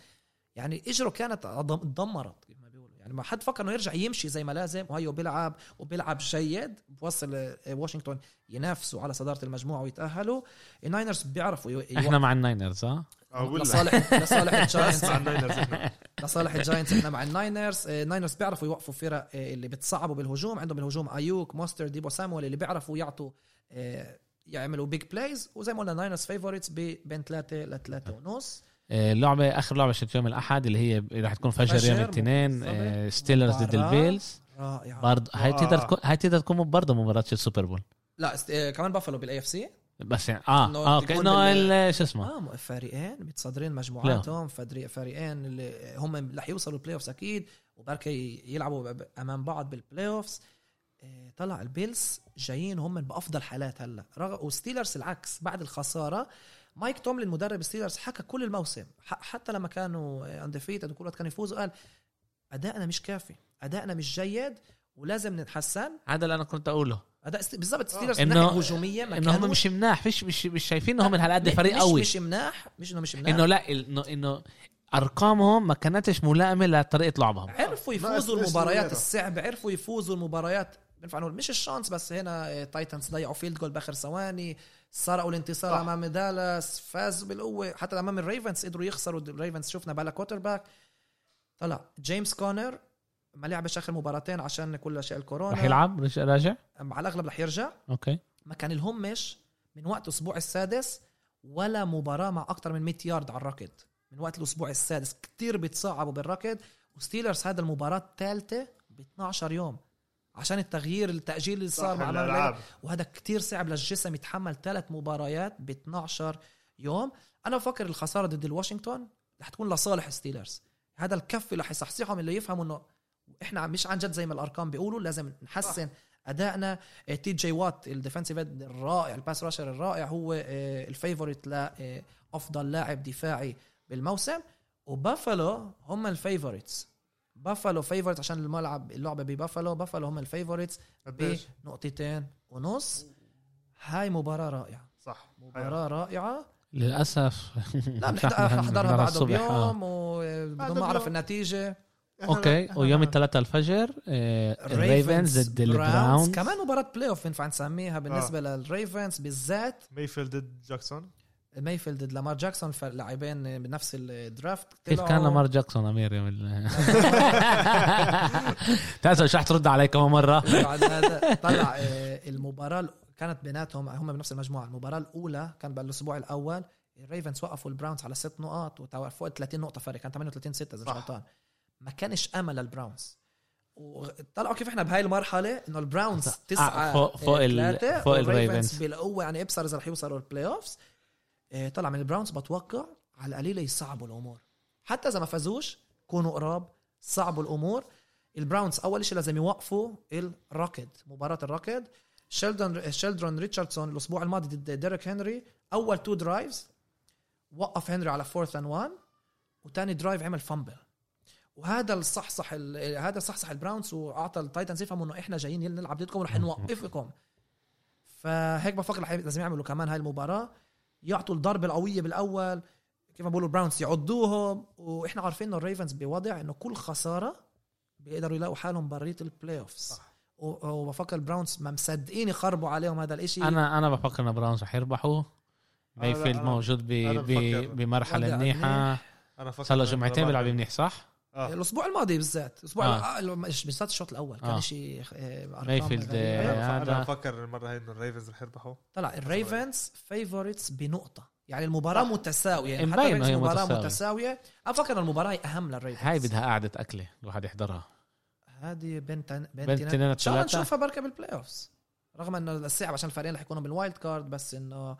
[SPEAKER 3] يعني اجره كانت أضم- اتدمرت كيف ما بيقولوا يعني ما حد فكر انه يرجع يمشي زي ما لازم وهيو بيلعب وبيلعب جيد بوصل آه، واشنطن ينافسوا على صداره المجموعه ويتاهلوا الناينرز بيعرفوا يو- يو-
[SPEAKER 1] احنا مع الناينرز اه
[SPEAKER 2] اقول لك
[SPEAKER 3] لصالح لصالح الجاينتس
[SPEAKER 2] مع اللاينرز إحنا.
[SPEAKER 3] لصالح الجاينتس احنا مع الناينرز آه، الناينرز بيعرفوا يوقفوا فرق آه، اللي بتصعبوا بالهجوم عندهم بالهجوم ايوك موستر ديبو سامويل اللي بيعرفوا يعطوا آه، يعملوا بيج بلايز وزي ما قلنا الناينرز فيفورتس بين 3 ل 3 ونص
[SPEAKER 1] آه، اللعبة آخر لعبة شفت يوم الأحد اللي هي رح تكون فجر
[SPEAKER 3] فجر،
[SPEAKER 1] يوم الاثنين
[SPEAKER 3] بالضبط.
[SPEAKER 1] آه، ستيلرز ضد
[SPEAKER 3] مباراة.
[SPEAKER 1] البيلز
[SPEAKER 3] رائعه
[SPEAKER 1] برضه هاي
[SPEAKER 2] آه.
[SPEAKER 1] تقدر تكون هاي تقدر تكون برضه مباراة السوبر بول
[SPEAKER 3] لا است- آه، كمان بافلو بالاي اف سي
[SPEAKER 1] بس يعني اه
[SPEAKER 3] إنه
[SPEAKER 1] اه
[SPEAKER 3] تكون
[SPEAKER 1] كأنه
[SPEAKER 3] بال-
[SPEAKER 1] ال- شو اسمه
[SPEAKER 3] اه فريقين متصدرين مجموعاتهم فدري- فريقين اللي هم رح يوصلوا البلاي اوفز اكيد وبركي يلعبوا ب- امام بعض بالبلاي اوفز آه، طلع البيلز جايين هم بافضل حالات هلا رغ... وستيلرز العكس بعد الخساره مايك توملين مدرب ستيلرز حكى كل الموسم ح... حتى لما كانوا اندفيتد وكل وقت كانوا يفوزوا قال ادائنا مش كافي ادائنا مش جيد ولازم نتحسن
[SPEAKER 1] هذا اللي أنا كنت أقوله
[SPEAKER 3] اداء ست- بالضبط ستيلرز من
[SPEAKER 1] آه. إنه-
[SPEAKER 3] ناحيه هجوميه ما
[SPEAKER 1] إنه هم
[SPEAKER 3] كانوش-
[SPEAKER 1] مش مناح فيش مش مش شايفين إنهم على قد فريق
[SPEAKER 3] مش
[SPEAKER 1] قوي
[SPEAKER 3] مش مناح مش انه مش مناح
[SPEAKER 1] إنه لا إنه إنه أرقامهم ما كانتش ملائمة لطريقة لعبهم
[SPEAKER 3] عرفوا
[SPEAKER 2] ناقص
[SPEAKER 3] يفوزوا
[SPEAKER 2] ليش
[SPEAKER 3] المباريات
[SPEAKER 2] صغيرة.
[SPEAKER 3] الصعبة عرفوا يفوزوا المباريات بنفع نقول مش الشانس بس هنا تايتنز ضيعوا فيلد جول باخر ثواني سرقوا الانتصار
[SPEAKER 2] صح.
[SPEAKER 3] امام دالاس فازوا بالقوه حتى امام الريفنز قدروا يخسروا الريفنز شفنا بلا كوتر باك طلع جيمس كونر ما لعبش اخر مباراتين عشان كل شيء الكورونا
[SPEAKER 1] رح يلعب رجع راجع
[SPEAKER 3] على الاغلب رح يرجع
[SPEAKER 1] أوكي
[SPEAKER 3] ما كان الهمش من وقت الاسبوع السادس ولا مباراه مع اكثر من 100 يارد على الركض من وقت الاسبوع السادس كتير بيتصعبوا بالركض وستيلرز هذا المباراه الثالثه ب 12 يوم عشان التغيير التاجيل اللي
[SPEAKER 2] صح
[SPEAKER 3] صار مع أمام الليلة.
[SPEAKER 2] الالعاب
[SPEAKER 3] وهذا كتير صعب للجسم يتحمل ثلاث مباريات ب 12 يوم انا بفكر الخساره ضد الواشنطن رح تكون لصالح ستيلرز هذا الكف اللي رح يصحصحهم اللي يفهموا انه احنا مش عن جد زي ما الارقام بيقولوا لازم نحسن ادائنا آه، تي جي وات الديفنسيف إند الرائع الباس راشر الرائع هو آه، الفيفوريت لافضل لاعب دفاعي بالموسم وبافالو هم الفيفوريتس بافالو فيفوريت عشان الملعب اللعبه ببافالو بافالو هم الفيفوريتس
[SPEAKER 2] قديش
[SPEAKER 3] بنقطتين ونص هاي مباراة رائعة
[SPEAKER 2] صح
[SPEAKER 3] مباراة رائعة
[SPEAKER 1] للأسف
[SPEAKER 3] لا
[SPEAKER 1] مش رح
[SPEAKER 3] بنحضرها
[SPEAKER 1] نحضرها
[SPEAKER 3] بنحضرها بعده
[SPEAKER 1] الصبح، آه.
[SPEAKER 3] بيوم وبدون
[SPEAKER 2] بعده
[SPEAKER 3] ما اعرف
[SPEAKER 2] بيوم.
[SPEAKER 3] النتيجة
[SPEAKER 1] اوكي ويوم الثلاثاء الفجر آه، الريفنز ضد
[SPEAKER 3] براونز.
[SPEAKER 1] البراونز
[SPEAKER 3] كمان مباراة بلاي اوف ينفع نسميها
[SPEAKER 2] آه.
[SPEAKER 3] بالنسبة للريفنز بالذات
[SPEAKER 2] مايفيلد ضد جاكسون
[SPEAKER 3] مايفيلد ضد لامار جاكسون فر- لاعبين بنفس الدرافت
[SPEAKER 1] كيف
[SPEAKER 3] طلعوا.
[SPEAKER 1] كان لامار جاكسون امير يوم ال تعرف مش رح ترد علي كمان مره
[SPEAKER 3] بعد هذا طلع آه، المباراة ال- كانت بيناتهم هم بنفس المجموعة المباراة الأولى كان بالأسبوع الأول الريفنز وقفوا البراونز على ست نقاط وتوا- فوق 30 نقطة فرق كان 38 6 إذا مش
[SPEAKER 2] صح.
[SPEAKER 3] غلطان ما كانش أمل للبراونز وطلعوا كيف احنا بهاي المرحله انه البراونز
[SPEAKER 1] آه،
[SPEAKER 3] تسعه
[SPEAKER 1] فوق- فوق ال-
[SPEAKER 3] ثلاثة،
[SPEAKER 1] فوق
[SPEAKER 3] والريفنز
[SPEAKER 1] الريفنز.
[SPEAKER 3] بالقوه يعني ابصر اذا رح يوصلوا البلاي اوفز آه، طلع من البراونز بتوقع على القليله يصعبوا الامور حتى اذا ما فازوش كونوا قراب صعبوا الامور البراونز اول شيء لازم يوقفوا الركض مباراه الركض شيلدون شيلدرون ريتشاردسون الاسبوع الماضي ضد ديريك هنري اول تو درايفز وقف هنري على فورث اند وان وتاني درايف عمل فامبل وهذا الصحصح ال- إيه، هذا صحصح البراونز واعطى التايتنز يفهموا انه احنا جايين نلعب ضدكم ورح نوقفكم فهيك بفكر رح- لازم يعملوا كمان هاي المباراه يعطوا الضربه القويه بالاول كيف ما بيقولوا البراونز يعضوهم واحنا عارفين انه الريفنز بوضع انه كل خساره بيقدروا يلاقوا حالهم بريت البلاي اوفز
[SPEAKER 2] صح.
[SPEAKER 3] و- وبفكر البراونز ما مصدقين يخربوا عليهم هذا الاشي
[SPEAKER 1] انا انا بفكر ان براونز رح يربحوا مايفيلد
[SPEAKER 2] أنا-
[SPEAKER 1] موجود ب...
[SPEAKER 2] أنا
[SPEAKER 1] ب...
[SPEAKER 2] بفكر.
[SPEAKER 3] وضع
[SPEAKER 1] بمرحله منيحه
[SPEAKER 2] انا فكر
[SPEAKER 1] صار له جمعتين بيلعب منيح صح؟
[SPEAKER 2] اه
[SPEAKER 3] الاسبوع الماضي بالذات الاسبوع
[SPEAKER 1] آه.
[SPEAKER 3] آه. بالذات الشوط الاول كان
[SPEAKER 1] آه.
[SPEAKER 3] شيء آه، أرقام
[SPEAKER 1] مايفيلد،
[SPEAKER 3] غريبة.
[SPEAKER 1] آه،
[SPEAKER 2] أنا-
[SPEAKER 1] هذا-
[SPEAKER 2] انا بفكر المره هاي انه الريفنز رح يربحوا
[SPEAKER 3] طلع الريفنز فيفورتس بنقطه يعني المباراه متساويه يعني حتى
[SPEAKER 1] مبين إنه
[SPEAKER 3] بنفس
[SPEAKER 1] هي
[SPEAKER 3] المباراه متساويه,
[SPEAKER 1] متساوية.
[SPEAKER 3] متساوية. افكر إن المباراه هي اهم للريفنز
[SPEAKER 1] هاي بدها قعده اكله الواحد يحضرها
[SPEAKER 3] هذه بين تن... بين
[SPEAKER 1] بين
[SPEAKER 3] تنين-
[SPEAKER 1] تنين
[SPEAKER 3] ان شاء الله
[SPEAKER 1] لتلاتة.
[SPEAKER 3] نشوفها بركة بالبلاي اوفز رغم انه الصعب عشان الفريقين رح يكونوا بالوايلد كارد بس انه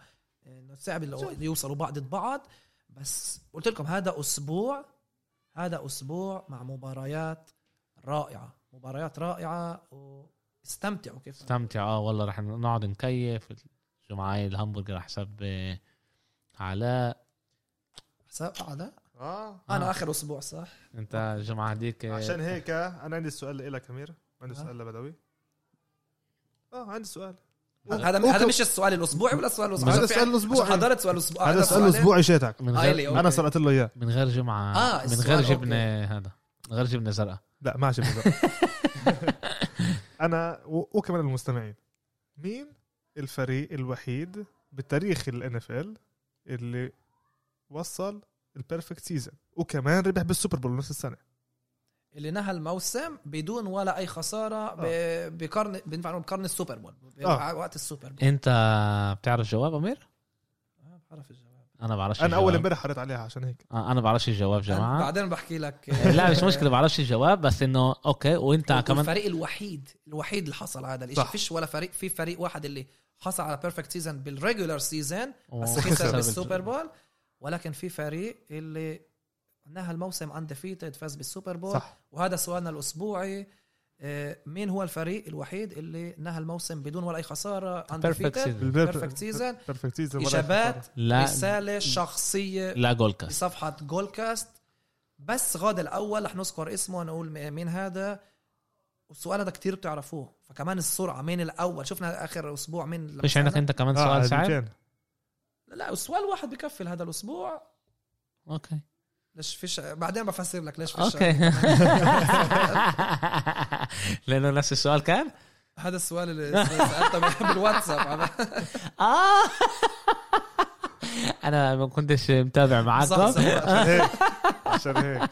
[SPEAKER 3] انه صعب اللي يوصلوا بعض ضد بعض بس قلت لكم هذا اسبوع هذا اسبوع مع مباريات رائعه مباريات رائعه واستمتعوا كيف
[SPEAKER 1] استمتع اه والله رح نقعد نكيف الجمعه الهامبرجر على حساب آه، علاء
[SPEAKER 3] حساب على
[SPEAKER 2] اه
[SPEAKER 3] انا
[SPEAKER 1] آه.
[SPEAKER 3] اخر اسبوع صح
[SPEAKER 1] انت الجمعه هديك آه،
[SPEAKER 2] عشان هيك انا عندي سؤال لك امير عندي
[SPEAKER 3] آه.
[SPEAKER 2] سؤال لبدوي اه عندي سؤال
[SPEAKER 3] هذا
[SPEAKER 2] أوكي.
[SPEAKER 3] هذا مش السؤال الاسبوعي ولا السؤال الاسبوعي
[SPEAKER 2] هذا
[SPEAKER 3] عشان في-
[SPEAKER 2] سؤال الاسبوع
[SPEAKER 3] عشان حضرت سؤال الاسبوع
[SPEAKER 2] هذا سؤال الاسبوع شاتك
[SPEAKER 1] من
[SPEAKER 3] آه، إلي،
[SPEAKER 1] غير
[SPEAKER 3] أوكي.
[SPEAKER 2] انا سرقت له اياه
[SPEAKER 1] من غير جمعه
[SPEAKER 3] آه،
[SPEAKER 1] من غير
[SPEAKER 3] السؤال،
[SPEAKER 1] جبنه هذا من غير جبنه زرقاء
[SPEAKER 2] لا ماشي بالضبط انا و- وكمان المستمعين مين الفريق الوحيد بتاريخ الان اف ال اللي وصل البيرفكت سيزون وكمان ربح بالسوبر بول نفس السنه
[SPEAKER 3] اللي نهى الموسم بدون ولا اي خساره ب- بقرن بينفع نقول بقرن السوبر بول ب-
[SPEAKER 2] آه.
[SPEAKER 3] وقت السوبر بول
[SPEAKER 1] انت بتعرف جواب امير؟
[SPEAKER 2] إيه.
[SPEAKER 3] آه، بعرف الجواب
[SPEAKER 1] انا بعرفش
[SPEAKER 2] انا اول
[SPEAKER 1] الجواب.
[SPEAKER 2] امبارح قريت عليها عشان هيك
[SPEAKER 1] آه، انا بعرفش الجواب
[SPEAKER 3] أنا
[SPEAKER 1] جماعه
[SPEAKER 3] بعدين بحكي لك آه،
[SPEAKER 1] لا مش مشكله بعرفش الجواب بس انه اوكي وانت كمان
[SPEAKER 3] الفريق الوحيد الوحيد اللي حصل على هذا الشيء
[SPEAKER 2] صح.
[SPEAKER 3] فيش ولا فريق في فريق واحد اللي حصل على بيرفكت سيزون بالريجولار سيزون بس
[SPEAKER 1] وخسر
[SPEAKER 3] خسر
[SPEAKER 1] بال-
[SPEAKER 3] بالسوبر بول ولكن في فريق اللي نهى الموسم اندفيتد فاز بالسوبر بول
[SPEAKER 2] صح
[SPEAKER 3] وهذا سؤالنا الاسبوعي آه، مين هو الفريق الوحيد اللي نهى الموسم بدون ولا اي خساره
[SPEAKER 1] بيرفكت
[SPEAKER 3] undefeated؟
[SPEAKER 1] سيزون
[SPEAKER 3] بيرفكت سيزون
[SPEAKER 2] بيرفكت سيزون
[SPEAKER 3] اجابات
[SPEAKER 1] لا
[SPEAKER 3] رساله شخصيه
[SPEAKER 1] لا جول كاست
[SPEAKER 3] بصفحه جول كاست بس غاد الاول رح نذكر اسمه نقول م- مين هذا والسؤال هذا كتير بتعرفوه فكمان السرعه مين الاول شفنا اخر اسبوع مين لما
[SPEAKER 1] مش عندك
[SPEAKER 3] سألنا.
[SPEAKER 1] انت كمان
[SPEAKER 2] آه،
[SPEAKER 1] سؤال صعب؟
[SPEAKER 2] كان.
[SPEAKER 3] لا سؤال واحد بكفي لهذا الاسبوع
[SPEAKER 1] اوكي
[SPEAKER 3] ليش فيش بعدين بفسر لك ليش فيش
[SPEAKER 1] اوكي لانه نفس السؤال كان؟
[SPEAKER 3] هذا السؤال اللي سالته بالواتساب
[SPEAKER 1] اه انا ما كنتش متابع معاكم
[SPEAKER 3] صح، صح.
[SPEAKER 2] عشان هيك عشان هيك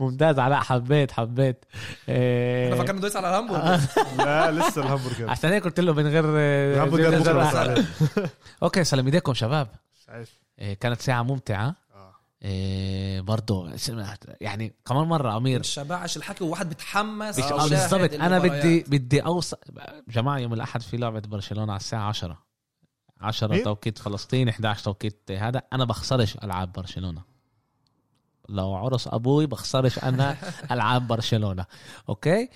[SPEAKER 1] ممتاز علاء حبيت حبيت إيه،
[SPEAKER 3] انا فكرنا دويس على الهامبورغ
[SPEAKER 1] آه.
[SPEAKER 2] لا لسه الهامبرجر
[SPEAKER 1] عشان هيك قلت له من غير
[SPEAKER 2] الهامبرجر
[SPEAKER 1] من غير-
[SPEAKER 2] بكره بس عليه
[SPEAKER 1] اوكي سلام ايديكم شباب
[SPEAKER 2] مش عارف.
[SPEAKER 1] إيه، كانت ساعه ممتعه
[SPEAKER 2] آه.
[SPEAKER 1] إيه، برضو سمعت- يعني كمان مره امير
[SPEAKER 3] شبعش الحكي وواحد بتحمس
[SPEAKER 1] بش- آه،
[SPEAKER 3] وشاهد
[SPEAKER 1] بالضبط انا
[SPEAKER 3] المباريات.
[SPEAKER 1] بدي بدي اوصل جماعه يوم الاحد في لعبه برشلونه على الساعه 10 10
[SPEAKER 2] مين؟
[SPEAKER 1] توقيت فلسطين 11 توقيت هذا انا بخسرش العاب برشلونه لو عرس ابوي بخسرش انا العاب برشلونه اوكي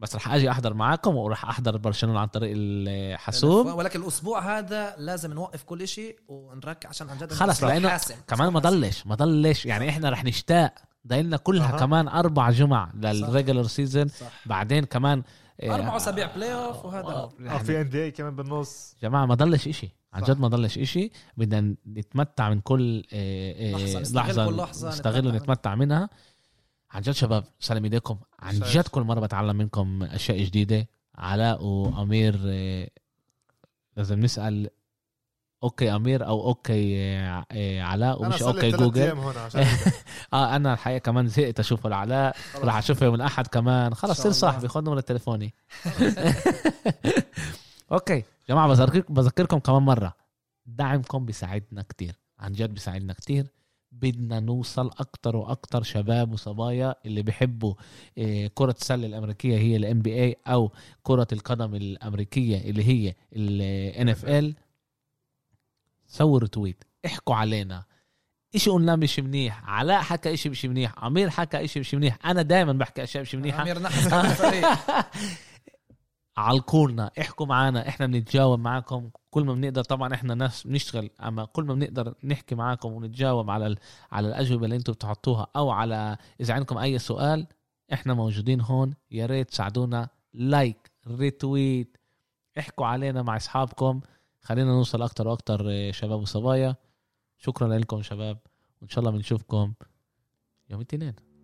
[SPEAKER 1] بس رح اجي احضر معاكم ورح احضر برشلونه عن طريق الحاسوب
[SPEAKER 3] يعني ولكن الاسبوع هذا لازم نوقف كل شيء ونركز عشان عن جد
[SPEAKER 1] خلص
[SPEAKER 3] الأسبوع
[SPEAKER 1] لانه
[SPEAKER 3] حاسم.
[SPEAKER 1] كمان ما ضلش ما ضلش يعني احنا رح نشتاق ضايلنا كلها
[SPEAKER 2] أها.
[SPEAKER 1] كمان اربع جمع للريجلر سيزون
[SPEAKER 3] صح.
[SPEAKER 1] بعدين كمان آه، إيه،
[SPEAKER 3] اربع اسابيع بلاي اوف وهذا هو.
[SPEAKER 2] اه في
[SPEAKER 1] يعني
[SPEAKER 2] ان دي اي كمان بالنص
[SPEAKER 1] جماعة ما ضلش إشي عن
[SPEAKER 2] صح.
[SPEAKER 1] جد ما ضلش إشي بدنا نتمتع من كل آه، آه،
[SPEAKER 3] لحظة، نستغل كل لحظة،
[SPEAKER 1] نستغل
[SPEAKER 3] نتمتع.
[SPEAKER 1] ونتمتع منها عن جد شباب سلام ايديكم عن
[SPEAKER 2] شايف.
[SPEAKER 1] جد كل مرة بتعلم منكم أشياء جديدة علاء وأمير آه، لازم نسأل أوكي أمير أو أوكي آه، آه، علاء
[SPEAKER 2] انا
[SPEAKER 1] ومش
[SPEAKER 2] صار لي
[SPEAKER 1] أوكي
[SPEAKER 2] ثلاث
[SPEAKER 1] جوجل
[SPEAKER 2] ايام هون عشان هيك.
[SPEAKER 1] آه أنا الحقيقة كمان زهقت أشوف العلاء
[SPEAKER 2] خلص.
[SPEAKER 1] راح أشوفه يوم الأحد كمان خلص
[SPEAKER 3] شاء
[SPEAKER 1] صير
[SPEAKER 3] الله.
[SPEAKER 1] صاحبي خد نمرة تليفوني اوكي جماعه بذكرك بذكركم كمان مره دعمكم بيساعدنا كتير عن جد بيساعدنا كتير بدنا نوصل اكتر واكتر شباب وصبايا اللي بيحبوا إيه، كرة السلة الأمريكية هي ال NBA أو كرة القدم الأمريكية اللي هي ال NFL سووا ريتويت احكوا علينا اشي قلنا مش منيح علاء حكى اشي مش منيح عمير حكى اشي مش منيح انا دايما بحكي اشياء مش منيحه
[SPEAKER 3] عمير نحس على الفريق
[SPEAKER 1] علقولنا احكوا معنا احنا بنتجاوب معاكم كل ما بنقدر طبعا احنا ناس بنشتغل اما كل ما بنقدر نحكي معاكم ونتجاوب على ال... على الاجوبه اللي انتم بتحطوها او على اذا عندكم اي سؤال احنا موجودين هون يا ريت تساعدونا لايك ريتويت احكوا علينا مع اصحابكم خلينا نوصل اكتر واكتر آه، شباب وصبايا شكرا لكم شباب وان شاء الله بنشوفكم يوم الاثنين